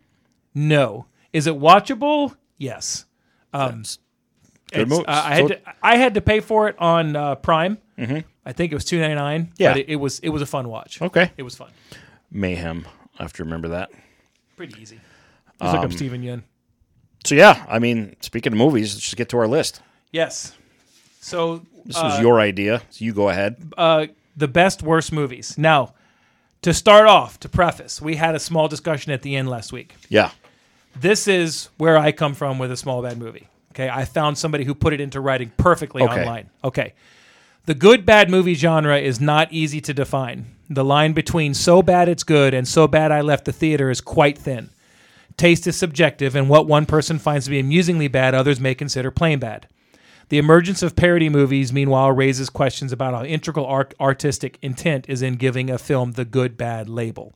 No. Is it watchable? Yes.
Good
It's-
mo-
uh, I had
so- Mm-hmm.
to, I had to pay for it on uh, Prime. I think it was two ninety nine.
Yeah.
but it, it was it was a fun watch.
Okay.
it was fun.
Mayhem. I have to remember that.
Pretty easy. Um, Just look up Steven Yeun.
So yeah, I mean, speaking of movies, let's just get to our list.
Yes. So
This was your idea, so you go ahead.
uh, the best worst movies. Now, to start off, to preface, we had a small discussion at the end last week.
Yeah.
This is where I come from with a small bad movie. Okay, I found somebody who put it into writing perfectly
Okay.
online. Okay. The good bad movie genre is not easy to define. The line between so bad it's good and so bad I left the theater is quite thin. Taste is subjective, and what one person finds to be amusingly bad, others may consider plain bad. The emergence of parody movies, meanwhile, raises questions about how integral art- artistic intent is in giving a film the good bad label.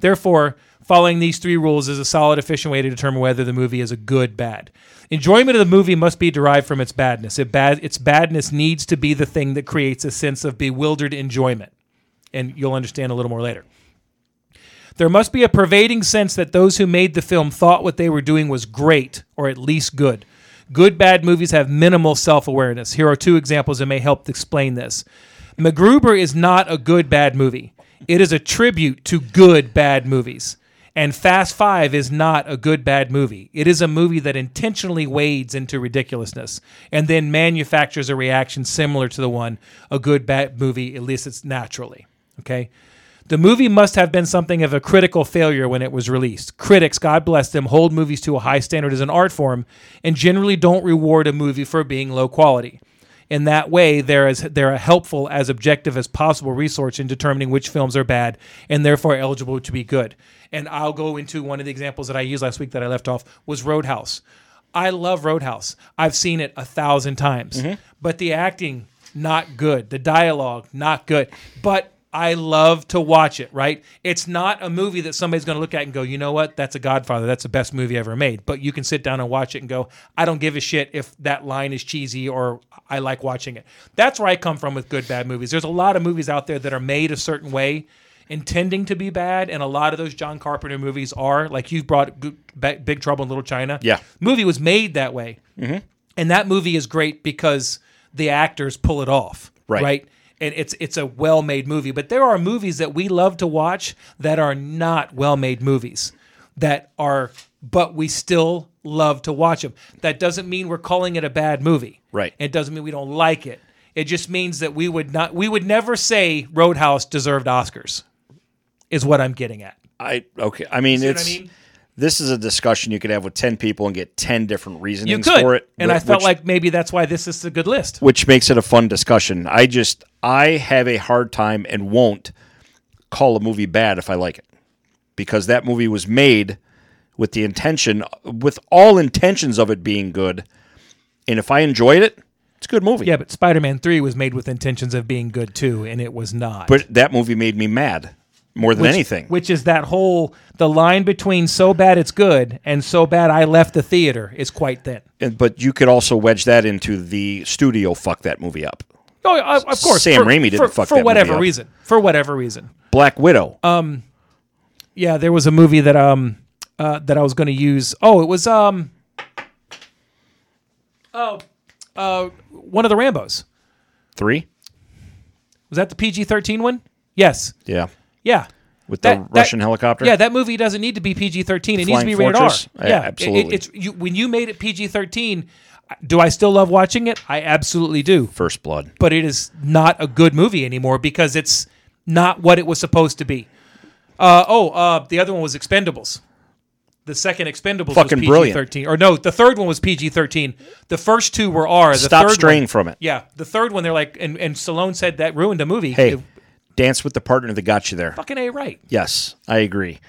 Therefore, following these three rules is a solid, efficient way to determine whether the movie is a good bad. Enjoyment of the movie must be derived from its badness. It bad, its badness needs to be the thing that creates a sense of bewildered enjoyment. And you'll understand a little more later. There must be a pervading sense that those who made the film thought what they were doing was great or at least good. Good bad movies have minimal self awareness. Here are two examples that may help explain this. MacGruber is not a good bad movie, it is a tribute to good bad movies. And Fast Five is not a good bad movie. It is a movie that intentionally wades into ridiculousness and then manufactures a reaction similar to the one a good bad movie elicits naturally. Okay? The movie must have been something of a critical failure when it was released. Critics, God bless them, hold movies to a high standard as an art form and generally don't reward a movie for being low quality. In that way, they're, as, they're a helpful as objective as possible resource in determining which films are bad and therefore eligible to be good. And I'll go into one of the examples that I used last week that I left off was Roadhouse. I love Roadhouse. I've seen it a thousand times. But the acting, not good. The dialogue, not good. But I love to watch it, right? It's not a movie that somebody's going to look at and go, you know what? That's a Godfather. That's the best movie ever made. But you can sit down and watch it and go, I don't give a shit if that line is cheesy or I like watching it. That's where I come from with good, bad movies. There's a lot of movies out there that are made a certain way, intending to be bad. And a lot of those John Carpenter movies are, like you've brought G- Ba- Big Trouble in Little China.
Yeah.
Movie was made that way. Mm-hmm. And that movie is great because the actors pull it off.
Right.
Right and it's it's a well-made movie but there are movies that we love to watch that are not well-made movies that are but we still love to watch them that doesn't mean we're calling it a bad movie
Right.
it doesn't mean we don't like it it just means that we would not we would never say roadhouse deserved oscars is what i'm getting at
I okay. I mean,
See what I
it's
mean?
this is a discussion you could have with ten people and get ten different
you
reasonings
could
for it.
and
whi-
i felt
which-
like maybe that's why this is a good list
which makes it a fun discussion. I just I have a hard time and won't call a movie bad if I like it because that movie was made with the intention with all intentions of it being good. And if I enjoyed it, it's a good movie.
yeah but spider-man 3 was made with intentions of being good too and it was not
But that movie made me mad more than anything.
Which is that whole the line between so bad it's good and so bad I left the theater is quite thin.
And, but you could also wedge that into the studio fuck that movie up.
Oh, uh, of course.
Sam
for,
Raimi didn't
for,
fuck
for
that movie
whatever
up.
reason. For whatever reason.
Black Widow.
Uh, Yeah, there was a movie that um uh, that I was going to use. Oh, it was um oh uh one of the Rambo's.
3?
Was that the PG thirteen one? Yes.
Yeah.
Yeah.
With the Russian helicopter?
Yeah, that movie doesn't need to be PG thirteen. It needs to
Flying
be rated
Fortress?
R.
Yeah,
Yeah, it- it-
absolutely.
it's you, when you made it PG thirteen. Do I still love watching it? I absolutely do.
First Blood.
But it is not a good movie anymore because it's not what it was supposed to be. Uh, oh, uh, the other one was Expendables. The second Expendables
Fucking
was PG
brilliant.
thirteen, or no, the third one was PG thirteen. The first two were R. The
Stop
third
straying
one,
from it.
Yeah, the third one they're like, and and Stallone said that ruined a movie.
Hey,
It-
dance with the partner that got you there.
fucking a right.
Yes, I agree.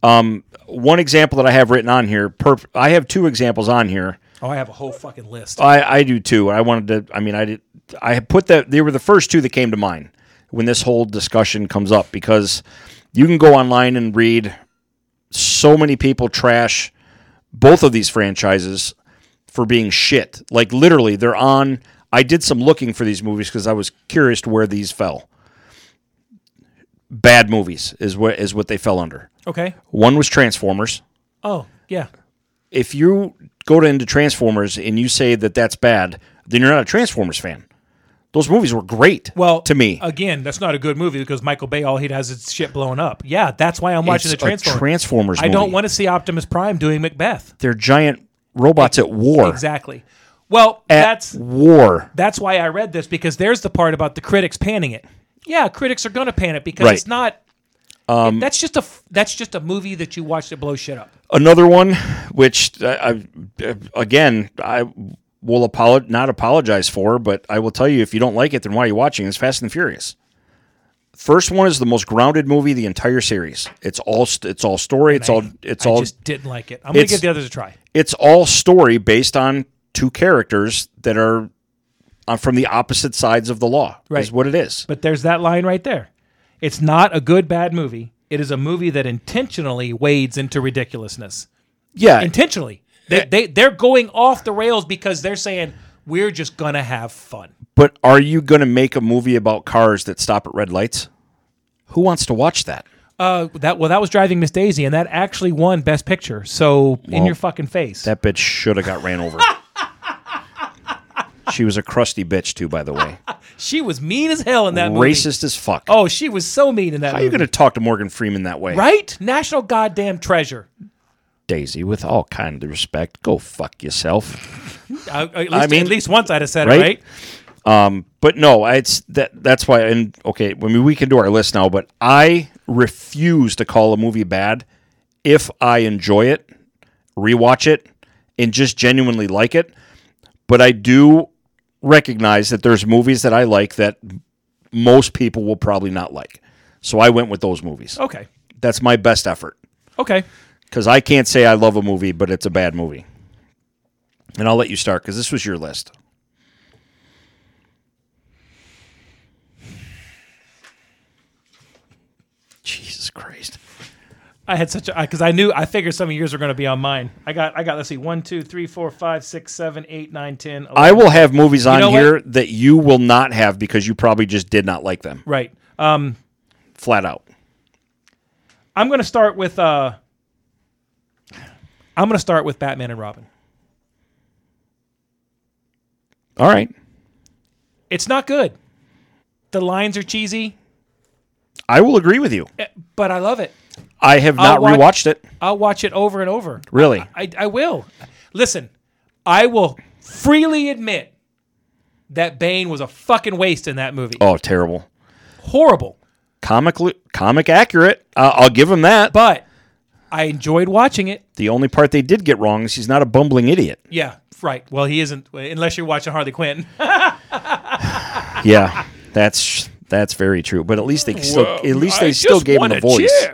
Um, one example that I have written on here, perf- I have two examples on here.
Oh, I have a whole fucking list.
I, I do too. I wanted to. I mean, I did. I had put that. They were the first two that came to mind when this whole discussion comes up because you can go online and read so many people trash both of these franchises for being shit. Like literally, they're on. I did some looking for these movies because I was curious to where these fell. Bad movies is what is what they fell under.
Okay.
One was Transformers
Oh, yeah.
if you go to, into Transformers and you say that that's bad, then you're not a Transformers fan. Those movies were great.
Well,
to me,
again, that's not a good movie because Michael Bay all he does is shit blowing up. Yeah, that's why I'm watching
It's
the
a
Transformers.
Transformers
I don't
movie.
want to see Optimus Prime doing Macbeth.
they're giant robots at war.
Exactly. Well,
at
that's
war.
that's why I read this because there's the part about the critics panning it. Yeah, critics are gonna pan it because
Right. Um,
it's not. that's just a f- that's just a movie that you watch that blows shit up.
Another one, which I, I, again I will apolo- not apologize for, but I will tell you if you don't like it, then why are you watching? It's Fast and the Furious. First one is the most grounded movie the entire series. It's all st- it's all story. It's all it's
I
all
just didn't like it. I'm gonna
it's-
give the others a try.
it's all story based on two characters that are uh, from the opposite sides of the law.
Right.
Is what it is.
But there's that line right there. It's not a good bad movie. It is a movie that intentionally wades into ridiculousness.
yeah.
Intentionally. They, they they're going off the rails because they're saying we're just gonna have fun.
but are you going to make a movie about cars that stop at red lights? Who wants to watch that?
Uh, that well, that was Driving Miss Daisy, and that actually won Best Picture. So in your fucking face.
That bitch should have got ran
[LAUGHS]
over. she was a crusty bitch too, by the way.
she was mean as hell in [LAUGHS] that movie.
Racist as fuck.
Oh, she was so mean in that.
How are
movie.
you going to talk to Morgan Freeman that way?
right? National goddamn treasure.
Daisy, with all kind of respect, go fuck yourself.
Uh, at, least,
mean-
at least once I'd have said
Right?
it right.
But no, it's that. That's why. And okay, I mean, we can do our list now. But I refuse to call a movie bad if I enjoy it, rewatch it, and just genuinely like it. But I do recognize that there's movies that I like that most people will probably not like. So I went with those movies.
Okay.
That's my best effort
Okay.
because I can't say I love a movie, but it's a bad movie. And I'll let you start because this was your list. Jesus Christ!
I had such a because I knew I figured some of yours were going to be on mine. I got I got let's see one two three four five six seven eight nine ten. 11.
I will have movies on
know what?
here that you will not have because you probably just did not like them,
right. Um,
flat out.
I'm going to start with uh, I'm going to start with Batman and Robin.
All right,
It's not good. The lines are cheesy,
I will agree with you.
eh, but I love it.
I have not
I'll watch-
rewatched it.
I'll watch it over and over.
Really?
I, I will. Listen, I will freely admit that Bane was a fucking waste in that movie.
Oh, terrible!
Horrible.
Comically, comic accurate. Uh, I'll give him that. But
But I enjoyed watching it.
the only part they did get wrong is he's not a bumbling idiot.
Yeah, right. Well, he isn't, unless you're watching Harley Quinn.
Yeah, that's that's very true. But at least they still at least they still gave him a voice.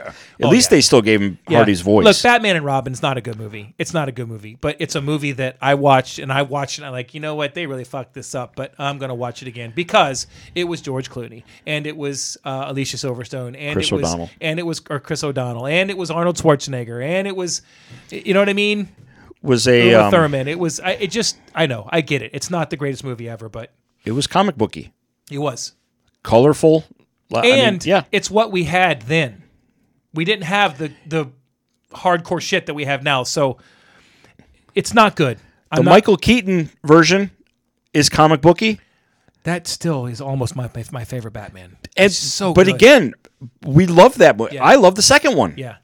At least they still gave him
Oh, Yeah.
Hardy's voice.
Look, Batman and Robin's not a good movie. It's not a good movie, but it's a movie that I watched and I watched and I'm like, you know what? They really fucked this up, but I'm going to watch it again because it was George Clooney and it was uh, Alicia Silverstone and
Chris
it was
O'Donnell.
and it was or Chris O'Donnell and it was Arnold Schwarzenegger and it was you know what I mean?
was a
Uma
um,
Thurman. It was I, it just I know, I get it. It's not the greatest movie ever, but
it was comic booky,
it was.
colorful, li- I mean,
and
yeah,
it's what we had then. We didn't have the the hardcore shit that we have now, so it's not good.
the
I'm not,
Michael Keaton version is comic booky.
that still is almost my my, my
[LAUGHS]
favorite Batman.
And,
so
but
good.
again, we love that one. I love the second one
Yeah.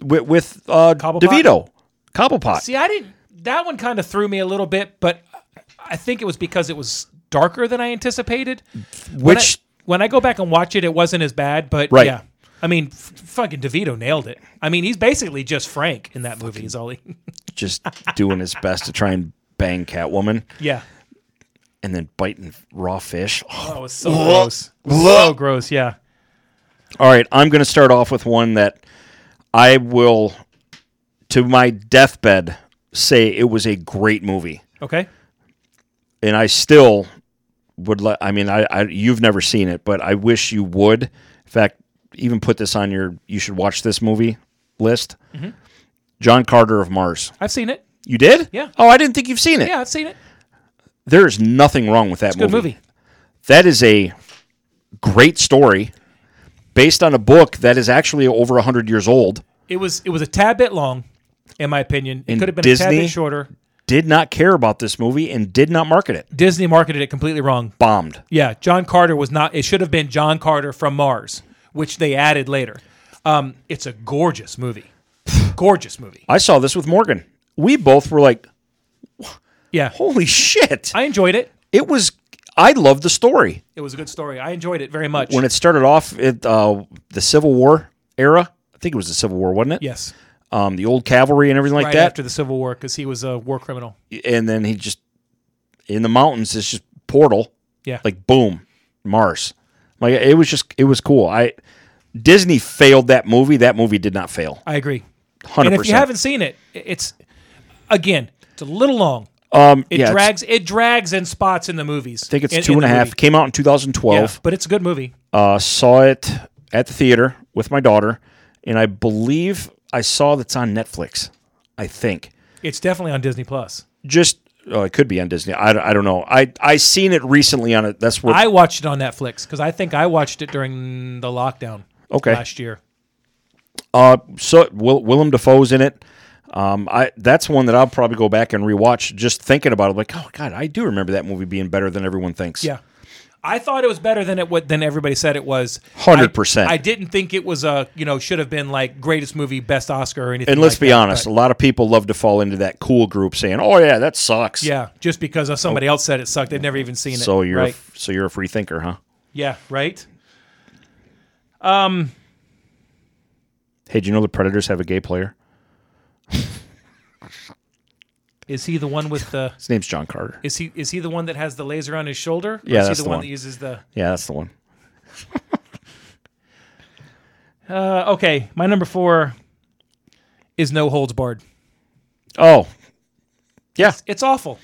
with, with uh,
Cobblepot?
DeVito, Cobblepot.
See, I didn't. That one kind of threw me a little bit, but I think it was because it was darker than I anticipated. When I-
which
when I, go back and watch it, it wasn't as bad. But
Right.
yeah, I mean, f- fucking DeVito nailed it. I mean, he's basically just Frank in that movie. Is all
[LAUGHS]
he?
just doing his best to try and bang Catwoman
yeah.
and then biting raw fish.
Oh, it was so gross. It was so gross. Yeah.
All right, I'm going to start off with one that I will, to my deathbed, say it was a great movie,
Okay.
and I still would. let I mean, I, I you've never seen it, but I wish you would. In fact, even put this on your. You should watch this movie list.
Mm-hmm.
John Carter of Mars.
I've seen it.
You did?
Yeah.
Oh, I didn't think you've seen it.
Yeah, I've seen it.
There is nothing wrong with that
Good movie.
That is a great story based on a book that is actually over 100 years old.
It was it was a tad bit long, in my opinion. It
And
could have been a tad
Disney?
bit shorter.
did not care about this movie and did not market it.
Disney marketed it completely wrong.
Bombed.
Yeah, John Carter was not. It should have been John Carter from Mars, which they added later. Um, it's a gorgeous movie. gorgeous movie.
I saw this with Morgan. We both were like, "Wha-
Yeah,
Holy shit!
I enjoyed it.
it was. I loved the story
It was a good story. I enjoyed it very much.
when it started off at uh, the Civil War era. I think it was the Civil War, wasn't it?
yes,
Um, the old cavalry and everything like
right
that.
after the Civil War, because he was a war criminal.
and then he just in the mountains. It's just portal.
Yeah.
Like boom, Mars. Like it was just it was cool. I Disney failed that movie. That movie did not fail.
I agree.
Hundred
And if you
percent.
haven't seen it, i- it's again, it's a little long.
Um,
It
yeah, it's-
drags. It drags in spots in the movies.
I think it's
in,
two
in
and a half.
the movie.
Came out in 2012.
Yeah, but it's a good movie.
Uh, saw it at the theater with my daughter, and I believe I saw that's on Netflix. I think.
It's definitely on Disney Plus.
Just oh, it could be on Disney. I, don't- I don't know. I I seen it recently on it. That's where
I watched it on Netflix because I think I watched it during the lockdown.
Okay.
Last year.
Uh, so Will, Willem Dafoe's in it. Um, I that's one that I'll probably go back and rewatch. Just thinking about it, like, oh god, I do remember that movie being better than everyone thinks.
Yeah. I thought it was better than it what than everybody said it was.
100%.
I, I didn't think it was a you know should have been like greatest movie, best Oscar or anything.
And let's
like
be
that,
honest,
but-
a lot of people love to fall into that cool group saying, "Oh yeah, that sucks."
Yeah, just because of somebody else said it sucked, they've never even seen it.
Oh. So you're a
right.
f so you're a free thinker, huh?
yeah, right.
Hey, do you know the Predators have a gay player?
Is he the one with the?
His name's John Carter.
Is he is he the one that has the laser on his shoulder? Or
Yeah,
is he
that's
the,
the
one,
one.
that uses the.
yeah, that's the one.
Uh, okay, my number four is no holds barred.
Oh, yeah,
It's awful.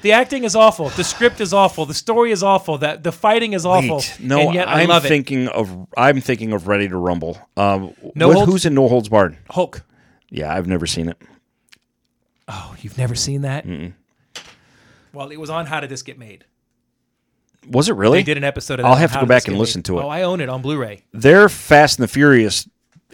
The acting is awful. The script is awful. The story is awful. That the fighting is awful.
Wait, no,
and yet I
I'm
love it.
thinking of I'm thinking of Ready to Rumble. Um,
No
what-
Holds-
who's in No Holds Barred?
Hulk.
Yeah, I've never seen it.
Oh, you've never seen that? Well, it was on How Did This Get Made.
Was it really?
They did an episode of. That
I'll
on
have to
How
go
Did This
back and
Get
listen
Made.
to it.
Oh, I own it on Blu-ray.
their Fast and the Furious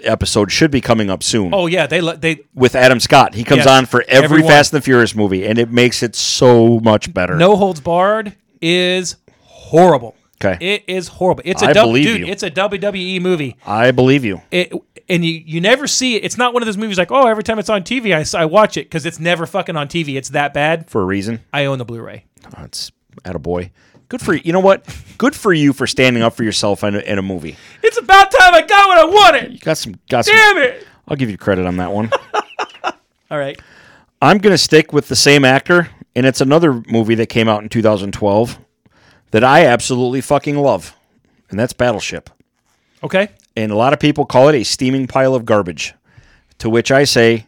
episode should be coming up soon.
Oh yeah, they lo- they
With Adam Scott. He comes
Yes,
on for every
everyone.
Fast and the Furious movie, and it makes it so much better.
No Holds Barred is horrible.
'Kay.
It is horrible. It's a
I
du-
believe
dude.
you.
It's a WWE movie.
I believe you.
it and you, you never see it. It's not one of those movies like, oh, every time it's on TV, I, s- I watch it because it's never fucking on TV. It's that bad.
For a reason.
I own the Blu ray.
Oh, it's at a boy. Good for you. You know what? Good for you for standing up for yourself in a, in a movie.
It's about time I got what I wanted.
You got some. Got some.
Damn it.
I'll give you credit on that one.
All right.
I'm going to stick with the same actor, and it's another movie that came out in 2012 that I absolutely fucking love, and that's Battleship.
Okay.
and a lot of people call it a steaming pile of garbage. To which I say,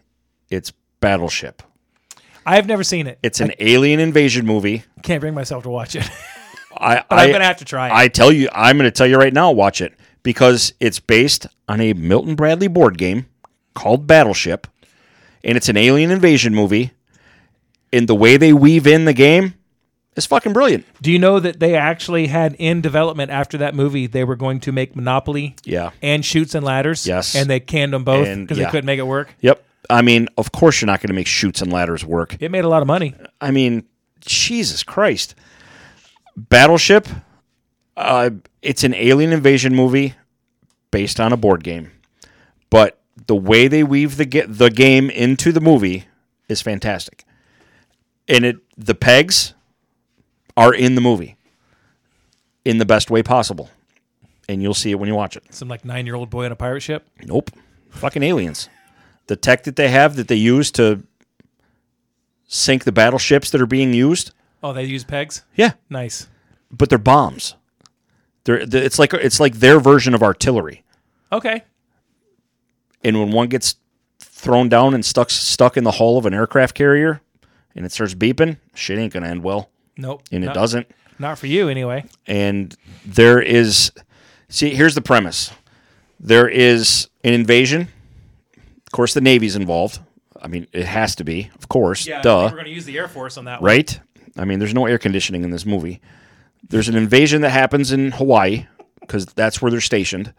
it's Battleship.
I've never seen it.
It's an alien invasion movie.
Can't bring myself to watch it. [LAUGHS]
I,
I'm
I
gonna have to try it.
I tell you, I'm going to tell you right now, watch it because it's based on a Milton Bradley board game called Battleship, and it's an alien invasion movie. And the way they weave in the game is fucking brilliant.
Do you know that they actually had in development after that movie they were going to make Monopoly?
Yeah.
And Shoots and Ladders.
Yes.
And they canned them both
And-
because
yeah.
they couldn't make it work.
Yep. I mean, of course you're not going to make shoots and ladders work.
It made a lot of money.
I mean, Jesus Christ. Battleship, uh, it's an alien invasion movie based on a board game. But the way they weave the ge- the game into the movie is fantastic. And it the pegs are in the movie in the best way possible. And you'll see it when you watch it.
Some like nine year old boy on a pirate ship.
Nope. Fucking aliens. The tech that they have that they use to sink the battleships that are being used.
Oh, they use pegs?
Yeah.
Nice.
but they're bombs. They're, they it's like it's like their version of artillery.
Okay.
And when one gets thrown down and stuck stuck in the hull of an aircraft carrier, and it starts beeping, shit ain't gonna end well,
Nope.
and
Not-
it doesn't.
Not for you, anyway.
And there is, see, here's the premise: there is an invasion. Of course, the navy's involved. I mean, it has to be, of course. duh.
going to use the Air Force on that
right? I mean, there's no air conditioning in this movie. There's an invasion that happens in Hawaii because that's where they're stationed.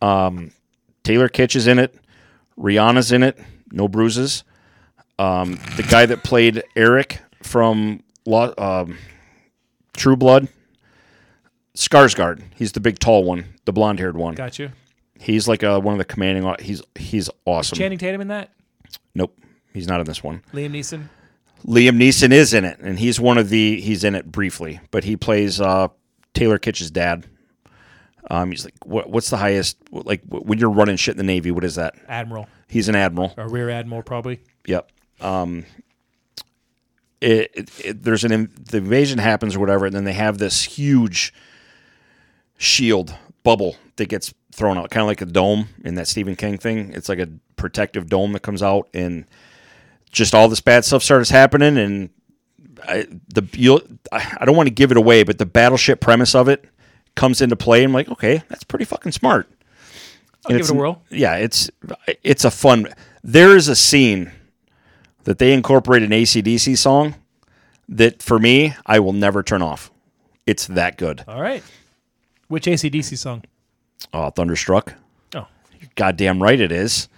Um, Taylor Kitsch is in it. Rihanna's in it. No bruises. Um, the guy that played Eric from Lo- um, True Blood, Skarsgård. He's the big, tall one, the blonde-haired one.
Got you.
He's like uh, one of the commanding. au- He's he's awesome.
Channing Tatum in that?
nope, he's not in this one.
Liam Neeson?
Liam Neeson is in it, and he's one of the he's in it briefly, but he plays uh, Taylor Kitsch's dad. Um, he's like, what, what's the highest? Like when you're running shit in the Navy, what is that?
Admiral
He's an admiral.
or Rear Admiral, probably.
Yep. Um, it, it, it- there's an in- the invasion happens or whatever, and then they have this huge shield bubble that gets thrown out, kind of like a dome in that Stephen King thing. It's like a protective dome that comes out, and just all this bad stuff starts happening. And I, the you'll, I, I don't want to give it away, but the battleship premise of it comes into play. I'm like, okay, that's pretty fucking smart.
I'll give
It's-
it a whirl.
Yeah, it's it's a fun. There is a scene that they incorporate an ACDC song that for me I will never turn off. It's that good.
All right. Which ACDC song?
Oh, Thunderstruck.
Oh,
Goddamn right it is.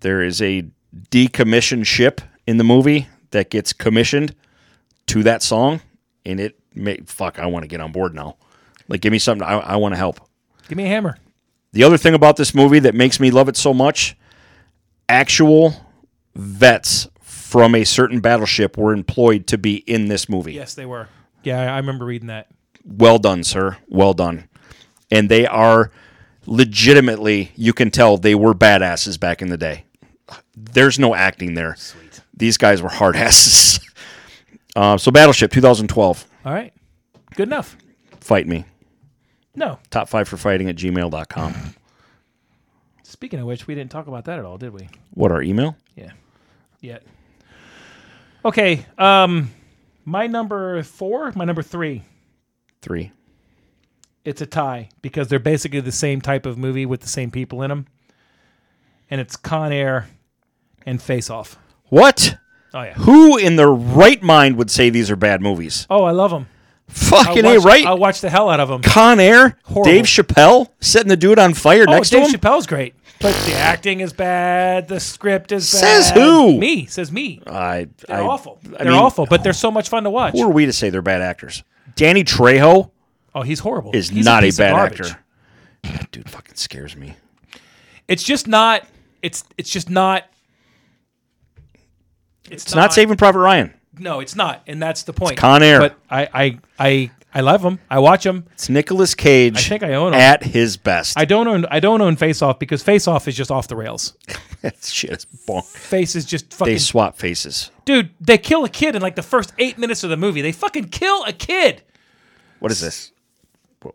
There is a decommissioned ship in the movie that gets commissioned to that song, and it may fuck. I want to get on board now. Like, give me something. I, I want to help.
give me a hammer.
The other thing about this movie that makes me love it so much actual vets from a certain battleship were employed to be in this movie.
Yes, they were. Yeah, I- I remember reading that.
Well done, sir. Well done. And they are legitimately, you can tell they were badasses back in the day. There's no acting there. Sweet. These guys were hard [LAUGHS] asses. Uh, so, Battleship 2012,
All right. Good enough.
fight me.
No.
Top five for fighting at gmail.com.
Speaking of which, we didn't talk about that at all, did we?
What, our email?
Yeah. Yet. Okay. Um, my number four, my number three.
Three.
It's a tie because they're basically the same type of movie with the same people in them, and it's Con Air and Face Off.
What?
Oh yeah.
Who in their right mind would say these are bad movies?
Oh, I love them.
Fucking
I
A,
watch,
right?
I watch the hell out of them.
Con Air,
Horrible.
Dave Chappelle setting the dude on fire next
oh, Dave
to him.
Chappelle's great, but the acting is bad. The script is bad.
Says who?
Me. Says me.
I,
They're
I-
awful.
I
they're
mean, oh.
awful, but they're so much fun to watch.
Who are we to say they're bad actors? Danny Trejo
Oh, he's horrible.
is
He's
not a,
piece of
bad
garbage.
actor. That dude fucking scares me.
It's just not. It's it's just not. It's,
It's not Saving Private Ryan.
No, it's not, and that's the point.
Con Air.
But I I I I love them. I watch them.
It's Nicolas Cage.
I think I own 'em.
at his best. [LAUGHS]
I don't own I don't own Face Off because Face Off is just off the rails.
that shit is bonk.
Face is just fucking
They swap faces.
dude. They kill a kid in like the first eight minutes of the movie. They fucking kill a kid.
What is this? Wh-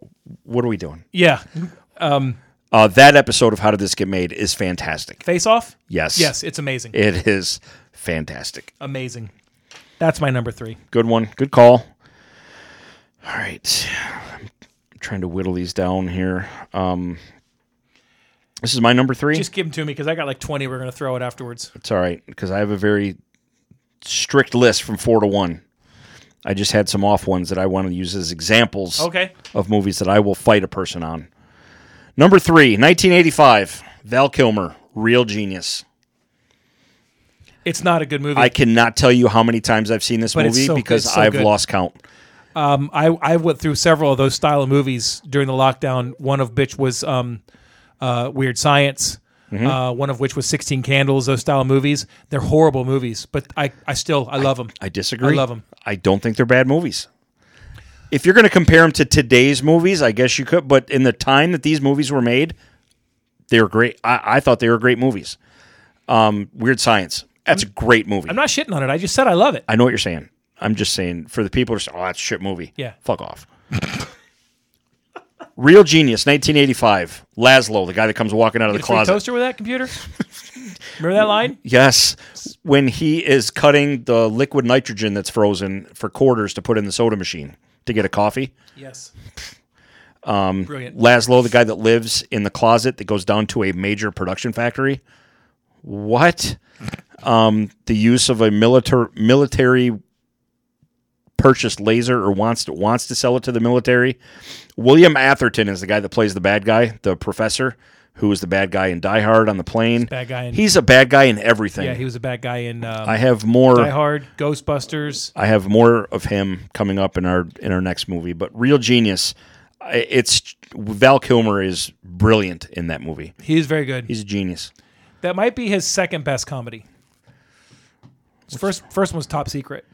What are we doing?
Yeah,
Uh, that episode of How Did This Get Made is fantastic.
Face Off.
Yes.
Yes, it's amazing.
It is fantastic.
amazing. That's my number three.
Good one. Good call. All right. I'm trying to whittle these down here. Um, this is my number three.
Just give them to me because I got like twenty. We're gonna throw it afterwards.
it's all right because I have a very strict list from four to one. I just had some off ones that I want to use as examples
Okay.
of movies that I will fight a person on. Number three, 1985, Val Kilmer, Real Genius.
It's not a good movie.
I cannot tell you how many times I've seen this
But it's
movie
so-
because
it's so
I've
good.
lost count.
I, I went through several of those style of movies during the lockdown. One of which was um, uh, Weird Science.
Mm-hmm.
Uh, one of which was Sixteen Candles. Those style of movies. They're horrible movies, but I, I still I love them.
I disagree.
I love 'em.
I don't think they're bad movies. If you're going to compare them to today's movies, I guess you could. But in the time that these movies were made, they were great. I, I thought they were great movies. Um, Weird Science. That's a great movie.
I'm not shitting on it. I just said I love it.
I know what you're saying. I'm just saying for the people who are saying, "Oh, that's a shit movie."
Yeah.
Fuck off. [LAUGHS] Real Genius, 1985. Laszlo, the guy that comes walking out of the
Get a free
closet.
toaster with
[LAUGHS]
that computer. Remember that line?
Yes, when he is cutting the liquid nitrogen that's frozen for quarters to put in the soda machine to get a coffee.
Yes. Um, Brilliant.
Laszlo, the guy that lives in the closet that goes down to a major production factory. What? Um, the use of a military military purchased laser or wants to wants to sell it to the military. William Atherton is the guy that plays the bad guy, the professor, who was the bad guy in Die Hard on the plane.
bad guy in-
He's a bad guy in everything.
Yeah, he was a bad guy in um,
I have more
Die Hard, Ghostbusters.
I have more of him coming up in our in our next movie. But Real Genius, I- it's Val Kilmer is brilliant in that movie.
He is very good.
He's a genius.
that might be his second best comedy. First, first one was Top Secret.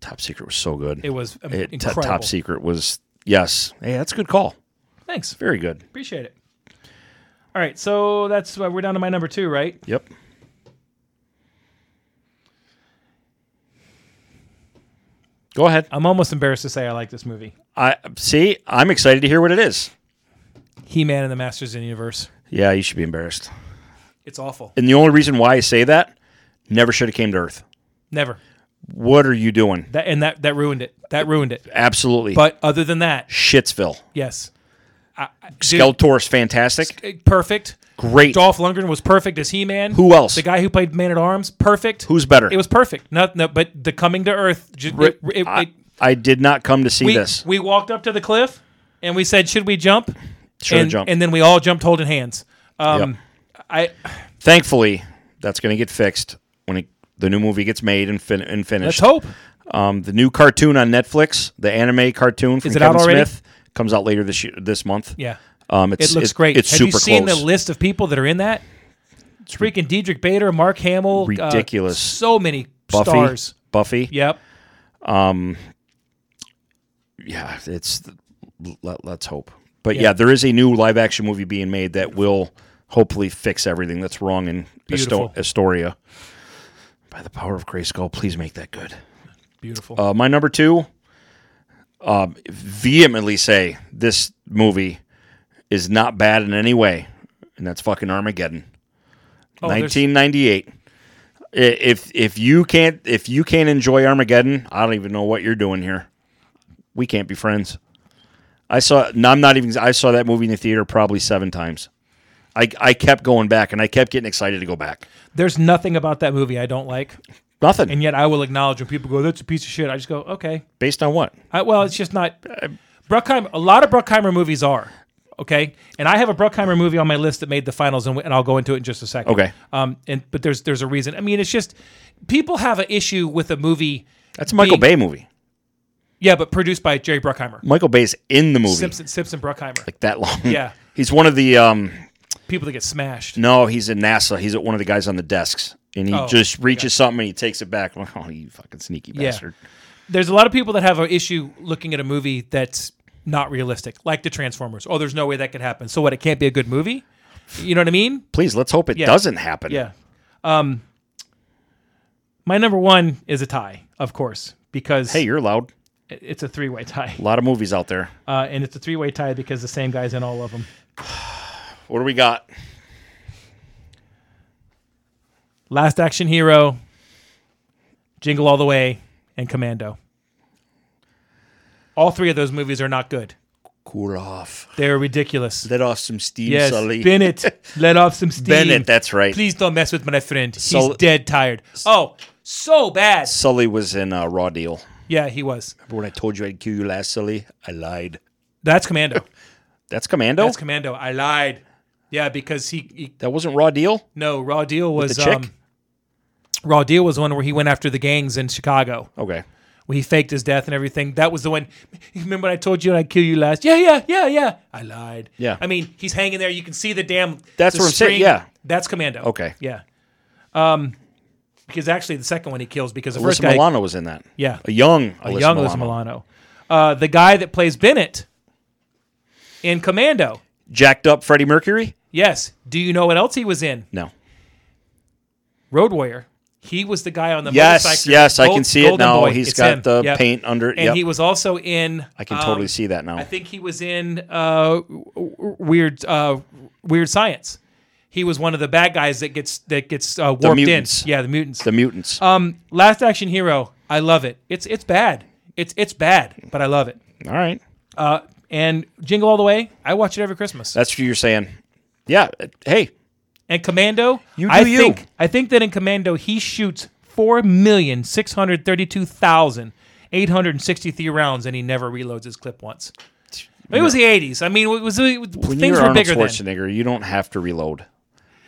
Top Secret was so good.
It was um,
It- t-
incredible.
Top Secret was yes. Hey, that's a good call.
Thanks.
Very good.
Appreciate it. All right, so that's uh, we're down to my number two, right?
Yep. Go ahead.
I'm almost embarrassed to say I like this movie,
I see. I'm excited to hear what it is.
He-Man and the Masters of the Universe.
Yeah, you should be embarrassed.
It's awful.
And the only reason why I say that, never should have came to Earth.
Never.
What are you doing?
That and that that ruined it. That ruined it.
Absolutely.
But other than that,
Shitsville.
yes. I- I- dude,
Skeletor's fantastic.
eh, perfect.
Great.
Dolph Lundgren was perfect as He-Man.
Who else?
The guy who played Man at Arms, perfect.
Who's better?
It was perfect. No, no, but the coming to Earth. ju- it- it-
I,
it-
I did not come to see
we,
this.
we walked up to the cliff and we said, "Should we jump?"
Should have
and,
jumped.
and then we all jumped holding hands. Um, I
Thankfully, that's going to get fixed when it, the new movie gets made and, fin- and
let's
finished.
hope.
Um, the new cartoon on Netflix, the anime cartoon from
Is it out
Kevin
already?
Smith, comes out later this year, this month.
Yeah,
Um, it's,
it looks
it-
great.
It's
Have
super
you seen
close.
the list of people that are in that? It's freaking Diedrich Bader, Mark Hamill, uh,
Ridiculous.
so many
Buffy.
stars.
Buffy.
Yep.
yeah, it's let, let's hope. But yeah. there is a new live action movie being made that will hopefully fix everything that's wrong in
Beautiful.
Asto- Astoria. By the power of Grayskull, please make that good.
Beautiful.
Uh, my number two, um, vehemently say this movie is not bad in any way, and that's fucking Armageddon,
Oh, there's-
nineteen ninety eight. If if you can't if you can't enjoy Armageddon, I don't even know what you're doing here. We can't be friends. I saw. No, I'm not even. I saw that movie in the theater probably seven times. I I kept going back, and I kept getting excited to go back.
There's nothing about that movie I don't like,
Nothing
and yet I will acknowledge when people go, "That's a piece of shit." I just go, "Okay."
based on what?
I, well, it's just not. Bruckheimer. A lot of Bruckheimer movies are okay, and I have a Bruckheimer movie on my list that made the finals, and, we- and I'll go into it in just a second.
Okay.
Um. And but there's there's a reason. I mean, it's just people have an issue with a movie.
That's a Michael
being-
Bay movie.
Yeah, but produced by Jerry Bruckheimer,
Michael Bay's in the movie.
Simpson, Simpson Bruckheimer.
like that long.
Yeah.
[LAUGHS] He's one of the um
people that get smashed.
no, he's in NASA. He's one of the guys on the desks. And he
Oh,
just reaches something and he takes it back. Like, oh, you fucking sneaky
Yeah.
bastard.
There's a lot of people that have an issue looking at a movie that's not realistic, like the Transformers. Oh, there's no way that could happen. So what? It can't be a good movie. You know what I mean?
Please let's hope it doesn't happen.
Yeah. Um, my number one is a tie, of course, because
Hey, you're loud.
it- it's a three way tie. [LAUGHS]
A lot of movies out there.
Uh, and it's a three way tie because the same guy's in all of them.
What do we got?
Last Action Hero, Jingle All the Way, and Commando. All three of those movies are not good.
Cool off.
They're ridiculous.
Let off some steam,
yes,
Sully. [LAUGHS]
Bennett, let off some steam.
Bennett, that's right.
Please don't mess with my friend.
Sul-
He's dead tired. Oh, so bad.
Sully was in uh, Raw Deal.
Yeah, he was.
Remember when I told you I'd kill you last, Sully? I lied. [LAUGHS]
That's Commando.
That's Commando?
That's Commando. I lied. Yeah, because he, he
that wasn't Raw Deal?
no Raw Deal was
the chick?
um, Raw Deal was one where he went after the gangs in Chicago.
Okay.
Where he faked his death and everything. That was the one. Remember when I told you I'd kill you last? Yeah, yeah, yeah, yeah. I lied.
Yeah.
I mean, he's hanging there. You can see the damn.
That's
the
what I'm saying,
string.
yeah.
That's Commando.
Okay.
Yeah. Um, because actually the second one he kills because the
Alyssa
first guy,
Milano was in that.
yeah,
A young
a
Alyssa
young
Milano.
Alyssa Milano. Uh, the guy that plays Bennett in Commando.
Jacked up Freddie Mercury?
Yes. Do you know what else he was in?
No.
Road Warrior. He was the guy on the
Yes,
motorcycle.
yes, I can see it
Golden
now.
Boy.
He's
It's
got
him.
the
Yep.
paint under-
and
yep.
he was also in.
I can
um,
totally see that now.
I think he was in uh, w- w- weird, uh, weird science. He was one of the bad guys that gets that gets uh, warped in.
mutants.
Yeah, the mutants.
the mutants.
um, Last Action Hero. I love it. It's it's bad. It's it's bad, but I love it.
All right.
Uh, and Jingle All the Way. I watch it every Christmas.
That's what you're saying. Yeah. uh, Hey,
And Commando,
You
I
do you.
think I think that in Commando he shoots four million six hundred thirty-two thousand eight hundred sixty-three rounds, and he never reloads his clip once. It was the eighties. I mean, it was it was-
when
things
you're
were
Arnold
bigger then.
Schwarzenegger, you don't have to reload.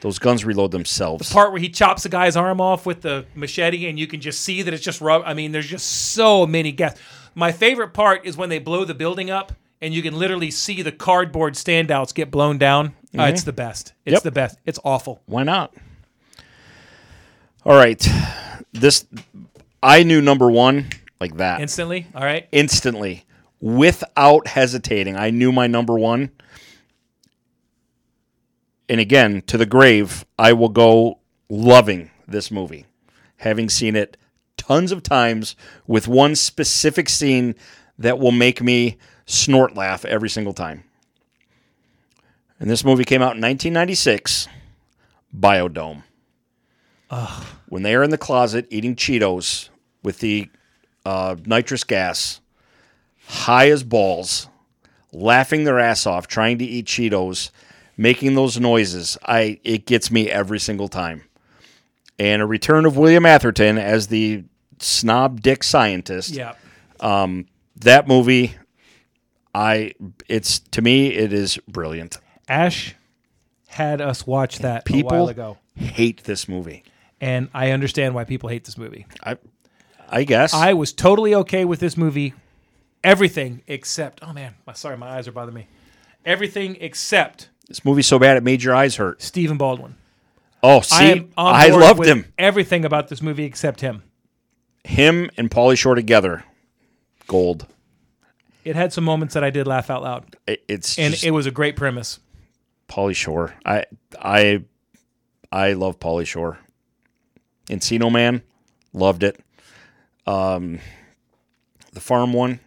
Those guns reload themselves.
Part where he chops a guy's arm off with the machete, and you can just see that it's just rub. I mean, there's just so many gas. My favorite part is when they blow the building up, and you can literally see the cardboard standouts get blown down. Uh, it's the best. It's
Mm-hmm. Yep.
the best. It's awful.
Why not? All right. this I knew number one like that
Instantly. All right.
instantly without hesitating. I knew my number one. And again, to the grave, I will go loving this movie, having seen it tons of times with one specific scene that will make me snort laugh every single time. And this movie came out in 1996, Biodome. When they are in the closet eating Cheetos with the uh, nitrous gas, high as balls, laughing their ass off, trying to eat Cheetos, making those noises. I it gets me every single time. And a return of William Atherton as the snob dick scientist.
Yeah.
That movie, I it's to me it is brilliant.
Ash had us watch that a while
People
ago,
hate this movie.
and I understand why people hate this movie.
I I guess
I was totally okay with this movie. Everything except oh man, my, sorry, my eyes are bothering me. Everything except
this movie's so bad it made your eyes hurt.
Stephen Baldwin.
Oh, see,
I am on
I
board
loved
with
him.
Everything about this movie except him.
Him and Pauly Shore together, gold.
It had some moments that I did laugh out loud,
It, it's
and
just
it was a great premise.
Pauly Shore. I I I love Pauly Shore. Encino Man, loved it. Um, the farm one,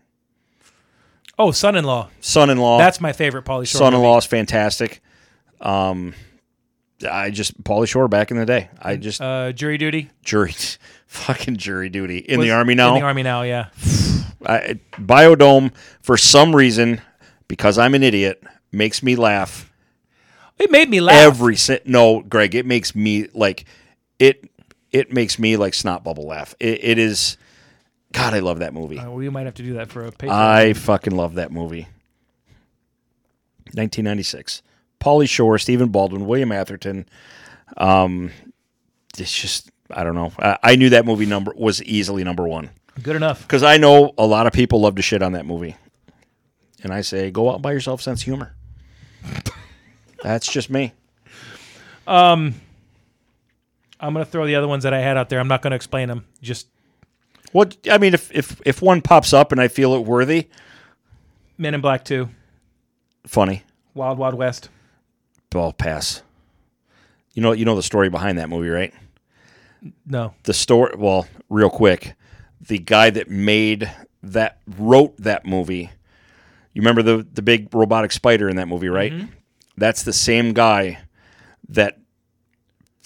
Oh, son-in-law.
son-in-law.
That's my favorite Polly Shore. movie.
son-in-law is fantastic. Um, I just Pauly Shore back in the day. I just
Uh, jury duty
jury, [LAUGHS] fucking jury duty in
Was-
the army now.
In the army now, yeah.
I, Biodome for some reason because I'm an idiot makes me laugh
It made me laugh.
every si- no greg it makes me like it it makes me like snot bubble laugh it, it is god i love that movie
Uh, we might have to do that for a Patreon.
i fucking love that movie 1996 Pauly shore stephen baldwin william atherton um it's just i don't know i, I knew that movie number was easily number one
Good enough.
because i know a lot of people love to shit on that movie and i say go out and buy yourself a sense of humor that's just me
I'm gonna throw the other ones that I had out there. I'm not gonna explain them. Just
What I mean, if if if one pops up and I feel it worthy,
Men in Black Two,
funny,
Wild Wild West.
I'll pass. You know, you know the story behind that movie, right?
No,
The story. Well, real quick, the guy that made that wrote that movie. You remember the the big robotic spider in that movie, right?
Mm-hmm.
That's the same guy that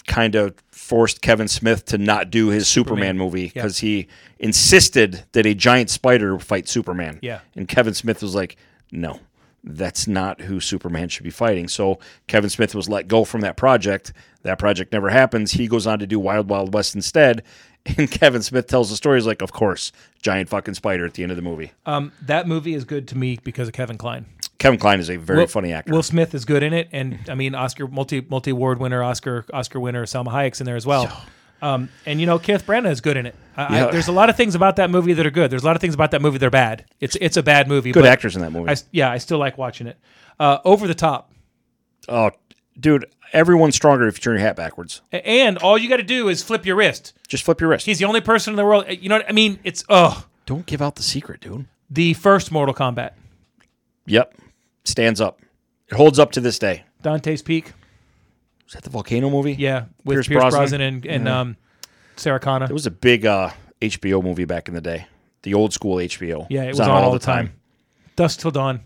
kind of forced Kevin Smith to not do his Superman, movie
yeah.
because he insisted that a giant spider fight Superman.
Yeah.
And Kevin Smith was like, no, that's not who Superman should be fighting. So Kevin Smith was let go from that project. That project never happens. He goes on to do Wild Wild West instead. [LAUGHS] And Kevin Smith tells the story. He's like, of course, giant fucking spider at the end of the movie.
um, that movie is good to me because of Kevin Klein.
Kevin Klein is a very
Will-
funny actor.
Will Smith is good in it, and I mean Oscar multi multi award winner, Oscar Oscar winner Selma Hayek's in there as well. Um, and you know Kenneth Branagh is good in it. I,
Yeah.
I, there's a lot of things about that movie that are good. There's a lot of things about that movie that are bad. It's it's a bad movie.
Good
but
actors in that movie.
I, yeah, I still like watching it. Uh, Over the top,
oh, dude, everyone's stronger if you turn your hat backwards.
A- and all you got to do is flip your wrist.
Just flip your wrist.
He's the only person in the world. You know what I mean? It's oh,
Don't give out the secret, dude.
the first Mortal Kombat,
Yep. Stands up. It holds up to this day.
Dante's Peak.
Was that the volcano movie?
Yeah, with
Pierce
Pierce,
Brosnan.
Brosnan. and and um, Sarah Connor.
It was a big uh, HBO movie back in the day. The old school HBO.
yeah, it was on, all the time. Dust till dawn.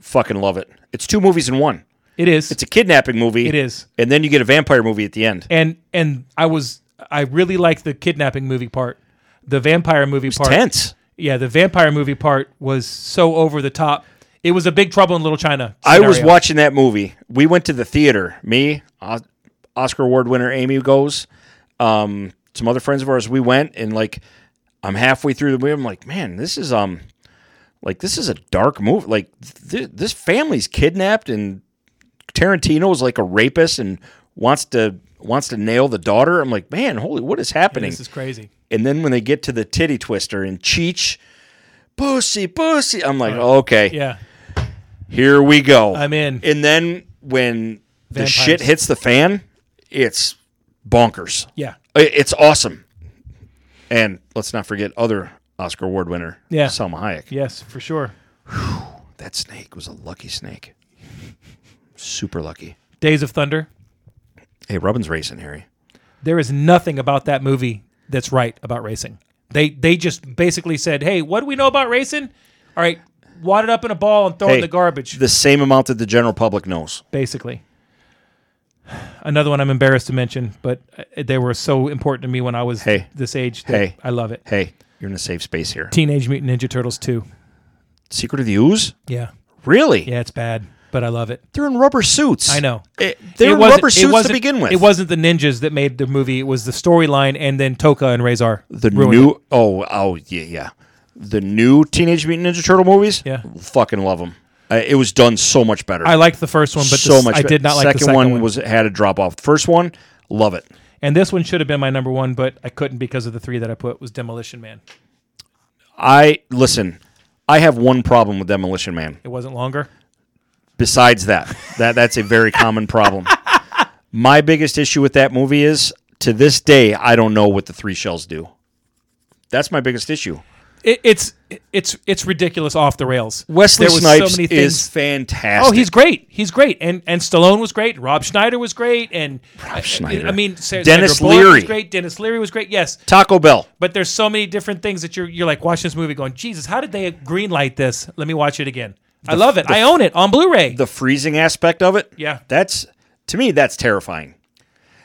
Fucking love it. It's two movies in one.
It is.
It's a kidnapping movie.
It is.
And then you get a vampire movie at the end.
and and I was I really liked the kidnapping movie part. The vampire movie part.
Tense.
Yeah, the vampire movie part was so over the top. It was a big trouble in Little China.
I was
scenario.
watching that movie. We went to the theater. Me, Os- Oscar Award winner Amy goes. Um, some other friends of ours. We went and like I'm halfway through the movie. I'm like, man, this is um, like this is a dark movie. Like th- this family's kidnapped and Tarantino is like a rapist and wants to wants to nail the daughter. I'm like, man, holy, what is happening?
This is crazy.
And then when they get to the titty twister and Cheech, pussy, pussy, I'm like,
Uh,
okay,
Yeah,
here we go.
I'm in.
And then when the
Vampires.
shit hits the fan, it's bonkers.
yeah.
I- It's awesome. And let's not forget other Oscar Award winner,
Yeah.
Selma Hayek.
Yes, for sure.
That snake was a lucky snake. Super lucky.
Days of Thunder.
Hey, Robin's racing, Harry.
There is nothing about that movie that's right about racing. They they just basically said, "Hey, what do we know about racing? All right, wad it up in a ball and throw it
Hey,
in Oh, the garbage."
The same amount that the general public knows.
basically. [SIGHS] Another one I'm embarrassed to mention, but uh, they were so important to me when I was
Hey.
this age. that
Hey.
I love it.
Hey, you're in a safe space here.
Teenage Mutant Ninja Turtles 2.
Secret of the Ooze?
Yeah.
Really?
Yeah, it's bad, but I love it.
They're in rubber suits.
I know.
Eh, they're in
wasn't-
rubber suits to
wasn't-
begin with.
It wasn't the ninjas that made the movie. It was the storyline and then Toka and Razor.
the new. Oh, oh, yeah, yeah. The new Teenage Mutant Ninja Turtle movies.
Yeah.
fucking love them. it was done so much better.
I liked the first one, but
so
this-
much.
I
better.
did not like
second
the second
one. Was had a drop off. First one, love it.
and this one should have been my number one, but I couldn't because of the three that I put was Demolition Man.
I listen. I have one problem with Demolition Man.
It wasn't longer.
besides that that that's a very common problem [LAUGHS] my biggest issue with that movie is to this day i don't know what the three shells do that's my biggest issue
It, it's it's it's ridiculous off the rails.
wesley
there was
snipes
so many things
is fantastic
Oh, he's great. He's great, and and Stallone was great. Rob Schneider was great, and Rob
Schneider.
I, mean, Sa-
Dennis
Sandra Bullock
Leary.
was great. Dennis Leary was great. Yes,
taco bell
but there's so many different things that you're you're like watching this movie, going, Jesus, how did they green light this? Let me watch it again. I love it. I own it on Blu-ray.
the freezing aspect of it
Yeah.
that's to me that's terrifying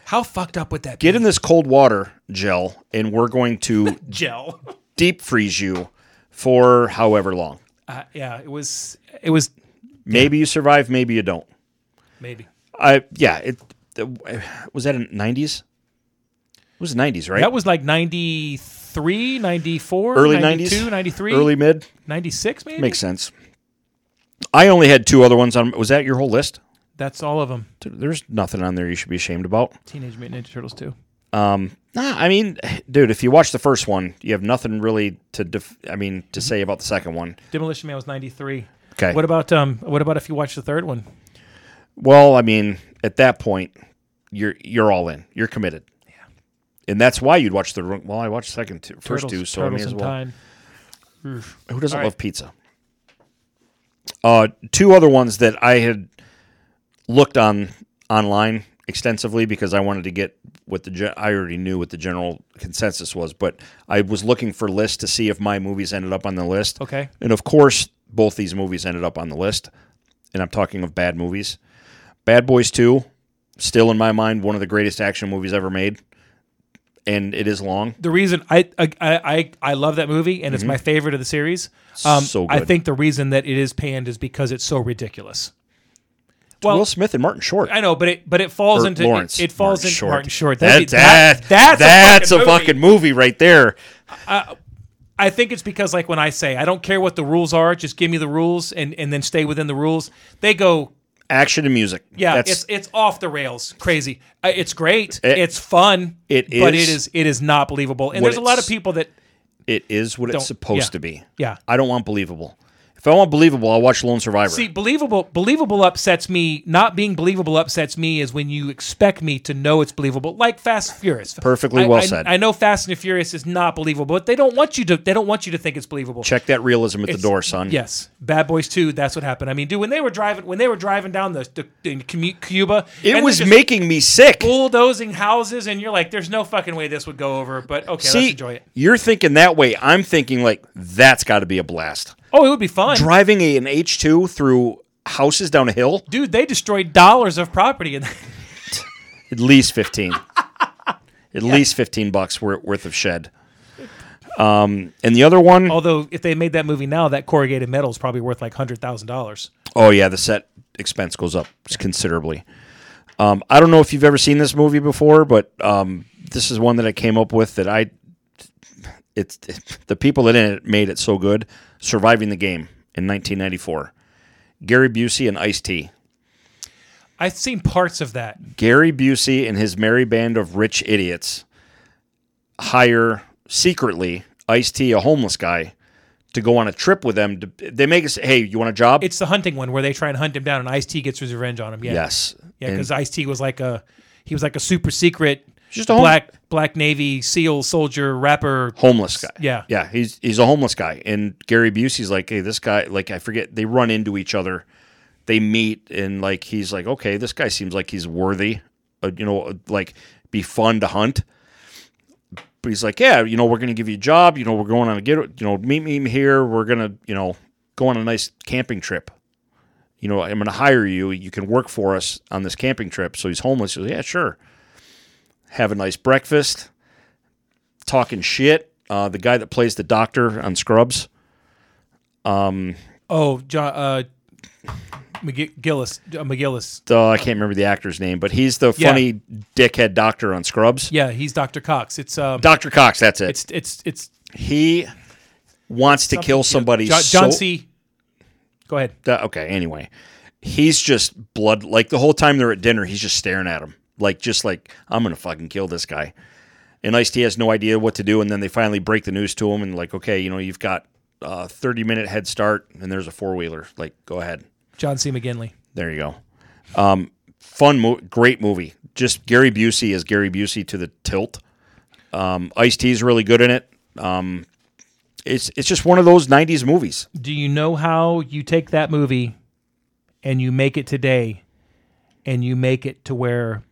how fucked up would that
get
be?
in this cold water gel and we're going
[LAUGHS]
to
gel?
deep freeze you for however long
Uh, yeah, it was it was
maybe you survive maybe you don't
maybe
I yeah, it was that in nineties. It was nineties, right?
that was like 93, 94,
early
92,
nineties,
93,
early mid.
96 maybe.
Makes sense. I only had two other ones on. Was that your whole list?
That's all of them.
Dude, There's nothing on there you should be ashamed about.
Teenage Mutant Ninja Turtles too.
Nah, I mean, dude, if you watch the first one, you have nothing really to. Def- I mean, to
Mm-hmm.
say about the second one.
Demolition Man was 93.
Okay.
What about um what about if you watch the third one?
Well, I mean, at that point, you're you're all in. You're committed. Yeah. And that's why you'd watch the. Well, I watched second two, first
Turtles,
two, so I
Turtles
may as
in
well.
Time.
Who doesn't
All right.
love pizza? Uh, two other ones that I had looked on online extensively because I wanted to get what the gen- I already knew what the general consensus was, but I was looking for lists to see if my movies ended up on the list.
Okay.
and of course, both these movies ended up on the list, and I'm talking of bad movies. Bad Boys Two, still in my mind, one of the greatest action movies ever made, and it is long.
The reason I I I, I love that movie and it's my favorite of the series. Um,
Mm-hmm. So
I
good.
think the reason that it is panned is because it's so ridiculous. Well,
Will Smith and Martin Short.
I know, but it but it falls
or
into
Lawrence.
it, it falls
Martin
into
Short.
Martin Short.
That,
That'd be-
that,
that-
that's a, fucking,
movie.
movie. right there.
I think it's because like when I say I don't care what the rules are, just give me the rules and and then stay within the rules. They go
Action and music.
Yeah,
that's,
it's it's off the rails, crazy. Uh, it's great,
It-
it's fun,
it
but
is
it is it is not believable. And
what
there's a lot of
it's-
people that
it is what
Don't-
it's supposed
yeah.
to be.
Yeah.
I don't want believable. If I want believable, I'll watch Lone Survivor.
see believable believable upsets me. Not being believable upsets me is when you expect me to know it's believable, like Fast and Furious.
Perfectly
I-
well
I-
said.
I know Fast and Furious is not believable, but they don't want you to. They don't want you to think it's believable.
Check that realism at the
It's-
door, son.
Yes, Bad Boys Two. That's what happened. I mean, dude, when they were driving, when they were driving down the, the in commu- Cuba,
It
and
was
they're just
making me sick.
bulldozing houses, and you're like, "There's no fucking way this would go over." But okay,
See,
let's enjoy it.
you're thinking that way. I'm thinking like that's got to be a blast.
Oh, it would be fun.
Driving a, an H2 through houses down a hill,
Dude, they destroyed dollars of property. And [LAUGHS]
at least 15 at
[LAUGHS]
least 15 bucks wor- worth of shed um and the other one oh
although if they made that movie now, that corrugated metal is probably worth like hundred thousand dollars.
Oh, yeah the set expense goes up considerably um i don't know if you've ever seen this movie before but um this is one that i came up with that i it's the people that in it made it so good surviving the game in 1994 gary busey and ice-t
I've seen parts of that.
Gary Busey and his merry band of rich idiots hire secretly Ice T, a homeless guy, to go on a trip with them. To, they make us, hey, you want a job?
It's the hunting one where they try and hunt him down, and Ice T gets his revenge on him. Yeah,
yes.
yeah,
And
because Ice T was like a he was like a super secret
Just a home-
black black navy seal soldier rapper.
homeless guy.
Yeah.
yeah, he's he's a homeless guy, and Gary Busey's like, hey, this guy, like I forget, they run into each other, they meet, and like he's like, okay, this guy seems like he's worthy, uh, you know, like be fun to hunt. But he's like, yeah, you know, we're gonna give you a job, you know, we're going on a get, you know, meet me here, we're gonna, you know, go on a nice camping trip. You know, I'm gonna hire you. You can work for us on this camping trip. So he's homeless. He's like, yeah, sure. Have a nice breakfast talking shit. Uh, the guy that plays the doctor on Scrubs,
Oh, John uh, McGillis. Uh, McGillis.
uh, I can't remember the actor's name, but he's the
Yeah.
funny dickhead doctor on Scrubs.
Yeah, he's Dr. Cox. It's um,
Doctor Cox, that's it.
it's it's it's
he wants to kill somebody.
John, John
so-
C. Go ahead.
Uh, okay, anyway, he's just blood. Like the whole time they're at dinner, he's just staring at him, like just like I'm gonna fucking kill this guy. And Ice T has no idea what to do, and then they finally break the news to him, and like, okay, you know, you've got a 30 minute head start, and there's a four wheeler. Like, go ahead.
John C. McGinley.
There you go. Um, fun, mo- great movie. Just Gary Busey is Gary Busey to the tilt. Um, Ice T is really good in it. Um, it's it's just one of those '90s movies.
Do you know how you take that movie and you make it today and you make it to where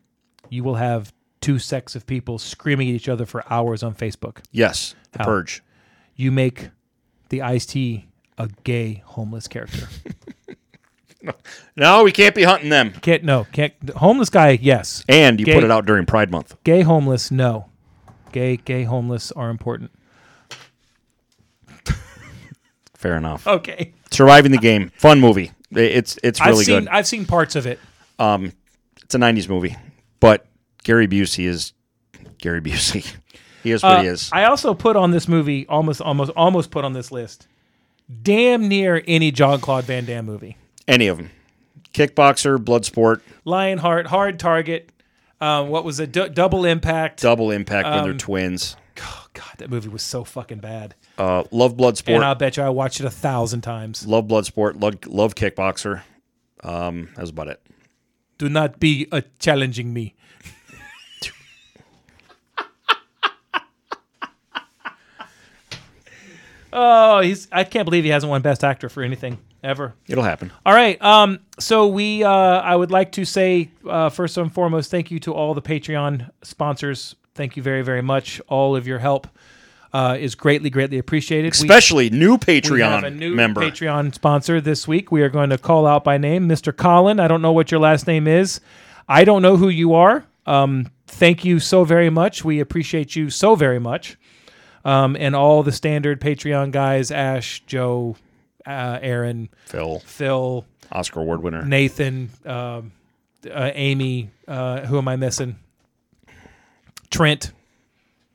you will have two sects of people screaming at each other for hours on Facebook?
Yes, The
How?
Purge.
You make the iced tea a gay homeless character.
No, we can't be hunting them.
can't no, can't the homeless guy, yes.
And you
Gay-
put it out during Pride Month.
Gay homeless, no. Gay gay homeless are important.
Fair enough.
Okay.
Surviving the game. Fun movie. I- It's it's really
I've seen
good.
I've seen parts of it.
It's a '90s movie, but Gary Busey is Gary Busey. [LAUGHS] He is what
Uh,
he is.
I also put on this movie almost almost almost put on this list. Damn near any John Claude Van Damme movie.
Any of them. Kickboxer, Bloodsport,
Lionheart, Hard Target. Um, what was a du- double impact?
Double Impact when
Um,
they're twins.
oh God, that movie was so fucking bad.
Uh, love Bloodsport.
And I bet you I watched it a thousand times.
love Bloodsport, love, love Kickboxer. Um, that was about it.
Do not be uh, challenging me. oh, he's! I can't believe he hasn't won Best Actor for anything ever.
It'll happen.
All right. Um, so we, uh, I would like to say uh, first and foremost, thank you to all the Patreon sponsors. Thank you very, very much. All of your help uh, is greatly, greatly appreciated. We-
Especially new
we have
Patreon
a new
member.
Patreon sponsor this week. We are going to call out by name, Mr. Colin. I don't know what your last name is. I don't know who you are. Um, thank you so very much. We appreciate you so very much. Um, and all the standard Patreon guys: Ash, Joe, uh, Aaron,
Phil,
Phil,
Oscar Award winner.
Nathan, um, uh, Amy. Uh, who am I missing? Trent,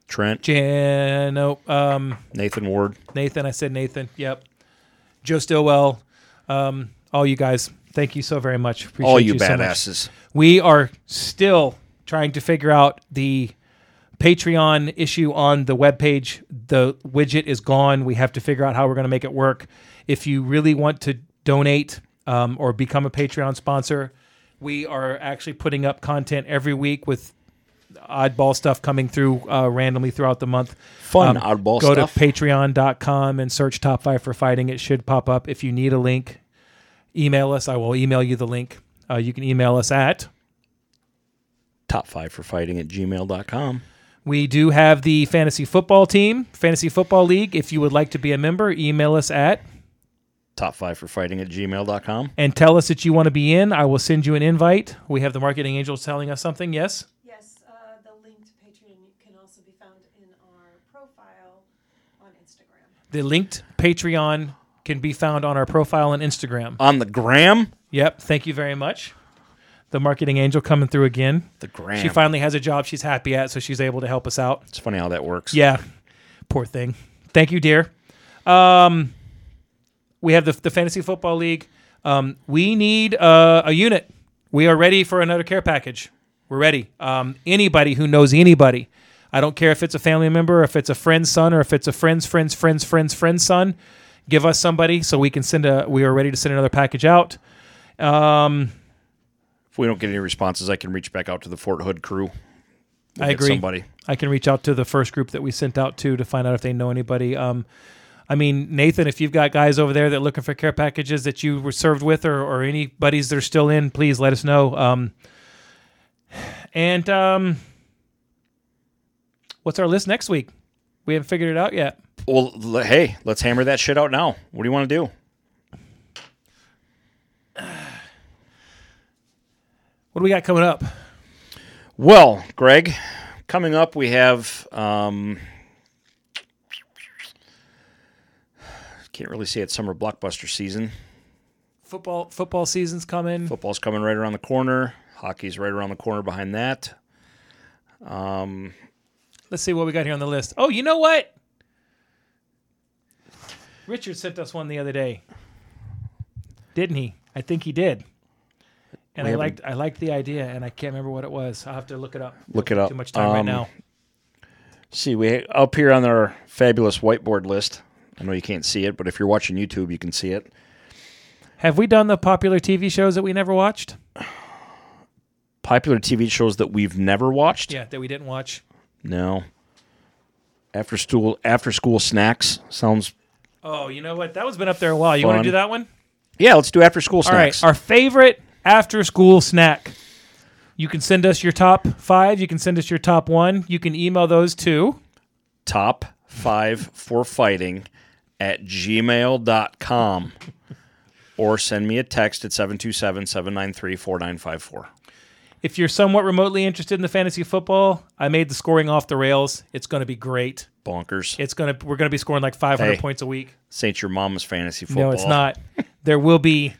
Trent,
Jan. No, um,
Nathan Ward.
Nathan, I said Nathan. Yep. Joe Stillwell, um, all you guys, thank you so very much. Appreciate
all you,
so much.
badasses.
we are still trying to figure out the Patreon issue on the webpage. The widget is gone. We have to figure out how we're going to make it work. If you really want to donate um, or become a Patreon sponsor, we are actually putting up content every week with oddball stuff coming through uh, randomly throughout the month.
Fun Um, oddball
Um, go
stuff.
to patreon.com and search Top 5 for Fighting. It should pop up. If you need a link, email us. I will email you the link. Uh, you can email us at.
Top five for fighting at gmail.com.
We do have the fantasy football team, fantasy football league. If you would like to be a member, email us at
Top five for fighting at gmail.com.
and tell us that you want to be in. I will send you an invite. We have the marketing angels telling us something. Yes.
Yes, uh, the link to Patreon can also be found in our profile on Instagram.
The linked Patreon can be found on our profile on Instagram.
On the gram.
Yep. Thank you very much. The marketing angel coming through again.
The gram.
She finally has a job she's happy at, so she's able to help us out.
it's funny how that works.
Yeah. Poor thing. Thank you, dear. Um, we have the, the Fantasy Football League. Um, we need uh, a unit. We are ready for another care package. We're ready. Um, anybody who knows anybody, I don't care if it's a family member, or if it's a friend's son, or if it's a friend's friend's friend's friend's friend's son, give us somebody so we can send a. We are ready to send another package out.
If we don't get any responses, I can reach back out to the Fort Hood crew.
I
get
agree.
somebody.
I can reach out to the first group that we sent out to to find out if they know anybody. Um, I mean, Nathan, if you've got guys over there that are looking for care packages that you were served with or, or any buddies that are still in, please let us know. Um, and um, what's our list next week? We haven't figured it out yet.
Well, l- hey, let's hammer that shit out now. What do you want to do?
What do we got coming up?
Well, Greg, coming up we have um can't really say it's summer blockbuster season.
Football football season's coming.
Football's coming right around the corner. Hockey's right around the corner behind that.
Let's see what we got here on the list. Oh, you know what? Richard sent us one the other day, didn't he? I think he did. And I liked I liked the idea, and I can't remember what it was. I'll have to look it up.
Look it up.
Too much time right
Um,
now.
See, we up here on our fabulous whiteboard list. I know you can't see it, but if you're watching YouTube, you can see it.
Have we done the popular TV shows that we never watched?
Popular TV shows that we've never watched.
Yeah, that we didn't watch.
No. After school, after school snacks sounds.
Oh, you know what? That one's been up there a while. You want
Fun.
to do that one?
Yeah, let's do after school
All right,
snacks.
our favorite after school snack. You can send us your top five. You can send us your top one. You can email those to
top five for fighting at gmail.com or send me a text at 727 793 4954.
If you're somewhat remotely interested in the fantasy football, I made the scoring off the rails. It's going to be great.
Bonkers.
It's going to we're going to be scoring like 500
Hey,
points a week.
This ain't your mama's fantasy football.
No, it's not. there will be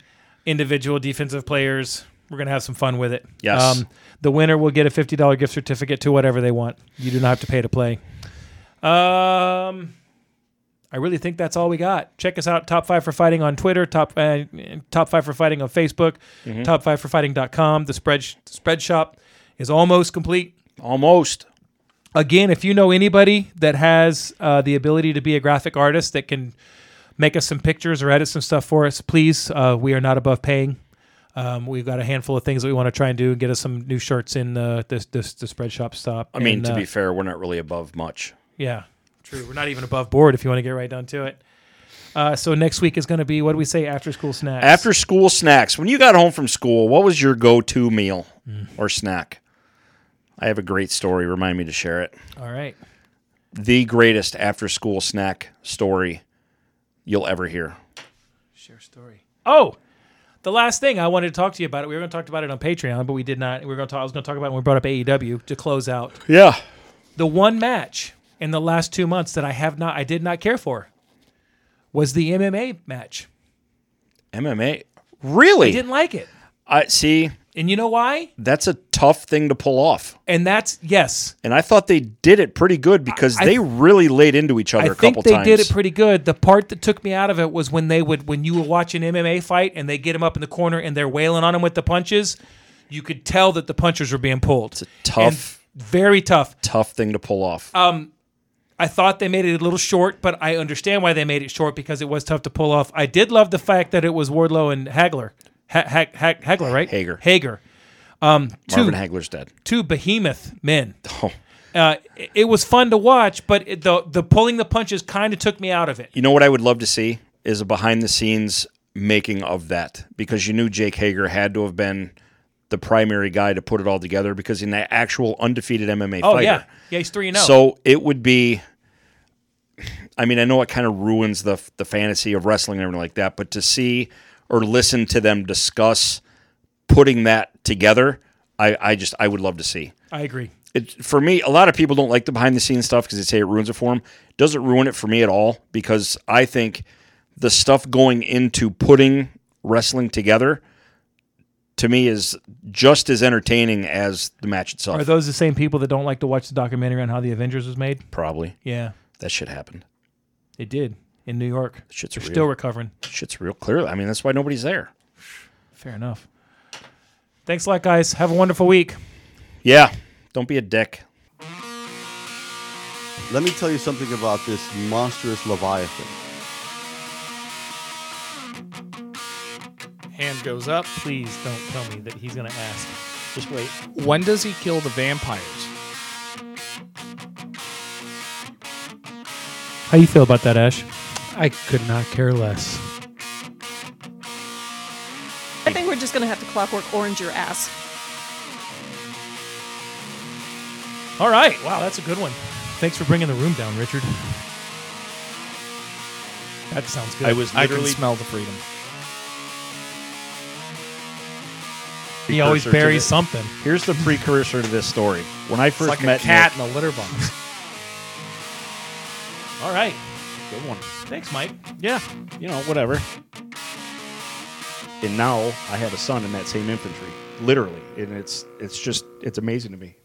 individual defensive players. We're going to have some fun with it. Um,
Yes.
the winner will get a $50 gift certificate to whatever they want. You do not have to pay to play. Um I really think that's all we got. Check us out Top 5 for Fighting on Twitter, Top uh, Top 5 for Fighting on Facebook,
Mm-hmm.
Top 5 for Fighting.com. The spread spread shop is almost complete
Almost.
again, if you know anybody that has uh, the ability to be a graphic artist that can make us some pictures or edit some stuff for us, please, uh, we are not above paying. Um, we've got a handful of things that we want to try and do and get us some new shirts in the this this the spread shop stop. uh,
I mean, to be fair, we're not really above much.
yeah, true. We're not even above board if you want to get right down to it. Uh, so next week is going to be what do we say after school snacks?
After school snacks. When you got home from school, what was your go to meal
Mm.
or snack? I have a great story. Remind me to share it.
all right,
The greatest after school snack story you'll ever hear.
share story. Oh. The last thing I wanted to talk to you about it, we were going to talk about it on Patreon, but we did not. We were going to talk. I was going to talk about it when we brought up AEW to close out.
Yeah.
the one match in the last two months that I have not, I did not care for, was the MMA match.
MMA. Really?
I didn't like it,
I see.
and you know why?
That's a tough thing to pull off,
And that's yes,
and I thought they did it pretty good because
I- I-
they really laid into each other
I
a
think
couple
they
times.
did it pretty good. The part that took me out of it was when they would, when you were watching MMA fight, and they get him up in the corner and they're wailing on him with the punches. You could tell that the punches were being pulled. It's a
tough-
very tough.
tough thing to pull off.
Uh, I thought they made it a little short, but I understand why they made it short because it was tough to pull off. I did love the fact that it was Wardlow and Hagler, ha- ha- ha- Hagler, right?
Hager.
Hager. Um,
Marvin Oh.
two-
Hagler's dead.
two behemoth men. Uh, it, it was fun to watch, but it, the the pulling the punches kind of took me out of it.
You know what I would love to see is a behind the scenes making of that because you knew Jake Hager had to have been the primary guy to put it all together because in that actual undefeated MMA
Oh
fighter.
yeah, yeah, he's three and oh. zero.
So it would be. I mean, I know it kind of ruins the the fantasy of wrestling and everything like that, but to see or listen to them discuss putting that together, I, I just I would love to see.
I agree.
It for me, a lot of people don't like the behind the scenes stuff because they say it ruins it for them. Doesn't ruin it for me at all because I think the stuff going into putting wrestling together to me is just as entertaining as the match
Are
itself.
those the same people that don't like to watch the documentary on how the Avengers was made?
Probably
Yeah,
that shit happened.
it did in New York.
Shit's
They're
real.
still recovering.
Shit's real clear. I mean, that's why nobody's there.
Fair enough. Thanks a lot, guys. Have a wonderful week.
Yeah. Don't be a dick.
Let me tell you something about this monstrous Leviathan.
Hand goes up. Please don't tell me that he's going to ask.
When does he kill the vampires?
How you feel about that, Ash?
I could not care less.
I think we're just gonna have to clockwork orange your ass.
All right. Wow, that's a good one. Thanks for bringing the room down, Richard. That sounds good.
I was
I
literally-
can smell the freedom. He always buries something.
Here's the precursor to this story. When I first
like a
met
cat
Nick,
in a
[LAUGHS]
litter box. All right.
Good one.
Thanks, Mike.
Yeah, you know, whatever. And now I have a son in that same infantry, literally, and it's it's just it's amazing to me.